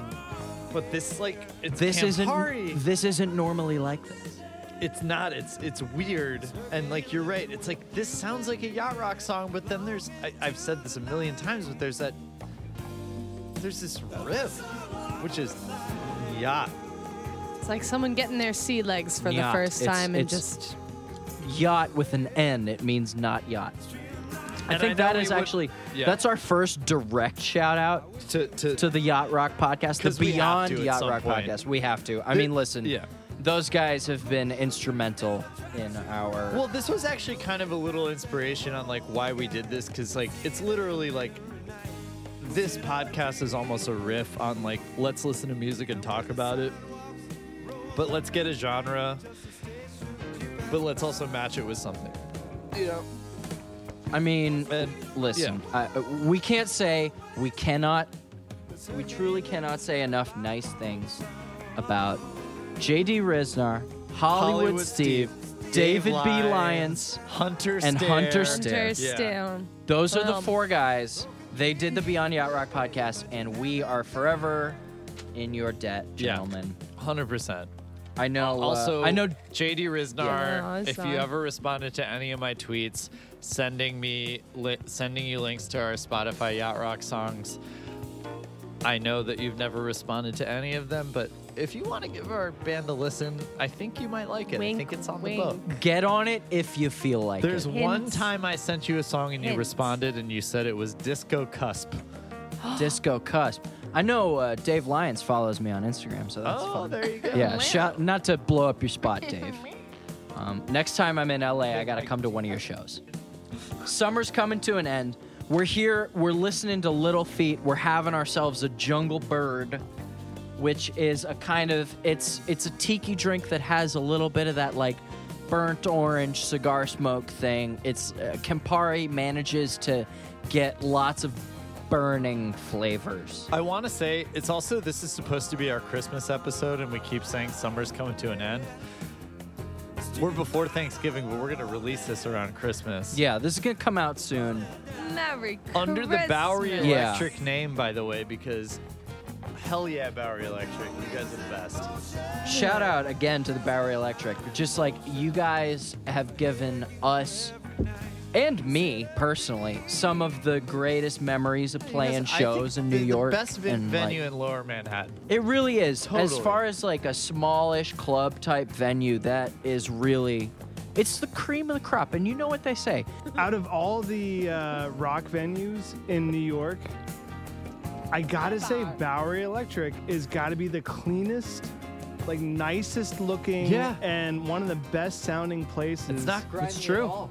B: but this like it's
A: this
B: Campari.
A: isn't this isn't normally like this.
B: It's not. It's it's weird. And like you're right. It's like this sounds like a yacht rock song, but then there's I, I've said this a million times, but there's that there's this riff, which is yacht.
C: It's like someone getting their sea legs for
A: Yeah,
C: the first
A: it's-
C: time and
A: it's-
C: just
A: Yacht with an N, it means not yacht. I
B: And
A: think
B: know
A: that
B: we
A: is
B: would-
A: actually
B: Yeah.
A: that's our first direct shout out
B: to to,
A: to the Yacht Rock podcast, the
B: 'Cause we
A: Beyond
B: have to at
A: Yacht
B: some
A: Rock
B: point.
A: podcast. We have to. I
B: The-
A: mean, listen,
B: yeah.
A: those guys have been instrumental in our.
B: Well, this was actually kind of a little inspiration on like why we did this because like it's literally like this podcast is almost a riff on like let's listen to music and talk about it, but let's get a genre, but let's also match it with something.
A: I mean,
B: And-
A: listen, I, uh, we can't say we cannot. We truly cannot say enough nice things about J.D. Riznar, Hollywood,
B: Hollywood
A: Steve,
B: Steve, Dave
A: David B.
B: Lyons,
A: Lyons.
B: Hunter
A: And Hunter Stair.
B: Stair.
A: Stare.
C: hunters down.
A: Those are the
C: Um,
A: four guys. They did the Beyond Yacht Rock podcast, and we are forever in your debt,
B: Yeah.
A: gentlemen.
B: Hundred percent.
A: I know. uh,
B: Also,
A: I know
B: JD Riznar.
C: Yeah, I
B: if
C: saw.
B: you ever responded to any of my tweets, sending me li- sending you links to our Spotify yacht rock songs. I know that you've never responded to any of them, but if you want to give our band a listen, I think you might like it. I
C: Wink,
B: think it's on
C: wink.
B: the boat.
A: Get on it if you feel like
B: There's
A: it.
B: one
C: Hint.
B: time I sent you a song and you
C: Hint.
B: responded and you said it was Disco Cusp.
A: Disco cusp. I know uh, Dave Lyons follows me on Instagram, so that's
B: oh,
A: fun.
B: there you go.
A: Yeah, shout, not to blow up your spot, Dave. Um, next time I'm in LA, I gotta come to one of your shows. Summer's coming to an end. We're here. We're listening to Little Feet. We're having ourselves a Jungle Bird, which is a kind of it's it's a tiki drink that has a little bit of that like burnt orange cigar smoke thing. It's uh, Campari manages to get lots of burning flavors.
B: I want to say it's also this is supposed to be our Christmas episode, and we keep saying summer's coming to an end. We're before Thanksgiving, but we're gonna release this around Christmas.
A: Yeah, this is gonna come out soon.
C: Merry
B: Under the Bowery
C: Christmas.
A: Yeah.
B: Electric name, by the way, because hell yeah, Bowery Electric, you guys are the best.
A: Shout out again to the Bowery Electric. Just like you guys have given us and me personally some of the greatest memories of playing
B: Yes, I
A: shows
B: think
A: in New
B: the-
A: York.
B: The best vi-
A: and, like,
B: venue in Lower Manhattan.
A: It really is. As
B: Totally.
A: far as like a smallish club type venue, that is really it's the cream of the crop. And you know what they say.
E: Out of all the uh, rock venues in New York, I gotta say Bowery Electric is gotta be the cleanest, like nicest looking,
B: Yeah.
E: and one of the best sounding places. It's
B: not grimy It's true. at all.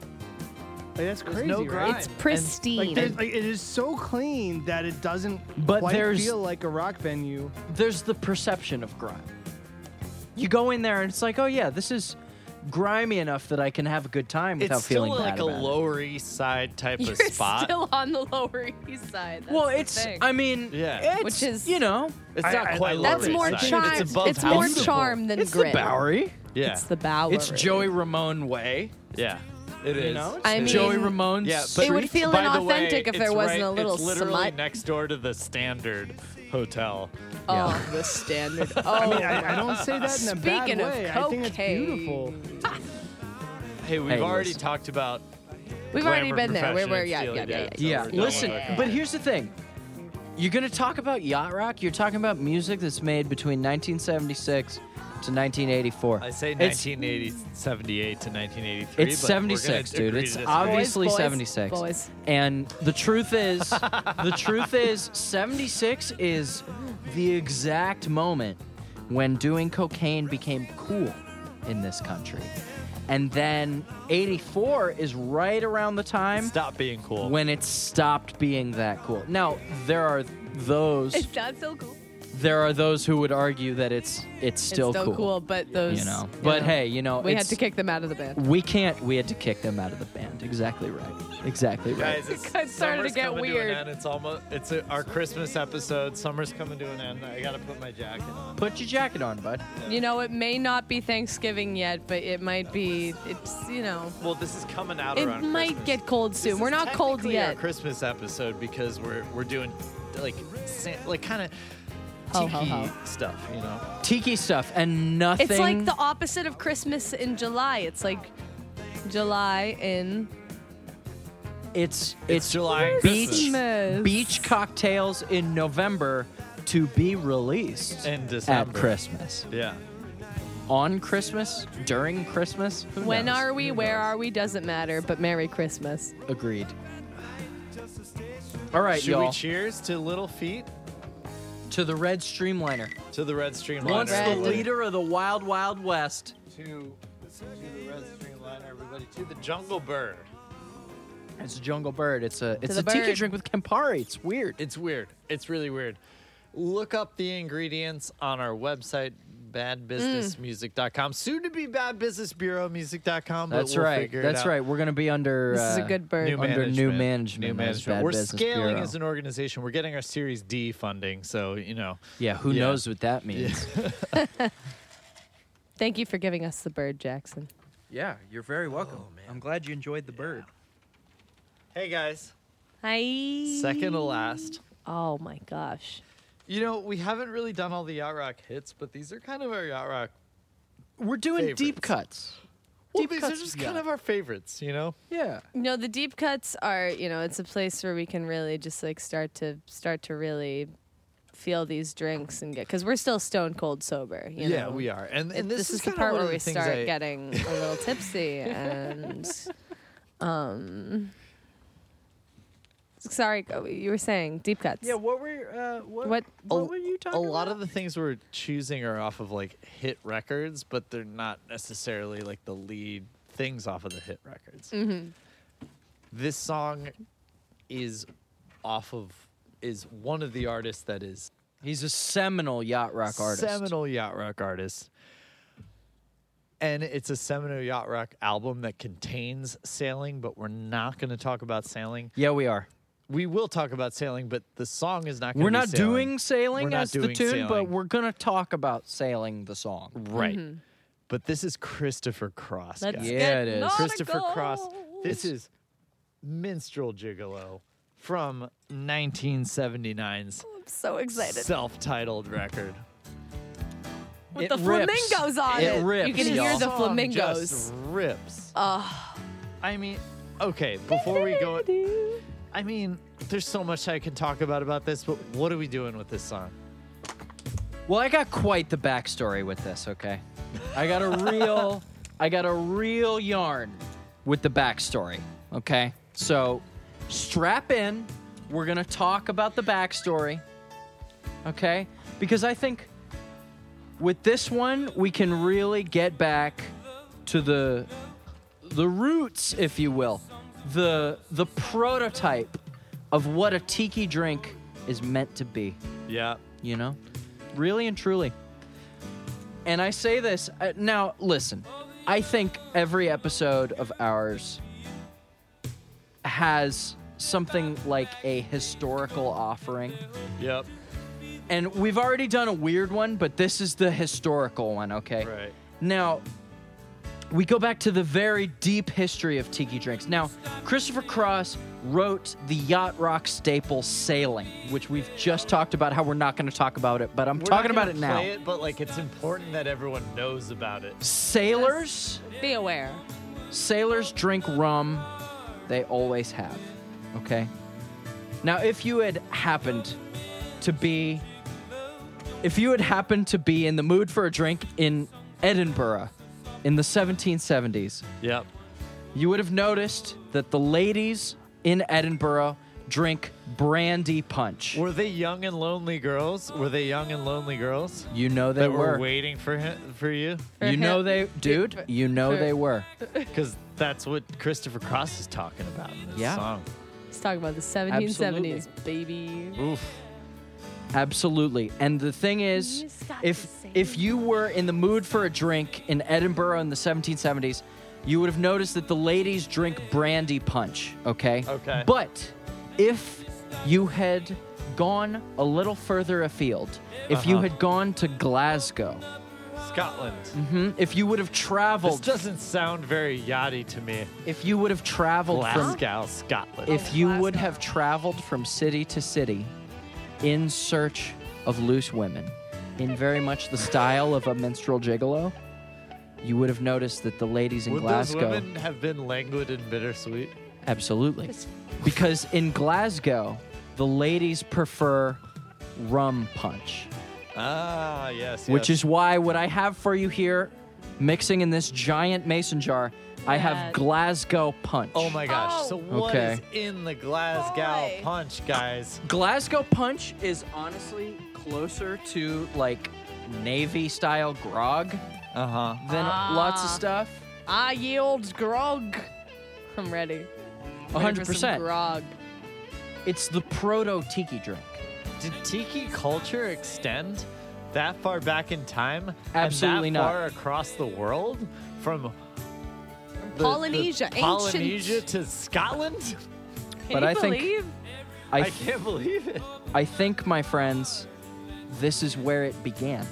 E: Like, that's crazy.
B: no
E: right?
B: grime.
C: It's
B: And-
E: Like,
C: pristine.
E: there's, like it is so clean that it doesn't
A: But
E: quite
A: there's-
E: feel like a rock venue.
A: There's the perception of grime. You go in there and it's like, oh yeah, this is grimy enough that I can have a good time without
B: It's still
A: feeling
B: like
A: bad
B: a
A: about it.
B: Lower East Side type
C: You're
B: of spot.
C: still on the Lower East Side. That's
A: well,
C: the
A: it's.
C: thing.
A: I mean,
B: Yeah.
A: it's,
C: Which is-
A: you know,
B: it's
E: I-
B: not
E: I-
B: quite
E: I
B: Lower
E: love
C: that's
E: it.
B: East
C: more
B: Side.
C: charm.
B: It's above
C: more
B: Houston.
C: charm than
A: it's
C: grit.
A: the Bowery.
B: Yeah.
C: It's the Bowery.
A: It's Joey Ramone way.
B: yeah. It is.
A: know?
C: I mean,
A: Joey Ramone's.
B: Yeah, but
C: It would feel
B: by the way,
C: inauthentic if
B: it's
C: there wasn't
B: right-
C: a little
B: it's literally
C: smut.
B: next door to the Standard Hotel.
C: Oh, the standard. Oh,
E: I mean, I, I don't say that in a
C: Speaking
E: bad
C: of
E: way. I think it's
C: cocaine.
E: beautiful.
B: Hey, we've
A: Hey,
B: already
A: listen.
B: talked about.
C: Oh. we've already been there. We're, we're yeah, yeah, yeah, yeah,
A: Yeah,
B: So we're done
A: listen,
B: with that.
A: but here's the thing. You're going to talk about yacht rock, you're talking about music that's made between 1976 to 1984.
B: I say
A: It's-
B: 1978 to 1983.
A: It's 76, dude. It's obviously
C: Boys, boys,
A: 76.
C: boys.
A: And the truth is, the truth is, 76 is the exact moment when doing cocaine became cool in this country. And then 84 is right around the time
B: Stop being cool.
A: when it stopped being that cool. Now, there are those
C: It's not so cool.
A: there are those who would argue that it's it's still,
C: it's still cool. but those.
A: you know. But hey, you know,
C: we had
A: it's-
C: to kick them out of the band.
A: we can't we had to kick them out of the band. Exactly right. Exactly right.
B: Guys, it's,
C: It started to
B: summer's
C: get
B: coming To
C: weird.
B: an end. It's almost it's uh our Christmas episode. Summer's coming to an end. I gotta put my jacket on.
A: Put your jacket on, bud.
C: You know, it may not be Thanksgiving yet, but it might be. It's you know,
B: Well, this is coming out
C: it
B: around.
C: might
B: Christmas.
C: get cold soon.
B: This
C: We're
B: is
C: not cold
B: technically our
C: yet.
B: Christmas episode because we're we're doing like san- like kind of
C: Ho,
B: tiki
C: ho,
B: stuff, you know.
A: Tiki stuff and nothing.
C: It's like the opposite of Christmas in July. It's like July in
A: it's
B: It's July and
A: beach
C: Christmas.
A: beach cocktails in November to be released
B: In
A: at
B: December.
A: Christmas.
B: Yeah.
A: On Christmas, during Christmas. Who
C: When
A: knows?
C: are we? Where are we? Doesn't matter. But Merry Christmas.
A: Agreed. All right,
B: Should
A: y'all.
B: we cheers to Little Feet
A: to the Red Streamliner.
B: to the Red Streamliner?
A: Once the
C: Red.
A: leader of the Wild Wild West.
B: to, to the Red Streamliner, everybody to the Jungle Bird.
A: It's a jungle bird. It's a it's
C: the
A: a tiki
C: bird.
A: drink with Campari. It's weird.
B: It's weird. It's really weird. Look up the ingredients on our website, badbusinessmusic.com. Soon to be badbusinessbureaumusic.com. but
A: That's
B: we'll
A: right.
B: figure it
A: That's
B: out.
A: right. We're gonna be under.
C: This is a
A: uh,
C: good bird.
B: New
A: under
B: management.
A: new management.
B: New
A: as
B: management.
A: Bad
B: We're
A: Business
B: scaling
A: Bureau.
B: as an organization. We're getting our Series D funding, so you know.
A: yeah. Who
B: Yeah.
A: knows what that means? Yeah.
C: Thank you for giving us the bird, Jackson.
A: you're very welcome. I'm glad you enjoyed the bird.
B: Hey guys,
C: Hi.
B: second to last.
C: Oh my gosh.
B: You know, we haven't really done all the yacht rock hits, but these are kind of our yacht rock.
A: We're doing deep
B: Favorites.
A: cuts.
B: Well,
A: Deep
B: these
A: cuts
B: are
A: is
B: just kind
A: yacht.
B: of our favorites, you know.
A: Yeah.
C: No, the deep cuts are, you know, it's a place where we can really just like start to start to really feel these drinks and get because we're still stone cold sober. You
B: yeah,
C: know?
B: we are, and, and
C: this,
B: this,
C: is the
B: kinda
C: part
B: one
C: where
B: of
C: we
B: the things
C: start
B: I-
C: getting a little tipsy and um sorry go- you were saying deep cuts
A: What were your, uh, what,
C: What-
B: a- a
A: oh.
B: lot of the things we're choosing are off of like hit records, but they're not necessarily like the lead things off of the hit records. This song is off of is one of the artists that is
A: He's a seminal yacht rock artist.
B: seminal yacht rock artist. and it's a Seminole Yacht Rock album that contains sailing, but we're not going to talk about sailing.
A: Yeah, we are.
B: We will talk about sailing, but the song is not. Gonna
A: We're
B: be
A: not
B: sailing.
A: doing sailing
B: We're not
A: as the
B: doing
A: tune, but
B: sailing.
A: we're gonna talk about sailing the song.
B: right. But this is Christopher Cross.
C: Mm-hmm. Let's
B: guys.
A: Yeah, it
C: get
A: is.
C: nautical.
B: Christopher Cross. This is Minstrel Gigolo from 1979's
C: I'm so excited.
B: self-titled record.
C: With
A: It
C: the
A: rips.
C: flamingos on
A: It
C: it.
A: rips,
C: you can hear
A: y'all.
C: the
B: Song
C: flamingos. Ah.
B: Just rips.
C: Ugh.
B: I mean, okay. Before we go, I mean, there's so much I can talk about about this, but what are we doing with this song?
A: Well, I got quite the backstory with this. Okay, I got a real, I got a real yarn with the backstory. Okay, so strap in. We're gonna talk about the backstory. Okay, because I think with this one we can really get back to the the roots, if you will, the the prototype of what a tiki drink is meant to be
B: Yeah.
A: you know really and truly and i say this uh, now listen i think every episode of ours has something like a historical offering
B: Yep.
A: and we've already done a weird one but this is the historical one okay
B: Right.
A: now, we go back to the very deep history of tiki drinks. Now, Christopher Cross wrote the yacht rock staple sailing, which we've just talked about how we're not going to talk about it, but I'm
B: We're
A: talking
B: not
A: about
B: gonna
A: it now.
B: Play it, but like, it's important that everyone knows about it.
A: Sailors,
C: Be aware.
A: sailors drink rum. They always have. Okay? Now, if you had happened to be if you had happened to be in the mood for a drink in Edinburgh in the 1770s,
B: Yep.
A: you would have noticed that the ladies in Edinburgh drink brandy punch.
B: Were they young and lonely girls? Were they young and lonely girls
A: You know they
B: that were
A: were.
B: waiting for him, for you?
A: You know they, dude.
C: For-
A: You know
C: for-
A: they were.
B: Because that's what Christopher Cross is talking about in this
A: Yeah.
B: song.
C: Let's talk about the 1770s, baby.
B: Oof.
A: Absolutely. And the thing is,
C: just got
A: if
C: to say
A: if you were in the mood for a drink in Edinburgh in the 1770s, you would have noticed that the ladies drink brandy punch, okay?
B: Okay.
A: But if you had gone a little further afield, if
B: Uh-huh.
A: you had gone to Glasgow,
B: Scotland.
A: hmm, if you would have
B: This
A: traveled,
B: doesn't sound very yachty to me.
A: if you would have traveled from
B: Glasgow, Scotland.
A: if you would have traveled from city to city in search of loose women, in very much the style of a minstrel gigolo, you would have noticed that the ladies in
B: Would
A: Glasgow.
B: those women have been languid and bittersweet?
A: Absolutely. Because in Glasgow, the ladies prefer rum punch,
B: Ah, yes.
A: which is why what I have for you here, mixing in this giant mason jar, I
C: Yeah.
A: have Glasgow punch.
B: Oh my gosh.
C: Oh.
B: So what
A: Okay.
B: is in the Glasgow
C: Boy.
B: punch, guys?
A: Glasgow Punch is honestly closer to like Navy style grog
B: Uh huh.
A: than lots of
C: Ah.
A: stuff.
C: I yield grog. I'm ready. Ready for some
A: 100%.
C: Grog.
A: It's the proto tiki drink.
B: Did tiki culture extend that far back in time?
A: Absolutely
B: and that
A: not.
B: Far across the world, from the- the
C: Polynesia, ancient-
B: Polynesia to Scotland.
C: Can
A: But
C: you
A: I think-
C: believe?
A: I,
B: I
A: th-
B: can't believe it.
A: I think, my friends, this is where it began.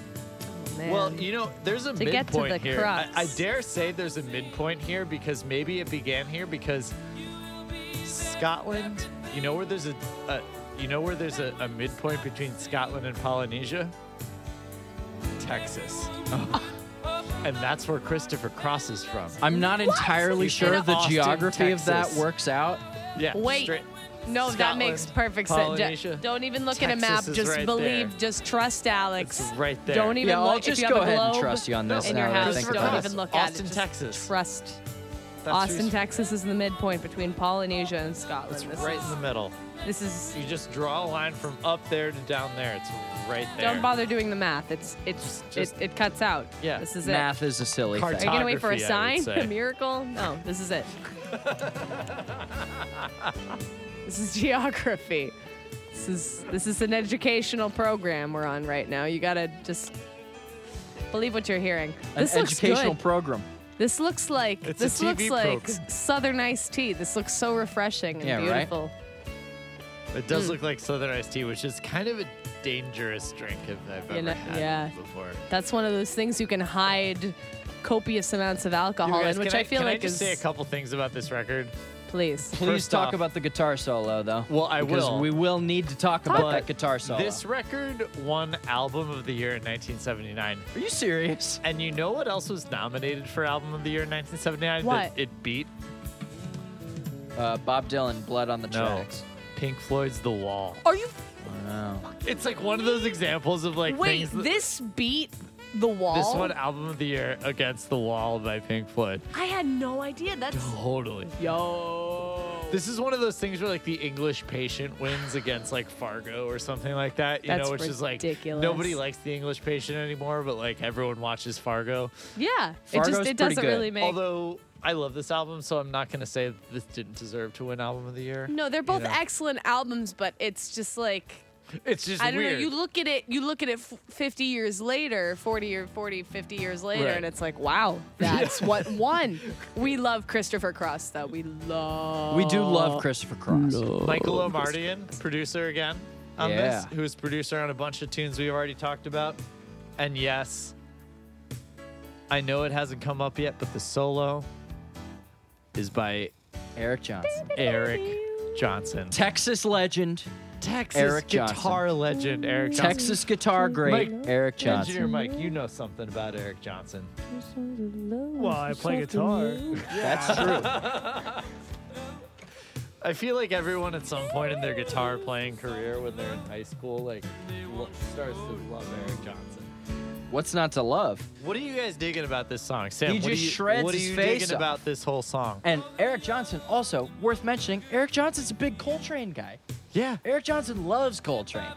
B: Well,
C: Man.
B: you know, there's a
C: To get to
B: midpoint
C: the
B: here. I, I
C: crux.
B: dare say there's a midpoint here because maybe it began here because Scotland. You know where there's a, a you know where there's a, a midpoint between Scotland and Polynesia? Texas. and that's where Christopher Cross is from.
C: Uh,
A: I'm not entirely
B: He's
A: sure
B: in
A: the
B: Austin,
A: geography of that
B: Texas.
A: works out.
B: Yeah.
C: Wait.
B: straight-
C: No, that
B: Scotland,
C: makes perfect sense.
B: Polynesia.
C: Ju- Don't even look at a
B: Texas
C: map.
B: is
C: Just
B: right
C: believe.
B: there.
C: Just trust Alex.
B: It's right there.
C: Don't even
A: Yeah,
C: look.
A: I'll
C: if
A: just
C: you
A: go
C: have a
A: ahead and
C: globe
A: trust you on this
C: In
A: now
C: your
A: that I
C: house,
A: think
C: don't
A: about it.
C: even look at
B: Austin,
C: it. Just
B: Texas.
C: Trust.
B: That's
C: Austin,
B: who's-
C: Texas is the midpoint between Polynesia and Scotland.
B: It's
C: This
B: right in
C: is-
B: the middle.
C: This is.
B: You just draw a line from up there to down there. It's right there.
C: Don't bother doing the math. It's it's
B: Just-
C: it, it cuts out.
B: Yeah.
C: This is it.
A: Math is a silly
B: Cartoon.
C: Are you gonna wait for a
B: Photography, I would
C: sign? A
B: say.
C: miracle? No, this is it. this is geography. This is this is an educational program we're on right now. You gotta just believe what you're hearing.
A: An
C: This looks
A: educational
C: good.
A: program.
C: This looks like
B: It's a
C: this
B: TV
C: looks like
B: program.
C: Southern iced tea. This looks so refreshing and
A: Yeah, right?
C: beautiful.
B: It does
C: Hmm.
B: look like Southern iced tea, which is kind of a dangerous drink if I've
C: You
B: ever
C: know-
B: had
C: yeah.
B: before.
C: That's one of those things you can hide copious amounts of alcohol
B: You guys,
C: in, which
B: can
C: I, feel
B: can
C: like
B: I just
C: is
B: say a couple things about this record?
C: please.
A: Please
B: First
A: talk
B: off-
A: about the guitar solo, though.
B: Well, I
A: because
B: will.
A: We will need to talk about that guitar solo.
B: This record won Album of the Year in 1979.
A: Are you serious?
B: And you know what else was nominated for Album of the Year in 1979
C: What?
B: that it beat?
A: Uh, Bob Dylan, Blood on the
B: No.
A: Tracks.
B: Pink Floyd's The Wall.
C: Are you
A: Wow.
B: It's like one of those examples of like
C: wait?
B: things that-
C: This beat the wall.
B: this one Album of the Year Against the Wall by Pink Floyd.
C: I had no idea. That's
B: Totally.
C: yo.
B: This is one of those things where like the English patient wins against like Fargo or something like that, you
C: That's
B: know, which is like
C: ridiculous.
B: nobody likes the English patient anymore, but like everyone watches Fargo.
C: yeah, it
A: Fargo's
C: just it
A: pretty
C: doesn't
A: good.
C: really make.
B: Although I love this album, so I'm not gonna say that this didn't deserve to win album of the year.
C: no, they're both
B: know.
C: excellent albums, but it's just like
B: It's just
C: I don't
B: weird.
C: know. You look at it, you look at it f- 50 years later, 40 or 40, 50 years later,
B: Right.
C: and it's like, wow, that's what won. We love Christopher Cross, though. We love.
A: We do love Christopher Cross.
B: Michael O'Mardian, producer again on this,
A: Yeah.
B: who was producer on a bunch of tunes we've already talked about. And yes, I know it hasn't come up yet, but the solo is by
A: Eric Johnson.
B: Eric Johnson.
A: Texas legend.
B: Texas
A: Eric Johnson.
B: guitar legend Eric Johnson.
A: Texas guitar great.
B: Mike,
A: Eric Johnson.
B: Engineer Mike, you know something about Eric Johnson.
E: Well, I play guitar.
A: That's true.
B: I feel like everyone at some point in their guitar playing career when they're in high school like lo- starts to love Eric Johnson.
A: What's not to love?
B: What are you guys digging about this song, Sam?
A: He
B: what
A: just
B: are you,
A: shreds
B: what are
A: his
B: you
A: face
B: digging
A: off.
B: about this whole song?
A: And Eric Johnson, also worth mentioning, Eric Johnson's a big Coltrane guy.
B: Yeah,
A: Eric Johnson loves Coltrane.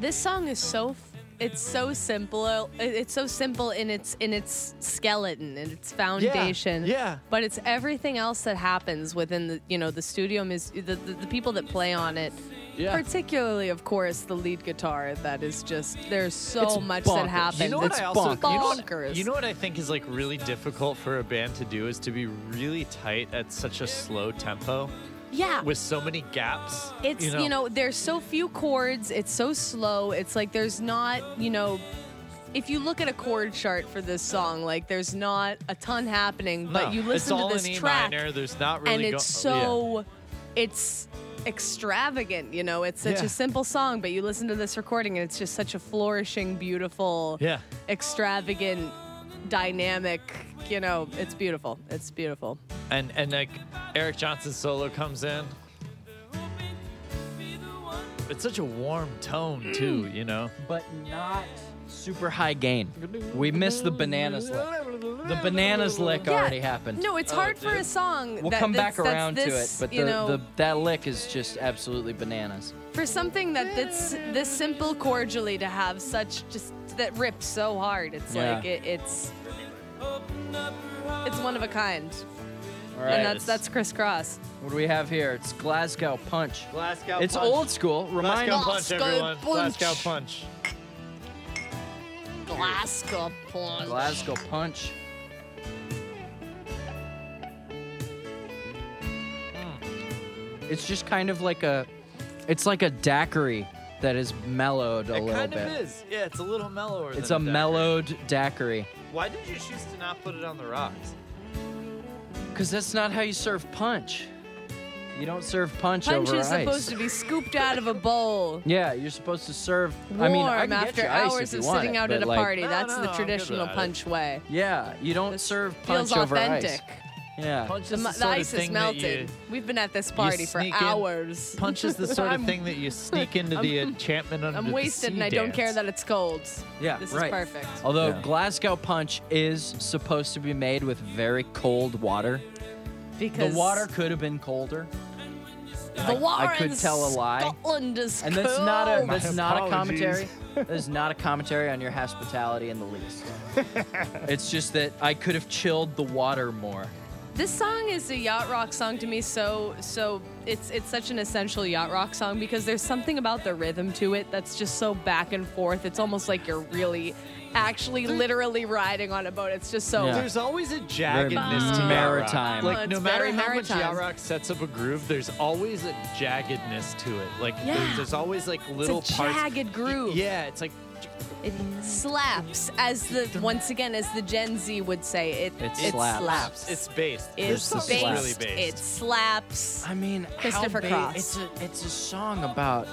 C: This song is so. F- it's so simple. it- It's so simple in its in its skeleton and its foundation.
B: yeah.
C: But it's everything else that happens within the you know the studio is the, the, the people that play on it.
B: Yeah.
C: Particularly, of course, the lead guitar. That is just there's so
A: It's
C: much
A: bonkers.
C: that happens.
B: You know what
C: it's
B: I also you know what-
C: bonkers.
B: you know what I think is like really difficult for a band to do is to be really tight at such a slow tempo
C: yeah.
B: with so many gaps.
C: It's you know, there's so few chords. It's so slow. It's like there's not you know. If you look at a chord chart for this song, like there's not a ton happening,
B: No,
C: but you
B: it's
C: listen
B: all
C: to this
B: in E
C: track
B: minor. There's not really
C: and
B: go-
C: it's
B: yeah.
C: so it's extravagant, you know. It's such
B: Yeah.
C: a simple song, but you listen to this recording and it's just such a flourishing, beautiful,
B: Yeah.
C: extravagant, dynamic, you know, it's beautiful. It's beautiful.
B: and and like Eric Johnson's solo comes in. It's such a warm
C: Mm.
B: tone too, you know.
A: But not super high gain. We missed the bananas lick. The bananas lick already happened.
C: No,
B: Oh,
C: it's hard for a song.
A: We'll
C: that-
A: come
C: that's-
A: back around
C: that's
A: to it,
C: this,
A: but the,
C: you know,
A: the, that lick is just absolutely bananas.
C: for something that that's this simple cordially to have such just that rips so hard, it's
A: Yeah.
C: like it, it's it's one of a kind,
A: All right.
C: and that's that's crisscross.
A: what do we have here? It's Glasgow Punch.
B: Glasgow
A: it's
B: Punch.
A: old school. Remind
B: Glasgow punch,
C: Glasgow
B: everyone.
C: Punch.
B: Glasgow punch.
C: Glasgow Punch.
A: Glasgow Punch. Hmm. It's just kind of like a, it's like a daiquiri that is mellowed a
B: it
A: little
B: kind
A: bit.
B: of is. Yeah, it's a little mellower.
A: It's a
B: than
A: mellowed daiquiri.
B: daiquiri. Why did you choose to not put it on the rocks?
A: Because that's not how you serve punch. You don't serve punch,
C: Punch
A: over
C: is
A: ice.
C: supposed to be scooped out of a bowl.
A: yeah, you're supposed to serve.
C: Warm
A: I mean, I can
C: after
A: get you ice
C: hours
A: if you
C: of
A: want
C: sitting
A: it,
C: out
A: but,
C: at a
A: like,
C: party.
B: No,
C: That's
B: no,
C: the
B: I'm good
C: traditional
B: about it.
C: punch way.
A: Yeah, you don't
C: This
A: serve punch
C: Feels
A: over
C: authentic.
A: ice. Yeah,
B: Punch
C: The,
B: is
C: mu-
B: the,
C: the
B: sort of
C: ice
B: thing
C: is melted.
B: That
C: We've been at this party for
B: sneak in-
C: hours.
B: you, punch is the sort of thing that you sneak into the enchantment under
C: I'm
B: the
C: wasted
B: sea
C: and I don't
B: dance.
C: care that it's cold.
A: yeah,
C: This
A: right.
C: is perfect.
A: Although
B: Yeah.
A: Glasgow punch is supposed to be made with very cold water. The
C: Because
A: water could have been colder,
C: the water
A: I could
C: in
A: tell a lie.
C: Scotland is
A: and that's not a
C: cold.
A: that's
E: My
A: not a
E: apologies.
A: commentary. that is not a commentary on your hospitality in the least. it's just that I could have chilled the water more.
C: This song is a yacht rock song to me. So so it's it's such an essential yacht rock song because there's something about the rhythm to it that's just so back and forth. It's almost like you're really actually literally riding on a boat. It's just so.
A: Yeah.
B: There's always a jaggedness to
A: maritime.
B: Like
C: Oh,
B: no
C: it's
B: matter
C: very
B: how much
C: maritime.
B: Yarok sets up a groove, there's always a jaggedness to it. Like
C: Yeah.
B: there's, there's always like
C: It's
B: little
C: a
B: parts.
C: jagged groove.
B: Yeah, it's like
C: It slaps, as the once again as the Gen Z would say, it
A: It
C: it
A: slaps.
C: slaps.
B: it's based.
C: It's
B: There's something
C: based.
B: really
C: It
B: based.
C: slaps.
A: I mean,
C: Christopher
A: how ba-
C: Cross.
A: It's a it's a song about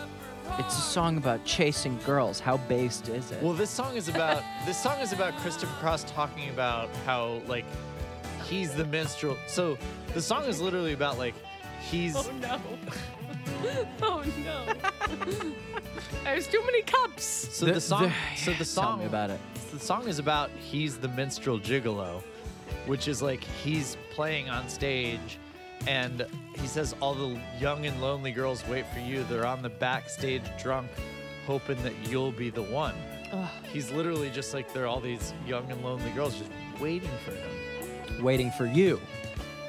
A: it's a song about chasing girls. How based is it?
B: Well, this song is about this song is about Christopher Cross talking about how like he's the minstrel. So the song is literally about like he's
C: no. oh no. There's too many cups.
B: so the, song so the song
A: Tell me about it.
B: The song is about he's the minstrel gigolo, which is like he's playing on stage and he says all the young and lonely girls wait for you. They're on the backstage drunk hoping that you'll be the one. He's literally just like there are all these young and lonely girls just waiting for him.
A: Waiting for you,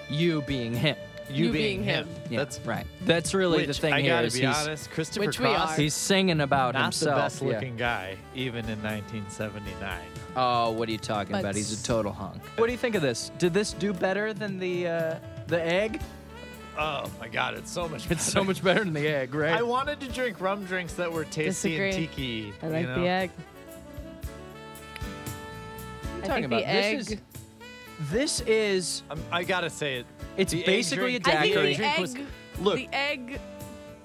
A: you being him.
B: You,
C: You
B: being,
C: being
B: him.
C: him.
A: Yeah,
B: That's
A: right. That's really the
B: which,
A: thing
B: I
A: here.
B: gotta
A: is
B: be
A: he's,
B: honest, Christopher
C: Which we
B: Cross,
C: are.
A: he's singing about
B: not
A: himself.
B: the best
A: yeah.
B: looking guy even in 1979.
A: Oh, what are you talking
C: But
A: about? He's
C: s-
A: a total hunk. What do you think of this? Did this do better than the uh, the egg?
B: Oh my God, it's so much.
A: It's so much better than the egg, right?
B: I wanted to drink rum drinks that were tasty
C: Disagree.
B: and tiki.
C: I like
B: you know?
C: the egg. I
A: talking
C: think
A: about?
C: the egg.
A: This is this is
B: I'm, Um, I gotta say it.
A: it's
B: The egg
A: basically a
B: drink-
C: I think
A: daiquiri.
C: the
B: Drink was-
C: egg.
B: Look.
C: the egg.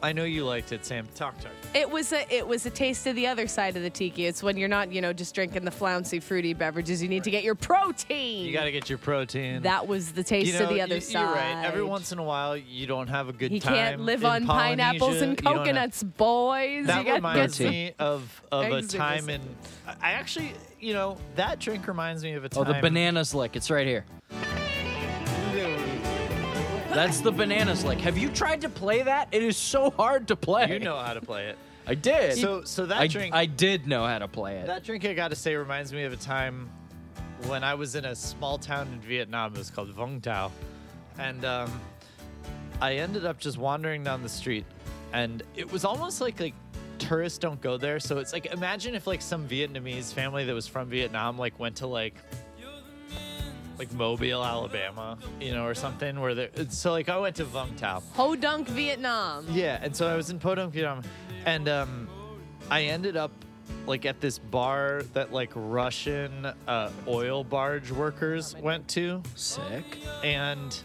B: I know you liked it, Sam. Talk, talk.
C: It was a it was a taste of the other side of the tiki. It's when you're not you know just drinking the flouncy fruity beverages. You need to get your protein.
B: You gotta get your protein.
C: Mm. that was the taste
B: you know,
C: of the other
B: you,
C: side.
B: You're right. Every once in a while, you don't have a good
C: He
B: time.
C: can't live
B: in
C: on pineapples
B: Polynesia.
C: and
B: You don't have-
C: coconuts, boys.
B: That
C: you got
B: reminds
C: good-
B: me of, of a
C: Eggs in
B: time
C: this.
B: in. I actually, you know, that drink reminds me of a time.
A: Oh, the bananas lick. It's right here. That's the bananas lick. Have you tried to play that? It is so hard to play.
B: You know how to play it.
A: I did.
B: So, so that
A: I,
B: drink.
A: I did know how to play it.
B: That drink, I gotta say, reminds me of a time when I was in a small town in Vietnam. It was called Vung Tau. And um, I ended up just wandering down the street. And it was almost like, like, tourists don't go there. So it's like, imagine if, like, some Vietnamese family that was from Vietnam, like, went to, like, like Mobile, Alabama, you know, or something where they so like I went to Vung Tau.
C: Ho Dunk Vietnam.
B: Yeah, and so I was in Podunk, Vietnam, and um, I ended up like at this bar that like Russian uh, oil barge workers went to,
A: Sick.
B: and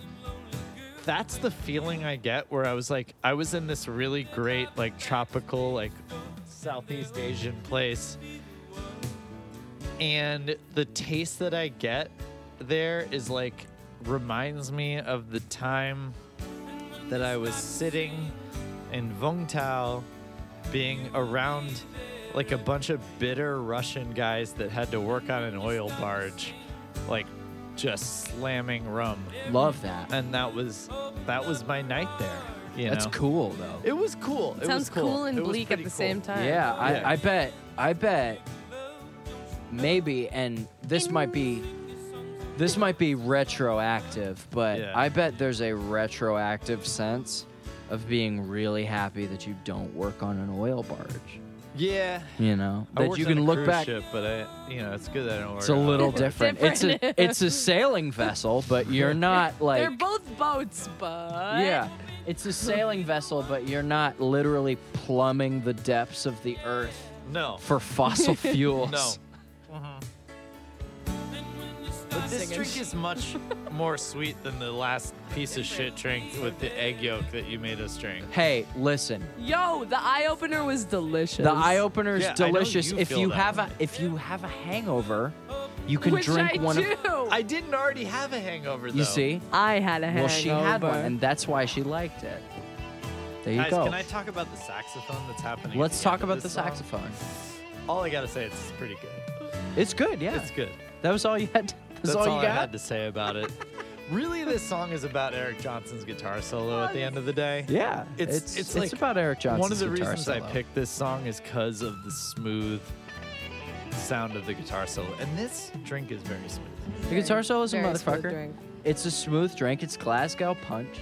B: that's the feeling I get where I was like, I was in this really great like tropical like Southeast Asian place, and the taste that I get there is like reminds me of the time that I was sitting in Vung Tau being around like a bunch of bitter Russian guys that had to work on an oil barge, like just slamming rum.
A: Love that.
B: And that was that was my night there. You
A: That's
B: know?
A: cool though.
B: It was cool. It was
C: Sounds
B: cool,
C: cool. and
B: It was
C: bleak at
B: pretty
C: the
B: cool.
C: same time.
A: Yeah, I,
B: Yeah.
A: I bet. I bet. Maybe, and this might be, this might be retroactive, but
B: Yeah.
A: I bet there's a retroactive sense of being really happy that you don't work on an oil barge.
B: Yeah.
A: You know
B: I
A: that
B: worked
A: you
B: on
A: can
B: a
A: look
B: cruise
A: back.
B: ship, but I, you know, it's good that I don't
A: It's a
B: work on
A: little
B: oil barge.
A: different. It's a it's a sailing vessel, but you're not like
C: They're both boats, but
A: Yeah. It's a sailing vessel, but you're not literally plumbing the depths of the earth
B: No.
A: for fossil fuels.
B: No. Mm-hmm. But this drink is much more sweet than the last piece of shit drink with the egg yolk that you made us drink.
A: Hey, listen.
C: Yo, the eye opener was delicious.
A: The eye opener is
B: Yeah, I know
A: delicious.
B: you
A: if
B: feel
A: you
B: that
A: have
B: way.
A: a if you have a hangover, you can
C: Which
A: drink
C: I
A: one
C: do.
A: of
B: I didn't already have a hangover though.
A: You see?
C: I had a Oh, hangover.
A: Well, she had one and that's why she liked it. There you
B: Guys,
A: go.
B: can I talk about the saxophone that's happening? at
A: Let's
B: the
A: talk
B: end of
A: about the
B: this song?
A: saxophone.
B: All I gotta say is it's pretty good.
A: It's good, yeah.
B: It's good.
A: That was all you had. That's,
B: That's
A: all you
B: I
A: got.
B: had to say about it. really, this song is about Eric Johnson's guitar solo at the end of the day.
A: Yeah, it's
B: It's- it's
A: it's,
B: like
A: about Eric Johnson.
B: One of the reasons I picked this song is because of the smooth sound of the guitar solo. And this drink is very smooth.
A: the guitar solo is a
C: Very smooth
A: motherfucker.
C: drink.
A: It's a smooth drink. It's Glasgow Punch,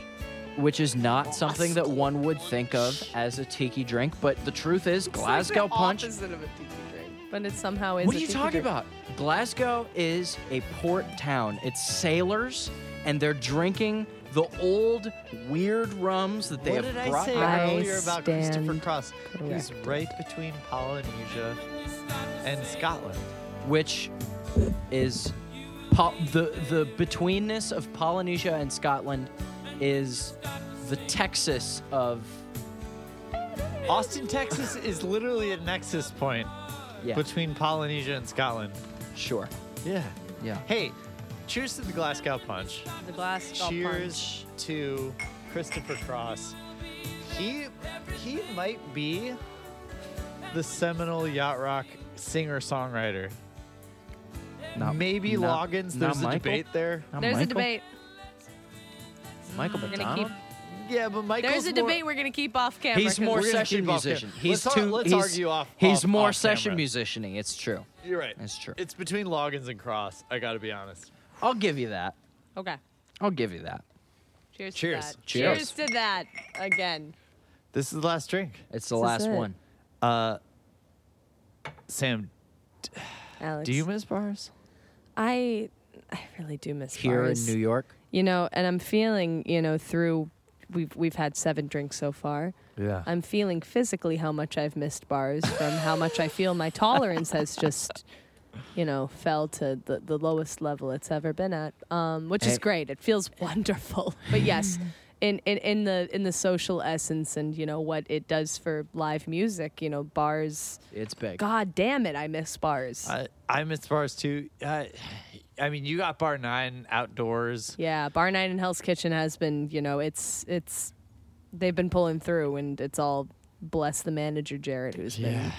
A: which is not something that one would think of as a tiki drink. But the truth is,
C: It's like the
A: Glasgow Punch
C: opposite of a tiki drink. but it somehow is.
A: What
C: a
A: are you
C: tiki
A: talking
C: group.
A: about? Glasgow is a port town. It's sailors, and they're drinking the old weird rums that they
B: what
A: have
B: did I
A: brought
B: say
A: back.
C: I
B: earlier about Christopher
C: stand
B: Cross? He's
C: corrected.
B: right between Polynesia and Scotland.
A: which is po- the the betweenness of Polynesia and Scotland is the Texas of
B: Austin, Texas is literally a nexus point
A: yeah
B: between Polynesia and Scotland.
A: sure
B: Yeah.
A: yeah
B: Hey, cheers to the Glasgow Punch.
C: The glass skull
B: cheers to Christopher Cross. He he might be the seminal yacht rock singer songwriter.
A: Not-
B: Maybe
A: not-
B: Loggins.
A: not
B: There's a
A: Michael?
B: debate there.
A: Not
C: punch. There's a
A: Michael?
C: debate.
A: Michael
C: We're gonna
A: McDonald?
C: keep.
B: Yeah, but Michael's
C: There's a
B: more-
C: debate we're gonna keep off camera.
A: He's
C: 'cause
A: more
C: we're-
B: gonna
A: session
B: keep off here.
A: musician. He's
B: Let's ar-
A: too.
B: let's
A: he's,
B: argue off-
A: He's
B: off-
A: more
B: off
A: session
B: camera.
A: musicining. It's true.
B: You're right.
A: That's true.
B: It's between Loggins and Cross. I got to be honest.
A: I'll give you that.
C: Okay.
A: I'll give you that.
C: Cheers.
B: Cheers.
C: To that.
A: Cheers.
C: to that again.
B: This is the last drink.
A: It's the
C: This
A: last
C: is it.
A: one.
B: Sam,
C: Alex,
B: do you miss bars?
C: I I really do miss
A: Here
C: bars.
A: in New York.
C: You know, and I'm feeling, you know, through we've we've had seven drinks so far.
B: Yeah.
C: I'm feeling physically how much I've missed bars from how much I feel my tolerance has just, you know, fell to the, the lowest level it's ever been at. Um, which is
A: Hey.
C: great. It feels wonderful. But yes, in, in, in the in the social essence and you know what it does for live music, you know, bars
A: It's big.
C: God damn it, I miss bars.
B: I, I miss bars too. Uh, I mean, you got bar nine outdoors.
C: Yeah, Bar Nine and Hell's Kitchen has been, you know, it's it's they've been pulling through and it's all bless the manager Jared who's been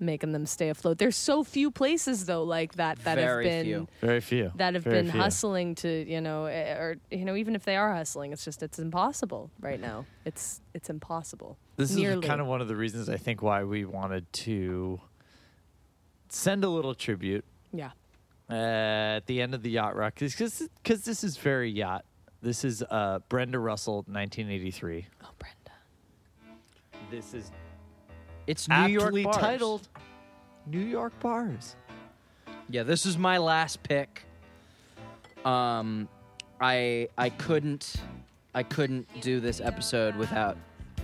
C: making them stay afloat. There's so few places though like that that
A: Very
C: have been
A: few.
B: Very few.
C: that have
B: Very
C: been
B: few.
C: hustling to, you know, eh, or you know, even if they are hustling, it's just it's impossible right now. It's it's impossible.
B: This
C: Nearly.
B: is kind of one of the reasons I think why we wanted to send a little tribute
C: yeah.
B: uh, at the end of the yacht rock because this is very yacht. This is uh, Brenda Russell, 1983.
C: Oh, Brenda.
B: This is
A: It's New York
B: aptly
A: bars.
B: titled "New York Bars."
A: Yeah, this is my last pick. Um, I I couldn't I couldn't do this episode without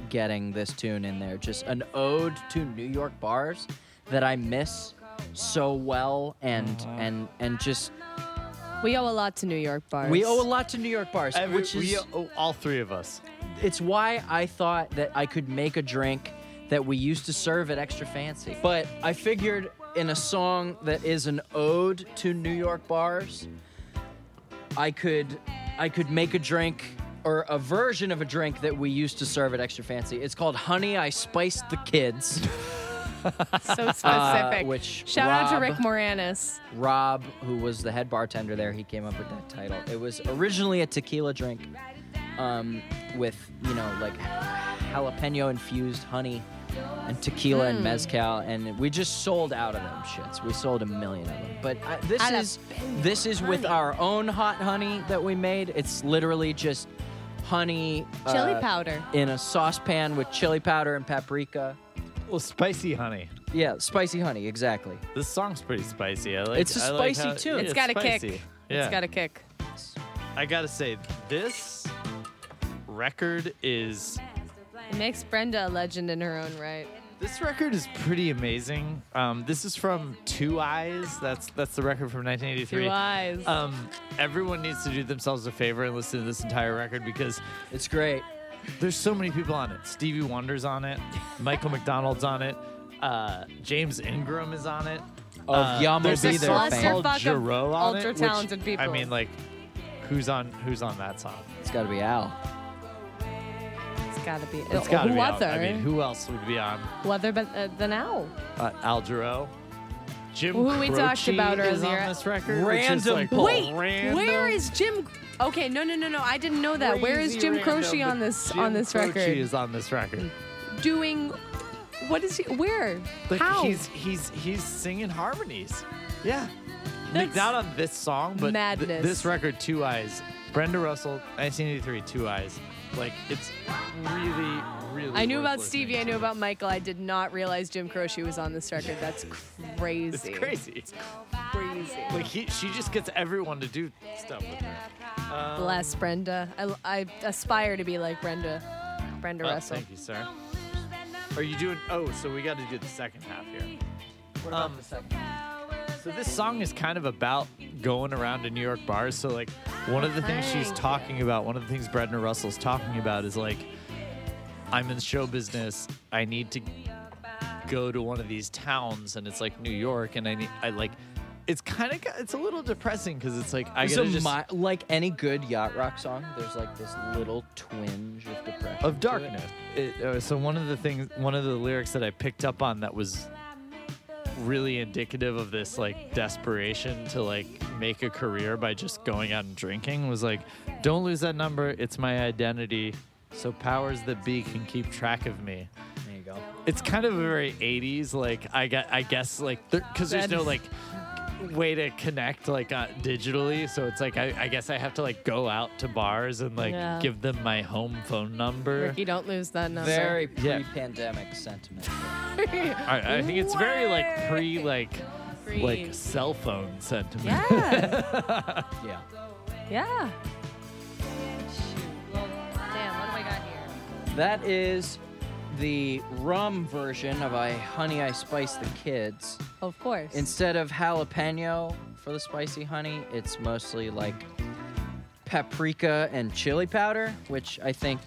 A: getting this tune in there. Just an ode to New York bars that I miss so well, and and and just
C: We owe a lot to New York bars.
A: we owe a lot to New York bars, Uh, which is
B: we, oh, all three of us.
A: it's why I thought that I could make a drink that we used to serve at Extra Fancy. But I figured in a song that is an ode to New York bars, I could I could make a drink or a version of a drink that we used to serve at Extra Fancy. It's called Honey I Spiced the Kids.
C: so specific.
A: uh, which
C: Shout out to
A: Rob-
C: Rick Moranis.
A: Rob, who was the head bartender there, he came up with that title. It was originally a tequila drink um, with, you know, like jalapeno infused honey and tequila and mezcal and we just sold out of them shits we sold a million of them but I, this is this is with our own hot honey that we made it's literally just honey
C: Chili
A: uh,
C: powder.
A: in a saucepan with chili powder and paprika
B: Well, spicy honey.
A: yeah spicy honey exactly
B: This song's pretty spicy. I like.
A: It's a
B: I like
A: spicy
B: how-
A: tune.
B: yeah,
C: It's got a kick.
B: spicy.
C: It's got a kick.
B: I gotta say, this record is
C: It makes Brenda a legend in her own right.
B: this record is pretty amazing. Um, this is from Two Eyes. That's that's the record from 1983.
C: Two eyes.
B: Um, everyone needs to do themselves a favor and listen to this entire record because
A: it's great
B: there's so many people on it. Stevie Wonder's on it. Michael McDonald's on it. Uh, James Ingram is on it.
A: of
B: Uh,
A: Yamo
B: there's
A: be
B: a
A: there
B: song
A: fame.
B: called
C: Clusterfuck of
B: Giro on it, which,
C: ultra-talented people.
B: I mean, like, who's on who's on that song?
A: It's got to be Al.
C: it's gotta be.
B: It's got to
C: who
B: be Al.
C: other?
B: I mean, who else would be on?
C: who other but, uh, than Al?
B: Uh, Al Jarreau. Jim
C: Who we talked
B: Croce
C: about
B: is
C: earlier.
B: on this record. which is
A: Random
B: like
A: pull.
C: Wait,
B: Oh, random,
C: where is Jim? Okay, no, no, no, no. I didn't know that. Where is
B: crazy
C: Jim
B: random,
C: Croce on
B: but
C: this
B: Jim
C: on this
B: Croce
C: record?
B: is on this record.
C: Doing what is he? Where?
B: Like,
C: How?
B: He's he's he's singing harmonies. Yeah. Like,
C: That's
B: not on this song, but th-
C: madness.
B: this record, Two Eyes. Brenda Russell, 1983, Two Eyes. Like it's really, really knew.
C: I knew about Stevie. I knew about Michael. I did not realize Jim Croce was on this record. That's crazy.
B: It's crazy.
C: Crazy.
B: Like he, she just gets everyone to do stuff with her. Uh,
C: Bless Brenda. I, I aspire to be like Brenda. Brenda
B: Oh,
C: Russell.
B: thank you, sir. Are you doing? Oh, so we got to do the second half here. Um,
K: What about the second?
B: So this song is kind of about going around to New York bars. So like one of the things she's
C: Thank you.
B: talking about, one of the things Bredna Russell's talking about is like, I'm in show business. I need to go to one of these towns, and it's like New York, and I need I like. It's kind of it's a little depressing because it's like I
A: There's
B: gotta
A: a
B: just
A: mi- like any good yacht rock song, there's like this little twinge of depression. to
B: of
A: it.
B: darkness. It- uh, so one of the things, one of the lyrics that I picked up on that was really indicative of this like desperation to like make a career by just going out and drinking was like, "Don't lose that number. It's my identity." So powers that be can keep track of me.
A: There you go.
B: It's kind of a very 80s like I got I guess like because there's no like way to connect like uh, digitally so it's like I, I guess I have to like go out to bars and like
C: Yeah.
B: give them my home phone number.
C: Ricky, don't lose that number.
A: Very
B: Yeah.
A: pre-pandemic sentiment.
B: I, I think it's very like
C: Word.
B: pre like
C: Free.
B: like cell phone sentiment.
C: yeah.
A: yeah.
C: Yeah. Damn, what do I got here?
A: That is the rum version of I Honey I Spice the Kids.
C: Of course.
A: Instead of jalapeno for the spicy honey, it's mostly like paprika and chili powder, which I think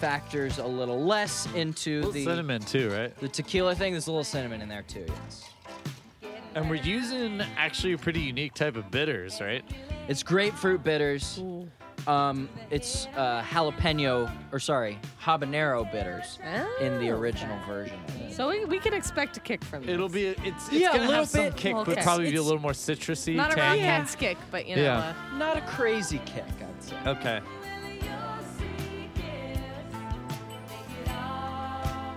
A: factors a little less into the
B: Cinnamon too, right?
A: the tequila thing. There's a little cinnamon in there too. Yes.
B: And we're using actually a pretty unique type of bitters, right?
A: It's grapefruit bitters. Um, it's uh, jalapeno, or sorry, habanero bitters in the
C: Oh.
A: original version of it.
C: so we, we can expect a kick from this.
B: It'll be it's, it's
A: Yeah, a
B: gonna
A: little
B: have some
A: bit.
B: kick, but
C: Okay.
B: probably be a
A: It's-
B: little more citrusy.
C: not a rock
B: tangy.
C: hand's kick, but you know.
B: Yeah.
C: Uh,
A: Not a crazy kick, I'd say.
B: Okay.
C: uh,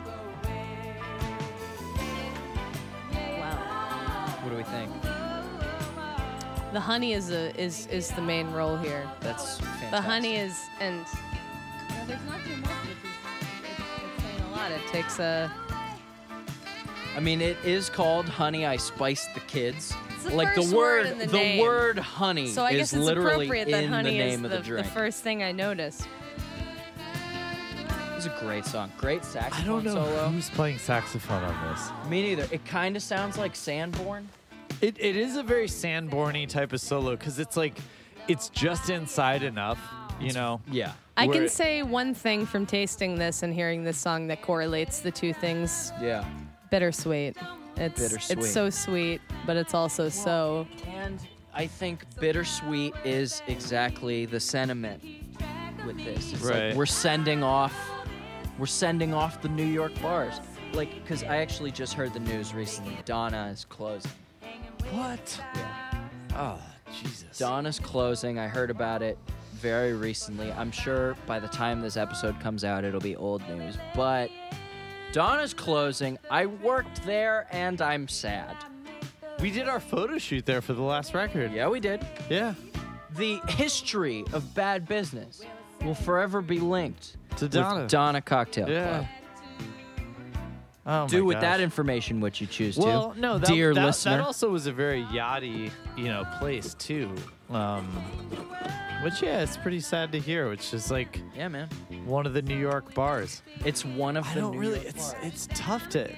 C: wow.
A: What do we think?
C: The honey is a is is the main role here.
A: That's fantastic.
C: The honey is and there's not too much. It's saying a lot. It takes a
A: I mean, it is called "Honey, I Spiced the Kids."
C: It's the
A: like
C: first
A: the
C: word
A: word,
C: in the
A: the
C: name.
A: word "honey"
C: so I
A: is
C: guess it's
A: literally
C: appropriate that
A: in the
C: honey
A: name
C: is
A: of
C: the,
A: the drink.
C: first thing I noticed.
A: It's a great song, great saxophone
B: I don't know
A: solo.
B: who's playing saxophone on this.
A: Me neither. It kind of sounds like Sanborn.
B: It, it is a very Sanborny type of solo because it's like it's just inside enough, you know.
A: Yeah.
C: I
B: Where
C: can
B: it-
C: say one thing from tasting this and hearing this song that correlates the two things:
A: Yeah.
C: bittersweet. It's
A: Bittersweet.
C: it's so sweet, but it's also so
A: And I think bittersweet is exactly the sentiment with this. It's
B: Right.
A: like we're sending off we're sending off the New York bars. Like cuz I actually just heard the news recently. Donna is closing.
B: What? Oh, Jesus.
A: Donna's closing. I heard about it very recently. I'm sure by the time this episode comes out it'll be old news, but Donna's closing. I worked there and I'm sad.
B: We did our photo shoot there for the last record.
A: Yeah, we did.
B: Yeah.
A: the history of bad business will forever be linked
B: To Donna.
A: with Donna Cocktail
B: Yeah.
A: Club.
B: Oh
A: Do
B: my
A: with that
B: gosh.
A: information what you choose
B: Well,
A: to.
B: no, that,
A: dear
B: that,
A: listener.
B: that also was a very yachty, you know, place too. Um, which yeah, it's pretty sad to hear. Which is like
A: yeah, man.
B: one of the New York bars.
A: It's one of
B: I
A: the
B: don't
A: New
B: really.
A: York
B: It's
A: bars.
B: it's tough to.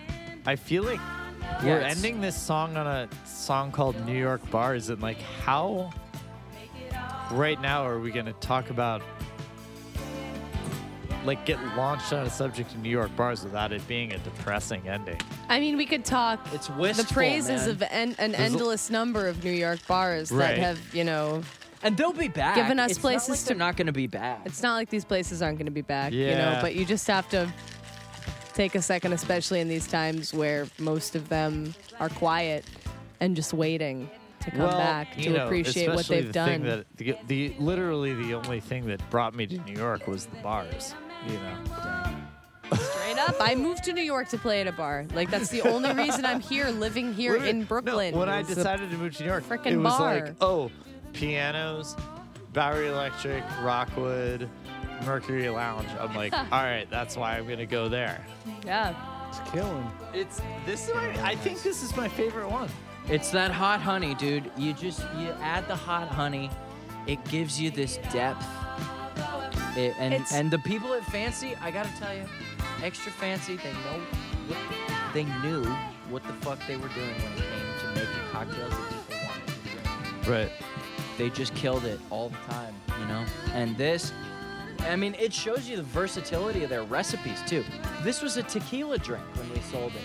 B: I feel like
A: Yeah,
B: we're
A: it's-
B: ending this song on a song called New York Bars, and like how. Right now, are we going to talk about like get launched on a subject in New York bars without it being a depressing ending?
C: I mean, we could talk
A: It's
C: the
A: wistful,
C: praises
A: man.
C: of en- an
B: a-
C: endless number of New York bars
B: Right.
C: that have, you know,
A: and they'll be back.
C: Giving us
A: It's not
C: places
A: like
C: to-
A: they're not going to be back.
C: it's not like these places aren't going to be back, you know,
B: Yeah.
C: but you just have to take a second, especially in these times where most of them are quiet and just waiting to come back
B: you
C: to
B: know,
C: appreciate what
B: especially
C: they've
B: the
C: done.
B: Thing that, the, the literally the only thing that brought me to New York was the bars. You know,
C: Straight up, I moved to New York to play at a bar. Like, that's the only reason I'm here, living here in Brooklyn.
B: No, when I
C: is the-
B: decided to move to New York,
C: frickin'
B: it was
C: bar.
B: like, oh, pianos, Bowery Electric, Rockwood, Mercury Lounge. I'm like, all right, that's why I'm gonna go there.
C: Yeah.
E: It's killing.
B: It's this is my. I think this is my favorite one.
A: It's that hot honey, dude. You just you add the hot honey. It gives you this depth. It- and
C: It's-
A: and the people at Fancy, I gotta tell you, extra fancy. They know, what, they knew what the fuck they were doing when it came to making cocktails that people wanted to drink.
B: Right.
A: They just killed it all the time, you know. And this, I mean, it shows you the versatility of their recipes too. This was a tequila drink when we sold it.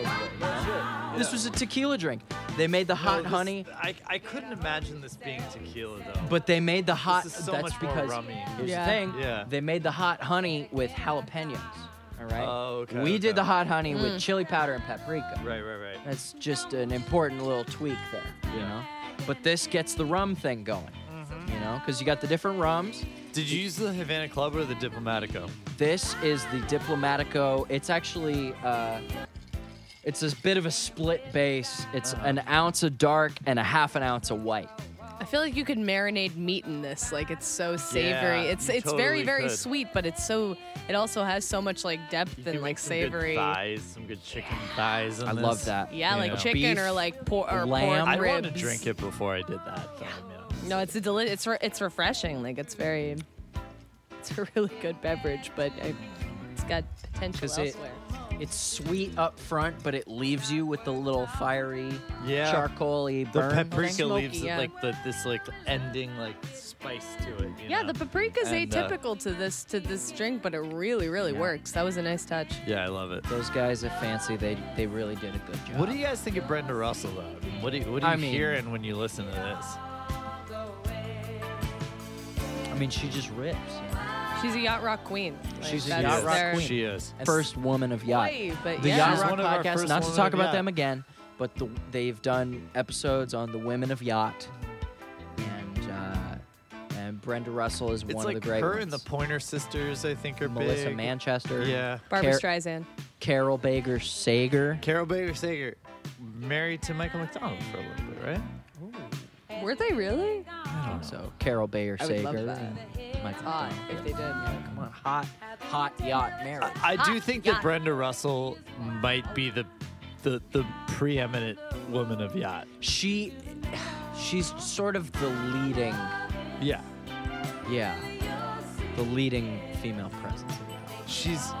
A: over there, you know? This was a tequila drink. They made the hot honey.
B: I, I couldn't imagine this being tequila though.
A: But they made the hot.
B: is so
A: that's
B: much more
A: because
B: rummy.
A: here's
C: Yeah.
A: the thing.
B: Yeah.
A: They made the hot honey with jalapenos. All right.
B: Oh, okay,
A: We
B: okay.
A: did the hot honey with chili powder and paprika.
B: right, right, right.
A: That's just an important little tweak there. You know. But this gets the rum thing going.
B: Mm-hmm.
A: You know, because you got the different rums.
B: Did you use the Havana Club or the Diplomatico?
A: This is the Diplomatico. It's actually. Uh, it's a bit of a split base. It's
B: Uh-huh.
A: an ounce of dark and a half an ounce of white.
C: I feel like you could marinate meat in this. Like it's so savory.
B: Yeah,
C: it's
B: you
C: it's very
B: totally
C: very
B: could.
C: sweet, but it's so it also has so much like depth
B: You
C: and
B: can
C: like
B: make some good
C: savory.
B: thighs, some good chicken thighs. in
A: I
B: this.
A: love that.
C: Yeah, like
B: Yeah.
C: chicken or
A: Beef,
C: like por- or
A: lamb.
C: pork
B: I'd
C: ribs.
B: want to drink it before I did that. Though, I mean,
C: No, it's a deli- it's re- it's refreshing. Like it's very it's a really good beverage, but I, it's got potential
A: 'Cause it-
C: elsewhere.
A: It's sweet up front, but it leaves you with the little fiery,
B: Yeah.
A: charcoaly
B: the
A: burn.
B: paprika
C: Smoky,
B: leaves it
C: yeah.
B: like the, this like ending like spice to it. you
C: yeah,
B: know?
C: the paprika's
B: And, uh,
C: atypical to this to this drink, but it really really works. That was a nice touch.
B: yeah, I love it.
A: Those guys at Fancy, they they really did a good job.
B: What do you guys think of Brenda Russell though? I mean, What do you, what are you
A: I mean-
B: hearing when you listen to this?
A: I mean, she just rips. you know?
C: She's a yacht rock queen. Like,
A: She's a
C: that's
A: yacht rock
C: their-
A: queen.
B: She is.
A: First woman of yacht.
C: Hawaii, but
A: The
C: yeah.
A: Yacht
B: She's
A: Rock
B: one of our
A: podcast.
B: first
A: Not to
B: women
A: talk
B: of
A: about
B: yacht.
A: them again, but the, they've done episodes on the women of yacht, and uh, and Brenda Russell is
B: It's
A: one
B: like
A: of the great
B: her
A: ones.
B: and the Pointer Sisters. I think are
A: Melissa
B: big.
A: Manchester.
B: Yeah.
C: Barbara
A: Car-
C: Streisand.
A: Carol Baker Sager.
B: Carol Baker Sager, married to Michael McDonald for a little bit, right?
C: Were they really?
A: So Carol Bayer
C: I would love
A: Sager.
C: that.
A: and Michael
C: Odd
A: McDonald.
C: if they did.
A: Come on, hot, hot yacht marriage.
B: I do think that
C: yacht.
B: Brenda Russell might be the, the the preeminent woman of yacht.
A: She, she's sort of the leading,
B: Yeah,
A: yeah, the leading female presence. of yacht.
B: she's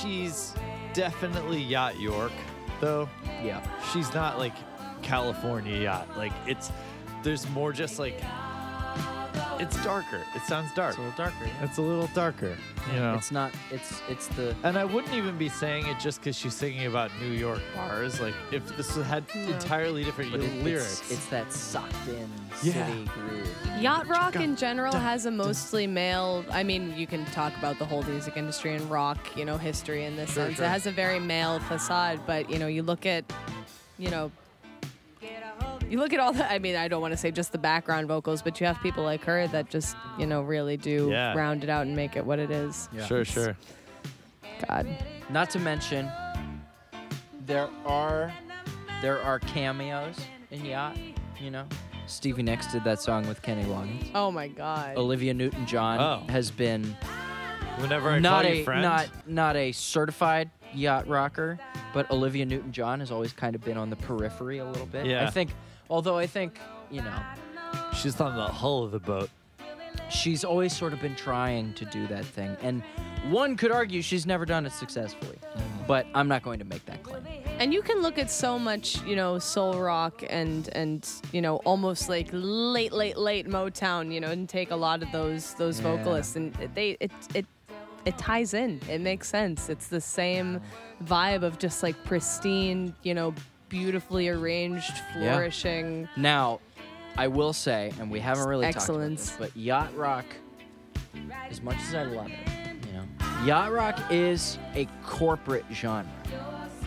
B: she's definitely yacht York, though.
A: Yeah,
B: She's not like California yacht. Like it's there's more just like it's darker. It sounds dark.
A: it's a little darker. yeah.
B: It's a little darker. You know.
A: It's not. It's it's the.
B: And I wouldn't even be saying it just because she's singing about New York bars. Like, if this had entirely different
A: But it,
B: lyrics.
A: It's, it's that sucked in
B: Yeah.
A: city groove.
C: Yacht rock in general has a mostly male. I mean, you can talk about the whole music industry and rock, you know, history in this sense. It has a very male facade, but you know, you look at, you know, you look at all the. I mean, I don't want to say just the background vocals, but you have people like her that just, you know, really do
B: Yeah.
C: round it out and make it what it is.
B: Sure, sure.
C: God,
A: Not to mention, there are there are cameos in yacht. You know, Stevie Nicks did that song with Kenny Loggins.
C: oh my God.
A: Olivia Newton-John
B: Oh.
A: has been
B: Whenever I
A: not
B: call
A: a
B: you friend,
A: not not a certified yacht rocker, but Olivia Newton-John has always kind of been on the periphery a little bit.
B: Yeah.
A: I think, although I think you know,
B: she's on the hull of the boat.
A: she's always sort of been trying to do that thing, and one could argue she's never done it successfully.
C: Mm-hmm.
A: But I'm not going to make that claim.
C: And you can look at so much, you know, soul rock and and you know almost like late, late, late Motown, you know, and take a lot of those those vocalists, and it- they it it it ties in. It makes sense. It's the same vibe of just like pristine, you know, beautifully arranged,
A: Yeah.
C: flourishing.
A: Now, I will say, and we haven't really
C: Excellence.
A: talked about this, but yacht rock, as much as I love it, you know, yacht rock is a corporate genre.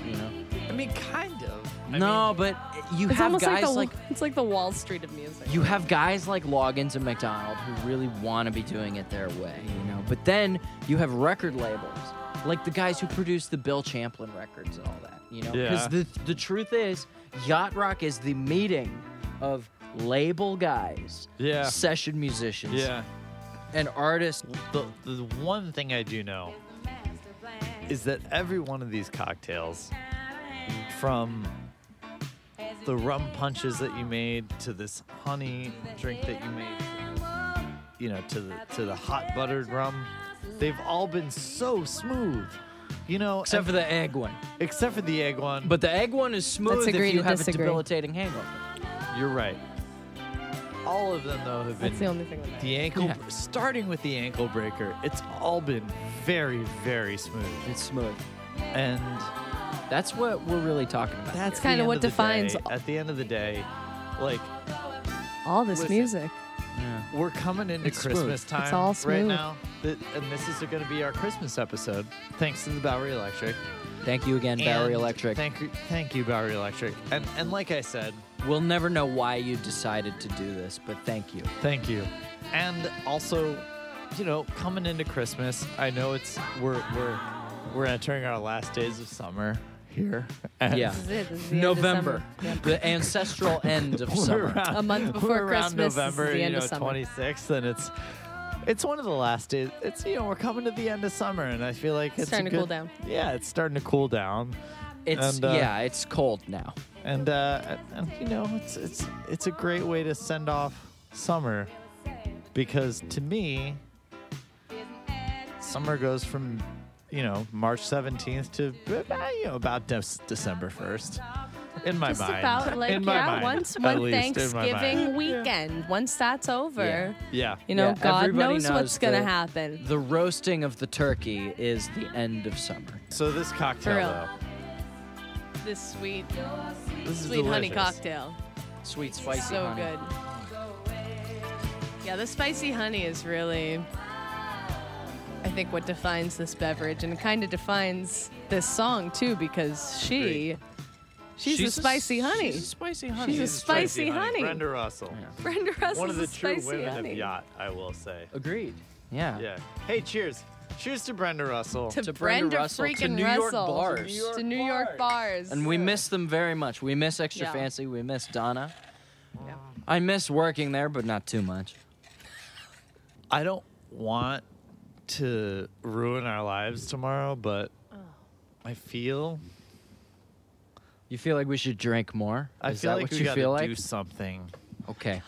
A: You know,
B: I mean, kind of.
A: no, but you
C: It's
A: have
C: almost
A: guys
C: like the
A: like,
C: it's like the Wall Street of music.
A: you have guys like Loggins and McDonald who really want to be doing it their way, you know. But then you have record labels like the guys who produced the Bill Champlin records and all that, you know. Because
B: Yeah.
A: the the truth is, yacht rock is the meeting of label guys,
B: Yeah.
A: session musicians,
B: Yeah.
A: an artist.
B: The, the one thing I do know is that every one of these cocktails, from the rum punches that you made to this honey drink that you made, you know, to the to the hot buttered rum, they've all been so smooth. You know,
A: Except
B: and-
A: for the egg one.
B: except for the egg one.
A: But the egg one is smooth if
C: agree
A: you
C: to
A: have
C: disagree.
A: a debilitating hangover.
B: you're right. All of them though have been
C: That's the only thing. That
B: The ankle,
A: Yeah.
B: starting with the ankle breaker, it's all been very, very smooth.
A: It's smooth.
B: And
A: That's what we're really talking about.
B: that's
C: kinda
B: the end
C: what
B: the
C: defines-
B: day- at the end of the day, like
C: all this
B: Listen.
C: music.
B: we're coming into
A: It's smooth.
B: Christmas time
C: It's all
B: right
C: smooth.
B: now, th- and this is going to be our Christmas episode, thanks to the Bowery Electric.
A: Thank you again, Bowery
B: And
A: Electric.
B: Thank you, thank you, Bowery Electric. And and like I said,
A: we'll never know why you decided to do this, but thank you.
B: Thank you. And also, you know, coming into Christmas, I know it's we're we're we're entering our last days of summer here. And
A: Yeah.
C: This is it. This is the end of
A: November,
C: summer. Yep.
A: the ancestral end of
B: We're
A: summer.
B: around,
C: A month before
B: we're around
C: Christmas is
B: November,
C: the end
B: you
C: of
B: know,
C: summer.
B: 26th, and it's it's one of the last days. It's you know we're coming to the end of summer, and I feel like it's,
C: starting
B: a
C: to cool
B: good-
C: down.
B: Yeah, it's starting to cool down,
A: It's
B: And, uh,
A: yeah, it's cold now.
B: and uh, and you know it's it's it's a great way to send off summer because to me summer goes from you know March 17th to uh, you know about de- December 1st in my
C: Just
B: mind
C: about like
B: in my
C: yeah,
B: mind,
C: once
B: at
C: one
B: least, in my mind.
C: Thanksgiving weekend, once that's over,
A: Yeah.
B: yeah
C: you know,
A: Yeah,
C: God
A: everybody
C: knows, what's
A: knows
C: gonna
A: the-
C: happen.
A: The roasting of the turkey is the end of summer.
B: so this cocktail
C: For real.
B: though
C: This sweet,
B: this is
C: sweet honey
B: delicious.
C: cocktail,
A: Sweet spicy
C: so
A: honey.
C: good. Yeah, the spicy honey is really, I think, what defines this beverage and kind of defines this song too, because she, she's,
A: She's
C: a
A: a-
C: spicy honey.
A: She's a spicy honey.
C: She's a spicy honey.
B: Brenda Russell
C: Brenda Russell's
B: one of the
C: a
B: true
C: spicy
B: women
C: honey.
B: of yacht I will say
A: Agreed. Yeah.
B: yeah hey cheers cheers to Brenda Russell
C: To,
A: To
C: Brenda,
A: Brenda Russell, to
C: freaking
A: New York
C: Russell.
A: bars. To New
C: To New York bars.
A: And we miss them very much. We miss Extra
C: Yeah.
A: Fancy. We miss Donna.
C: Yeah.
A: I miss working there, but not too much.
B: I don't want to ruin our lives tomorrow, but
C: Oh.
B: I feel
A: You feel like we should drink more?
B: I
A: Is
B: feel
A: that
B: like
A: what
B: we
A: you
B: gotta
A: feel like?
B: do something.
A: Okay.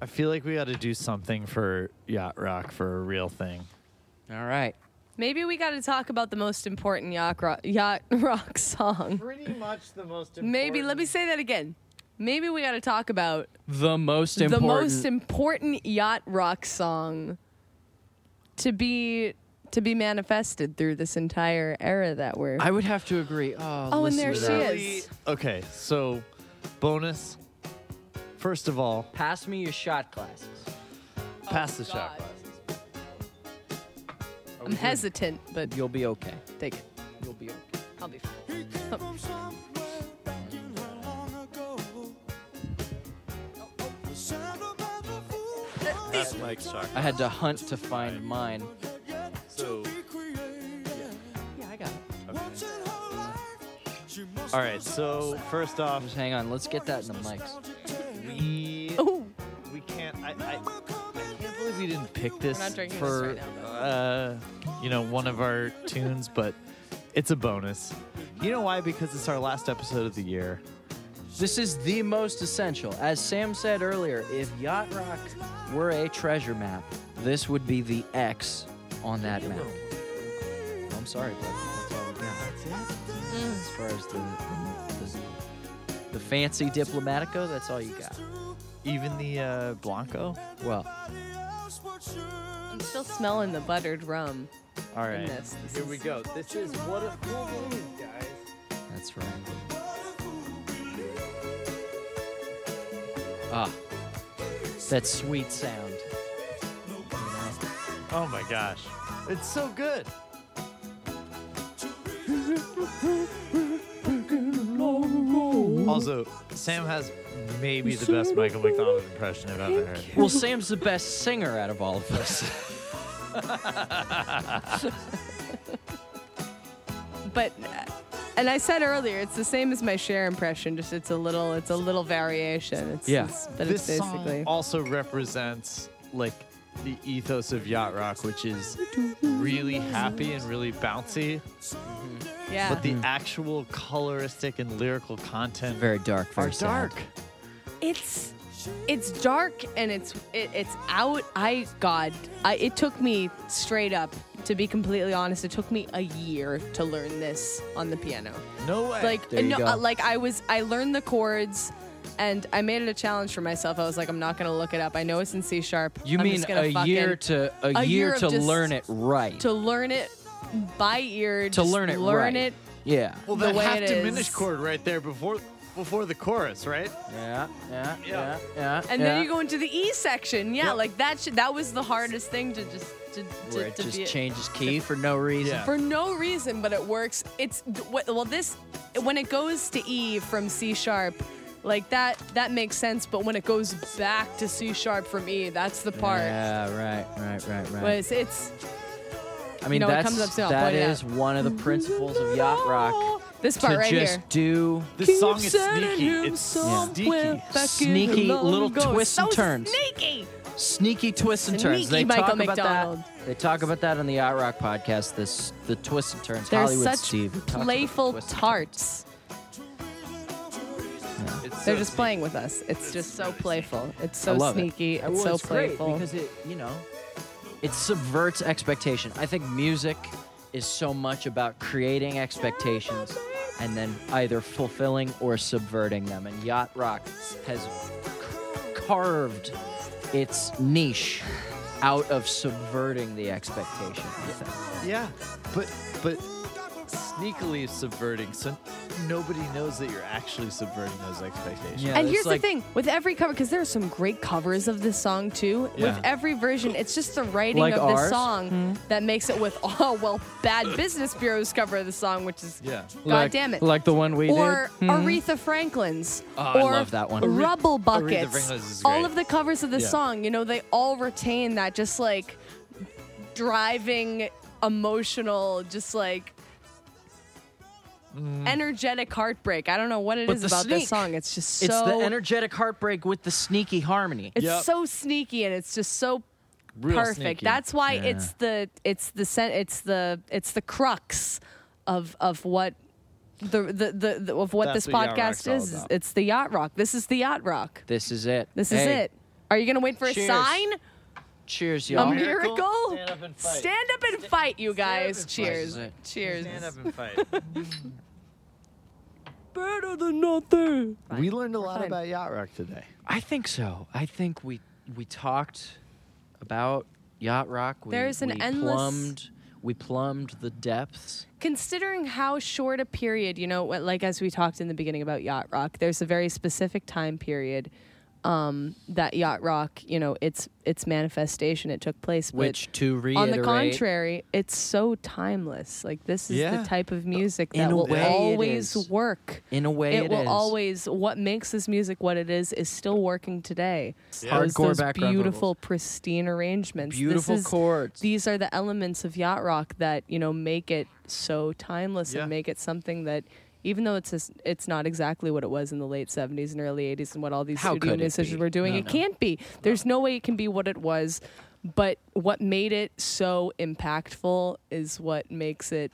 B: I feel like we got to do something for yacht rock for a real thing.
A: All right.
C: Maybe we got to talk about the most important yacht rock, yacht rock song.
B: Pretty much the most important.
C: Maybe, let me say that again. Maybe we got to talk about
A: The most important.
C: the most important yacht rock song to be to be manifested through this entire era that we're.
A: I would have to agree. Oh,
C: oh, and
A: listen
C: there
A: to
C: she
A: that.
C: is.
B: Okay, so bonus. First of all,
A: Pass me your shot glasses.
B: pass the shot
C: Oh, God.
B: glasses.
C: I'm hesitant, but
A: You'll be okay.
C: take it.
A: You'll be okay.
C: I'll be fine.
B: That's Mike's shot.
A: I had to hunt to find mine.
B: So,
A: Yeah, I got it.
B: all right. So first off,
A: Just hang on. Let's get that in the mics.
B: we
C: Oh,
B: we can't. I, I, I can't believe we didn't pick this
C: not drinking this
B: for
C: right now,
B: uh, you know one of our tunes, but it's a bonus. You know why? Because it's our last episode of the year.
A: This is the most essential. As Sam said earlier, if Yacht Rock were a treasure map, this would be the X on that map. Oh, I'm sorry, but that's all we got. As far as the, the, the fancy Diplomatico, that's all you got.
B: Even the uh, Blanco.
A: Well,
C: I'm still smelling the buttered rum.
B: All
C: in
B: right.
C: This. This is-
B: go. This is what a cool game, guys.
A: that's right. Ah, that sweet sound.
B: Oh my gosh, it's so good. Also, Sam has maybe the best Michael McDonald impression I've ever heard.
A: Well, Sam's the best singer out of all of us.
C: but uh, and I said earlier, it's the same as my share impression. Just it's a little, it's a little variation. It's,
A: Yeah.
C: it's- but
B: this
C: it's
B: song
C: basically
B: also represents like
F: the ethos of yacht rock, which is really happy and really bouncy,
C: Yeah.
F: but the actual coloristic and lyrical content
A: Very dark. Very
F: are dark.
C: it's it's dark and it's it, it's out i god I, it took me straight up to be completely honest it took me a year to learn this on the piano
F: No way.
C: like
A: There you
C: no
A: go.
C: uh, like i was i learned the chords and i made it a challenge for myself i was like i'm not gonna look it up i know it's in c sharp
A: You
C: I'm
A: mean
C: just gonna
A: a
C: fucking-
A: year to a,
C: a year
A: year,
C: of
A: to
C: just-
A: learn it right?
C: to learn it by ear
A: To
C: just
A: learn it
C: learn
A: right.
C: it
A: Yeah.
F: well,
C: the
F: that
C: way
F: half
C: it
F: diminished
C: is.
F: chord right there before before the chorus, right?
A: Yeah. Yeah. Yeah. Yeah.
C: and then you go into the e section yeah like that should, that was the hardest thing to just to, to,
A: Where it
C: to
A: just
C: be
A: changes key for no reason.
F: Yeah.
C: for no reason, but it works. It's well, this when it goes to E from C sharp, like that that makes sense. But when it goes back to C sharp from E, that's the part.
A: Yeah. Right. Right. Right. Right.
C: Was it's
A: I mean,
C: you know, it
A: that's
C: comes up still,
A: that
C: point it out.
A: is one of the principles of yacht rock.
C: Oh, this part
A: to
C: right
A: just
C: here.
A: do
F: This song is sneaky. It's sneaky.
A: sneaky little twists and
C: so
A: turns.
C: Sneaky.
A: Sneaky twists and turns.
C: Sneaky
A: They talk
C: Michael
A: about
C: McDonald.
A: that. They talk about that on the Yacht Rock podcast. This the twists and turns.
C: They're
A: Hollywood
C: such
A: Steve talks about the
C: playful
A: twists and
C: tarts.
F: It's
C: They're
F: so
C: just playing with us. It's just so playful. It's so
A: I love it.
C: sneaky.
A: Uh,
C: It's
A: well,
C: so
A: great
C: playful.
A: because it, you know, it subverts expectation. I think music is so much about creating expectations and then either fulfilling or subverting them. And yacht rock has c- carved its niche out of subverting the expectation. I think.
F: Yeah, but but sneakily subverting, so nobody knows that you're actually subverting those expectations.
A: Yeah,
C: and
A: it's
C: here's
A: like-
C: the thing with every cover because there are some great covers of this song too
F: Yeah.
C: with every version it's just the writing
A: Like
C: of
A: ours? Hmm.
C: the song that makes it with oh well bad business bureau's cover of the song which is
F: Yeah.
C: god damn it
A: Like the one we Hmm. Oh,
C: or Aretha Franklin's,
A: I
C: or
A: love that one. Aretha-
C: Rubble
F: Franklin's
C: Buckets,
F: is
C: all
F: great.
C: of the covers of the
F: Yeah.
C: song, you know, they all retain that just like driving, emotional, just like energetic heartbreak. I don't know what it is
A: Mm. But the
C: about
A: sneak-
C: this song. It's just so
A: It's the energetic heartbreak with the sneaky harmony.
C: it's
F: Yep.
C: so sneaky and it's just so
F: Real
C: perfect.
F: sneaky.
C: That's why it's the it's the sen- it's the it's the crux of of what the the, the, the of what
F: That's
C: this
F: what yacht rock's
C: podcast
F: all
C: is.
F: about.
C: It's the yacht rock. This is the yacht rock.
A: This is it.
C: This is
A: Hey,
C: it. Are you gonna wait for
A: Cheers.
C: a sign?
A: Cheers,
C: A
A: y'all.
C: miracle?
F: Stand up and fight.
C: Stand up and fight, you guys.
A: This
C: Cheers.
A: is it.
C: Cheers.
F: and fight.
C: Better than nothing.
F: we learned a lot
C: Fine.
F: about yacht rock today.
A: I think so. I think we we talked about yacht rock. We,
C: There's an
A: we
C: endless-
A: plumbed. We plumbed the depths.
C: Considering how short a period, you know, what- like as we talked in the beginning about yacht rock, there's a very specific time period um, that yacht rock, you know, its its manifestation it took place. but
A: Which, to
C: on
A: reiterate,
C: the contrary, it's so timeless. Like this is
F: Yeah.
C: the type of music
A: In
C: that
A: a
C: will
A: way it is.
C: always work.
A: in a way,
C: it,
A: it,
C: will
A: is.
C: always what makes this music what it is is still working today.
A: Yeah.
C: Those-
A: Hardcore
C: those
A: background
C: beautiful, pristine arrangements. This
A: beautiful
C: is-
A: chords.
C: These are the elements of yacht rock that you know make it so timeless
F: Yeah.
C: and make it something that. Even though it's just, it's not exactly what it was in the late '70s and early '80s, and what all these
A: How
C: studio
A: could it
C: musicians
A: be?
C: were doing,
A: No,
C: it
A: no.
C: can't be. There's no way it can be what it was. But what made it so impactful is what makes it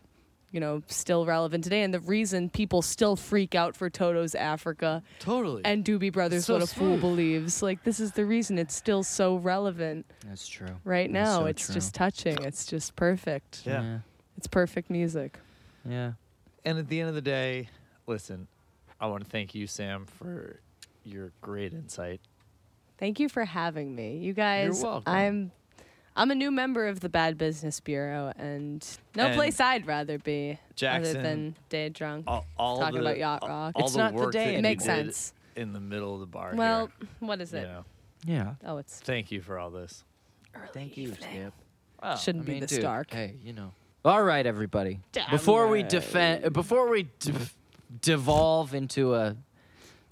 C: you know, still relevant today, and the reason people still freak out for Toto's Africa
F: Totally.
C: and Doobie Brothers,
F: It's so
C: What a Fool
F: smooth.
C: Believes. Like, this is the reason it's still so relevant
A: That's true.
C: right
A: That's
C: now.
A: so
C: it's
A: true.
C: just touching, it's just perfect.
F: yeah.
C: It's perfect music.
A: Yeah. yeah.
F: And at the end of the day, listen, I want to thank you, Sam, for your great insight.
C: Thank you for having me. You guys,
F: welcome.
C: I'm. I'm a new member of the Bad Business Bureau, and no
F: And
C: place I'd rather be
F: Jackson-
C: other than day drunk.
F: All, all
C: Talking
F: the-
C: about yacht
F: all-
C: rock.
F: All
A: It's
F: the
A: not the
F: work
A: day
F: that you
C: Makes
F: did
C: sense.
F: in the middle of the bar.
C: well,
F: here,
C: what is
F: you
C: it?
F: know.
A: Yeah.
C: Oh, it's
F: thank you for all this.
C: early
A: Thank you,
C: evening.
A: Skip.
C: Shouldn't
A: I
C: be
A: mean,
C: this
A: dude,
C: dark.
A: Hey, you know. All right, everybody. before we defend, before we de- devolve into a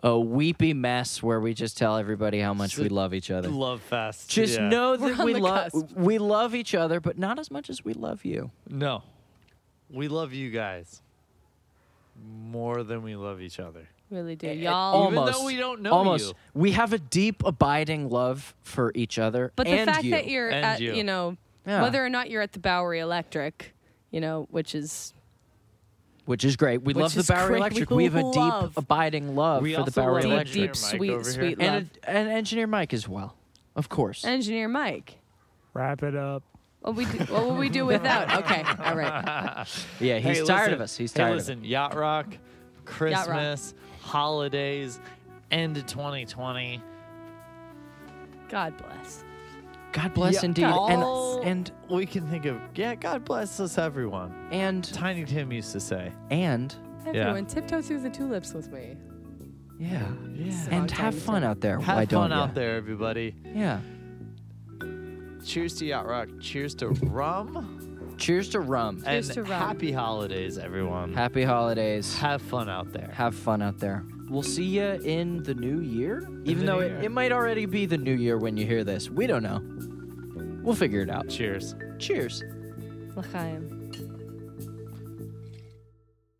A: a weepy mess where we just tell everybody how much we love each other.
F: Love fest.
A: Just
F: yeah.
A: know
C: We're
A: that
C: on
A: we
C: the
A: love
C: cusp.
A: we love each other, but not as much as we love you.
F: No. We love you guys more than we love each other.
C: Really do.
B: it-
C: Y'all.
B: Even though
A: almost
B: we don't know
A: almost
B: you.
A: we have a deep abiding love for each other
C: But the
A: and
C: fact
A: you.
C: that you're
B: And
C: at,
B: you.
C: you, know,
A: Yeah.
C: whether or not you're at the Bowery Electric, you know, which is
A: which is great we
C: Which
A: love the
C: is
A: Bowery
C: great.
A: Electric
C: We
A: we have a deep
C: love-
A: abiding love
B: We
A: for the
B: also
A: Bowery
B: love
C: deep,
A: Electric
B: Engineer
C: deep,
B: Mike over
C: sweet,
B: here.
C: sweet love.
A: and, a, and engineer Mike as well of course
C: Engineer Mike.
N: Wrap it up.
C: What we do, what would we do without? Okay, all right.
A: yeah he's
B: Hey,
A: tired
B: listen.
A: of us he's
B: Hey,
A: tired of us.
B: listen, Yacht Rock, Christmas, holidays, end of 2020.
C: God bless.
A: God bless
B: Yeah,
A: indeed
B: all
A: and
B: we can think of. Yeah, God bless us, everyone.
A: and and
B: Tiny Tim used to say.
A: and
B: Everyone
C: tiptoe through the tulips with me.
A: yeah
B: Yeah.
A: and have fun out there
B: Have
A: why don't
B: fun out
A: ya?
B: there, everybody.
A: yeah
B: Cheers to Yacht Rock. Cheers to rum.
A: cheers to rum
C: Cheers
B: and
C: to rum.
B: happy holidays, everyone.
A: happy holidays
B: Have fun out there.
A: Have fun out there. We'll see you in the new year. Even
B: the
A: though
B: new
A: it,
B: year.
A: it might already be the new year when you hear this. We don't know. We'll figure it out.
B: Cheers.
A: Cheers.
C: L'chaim.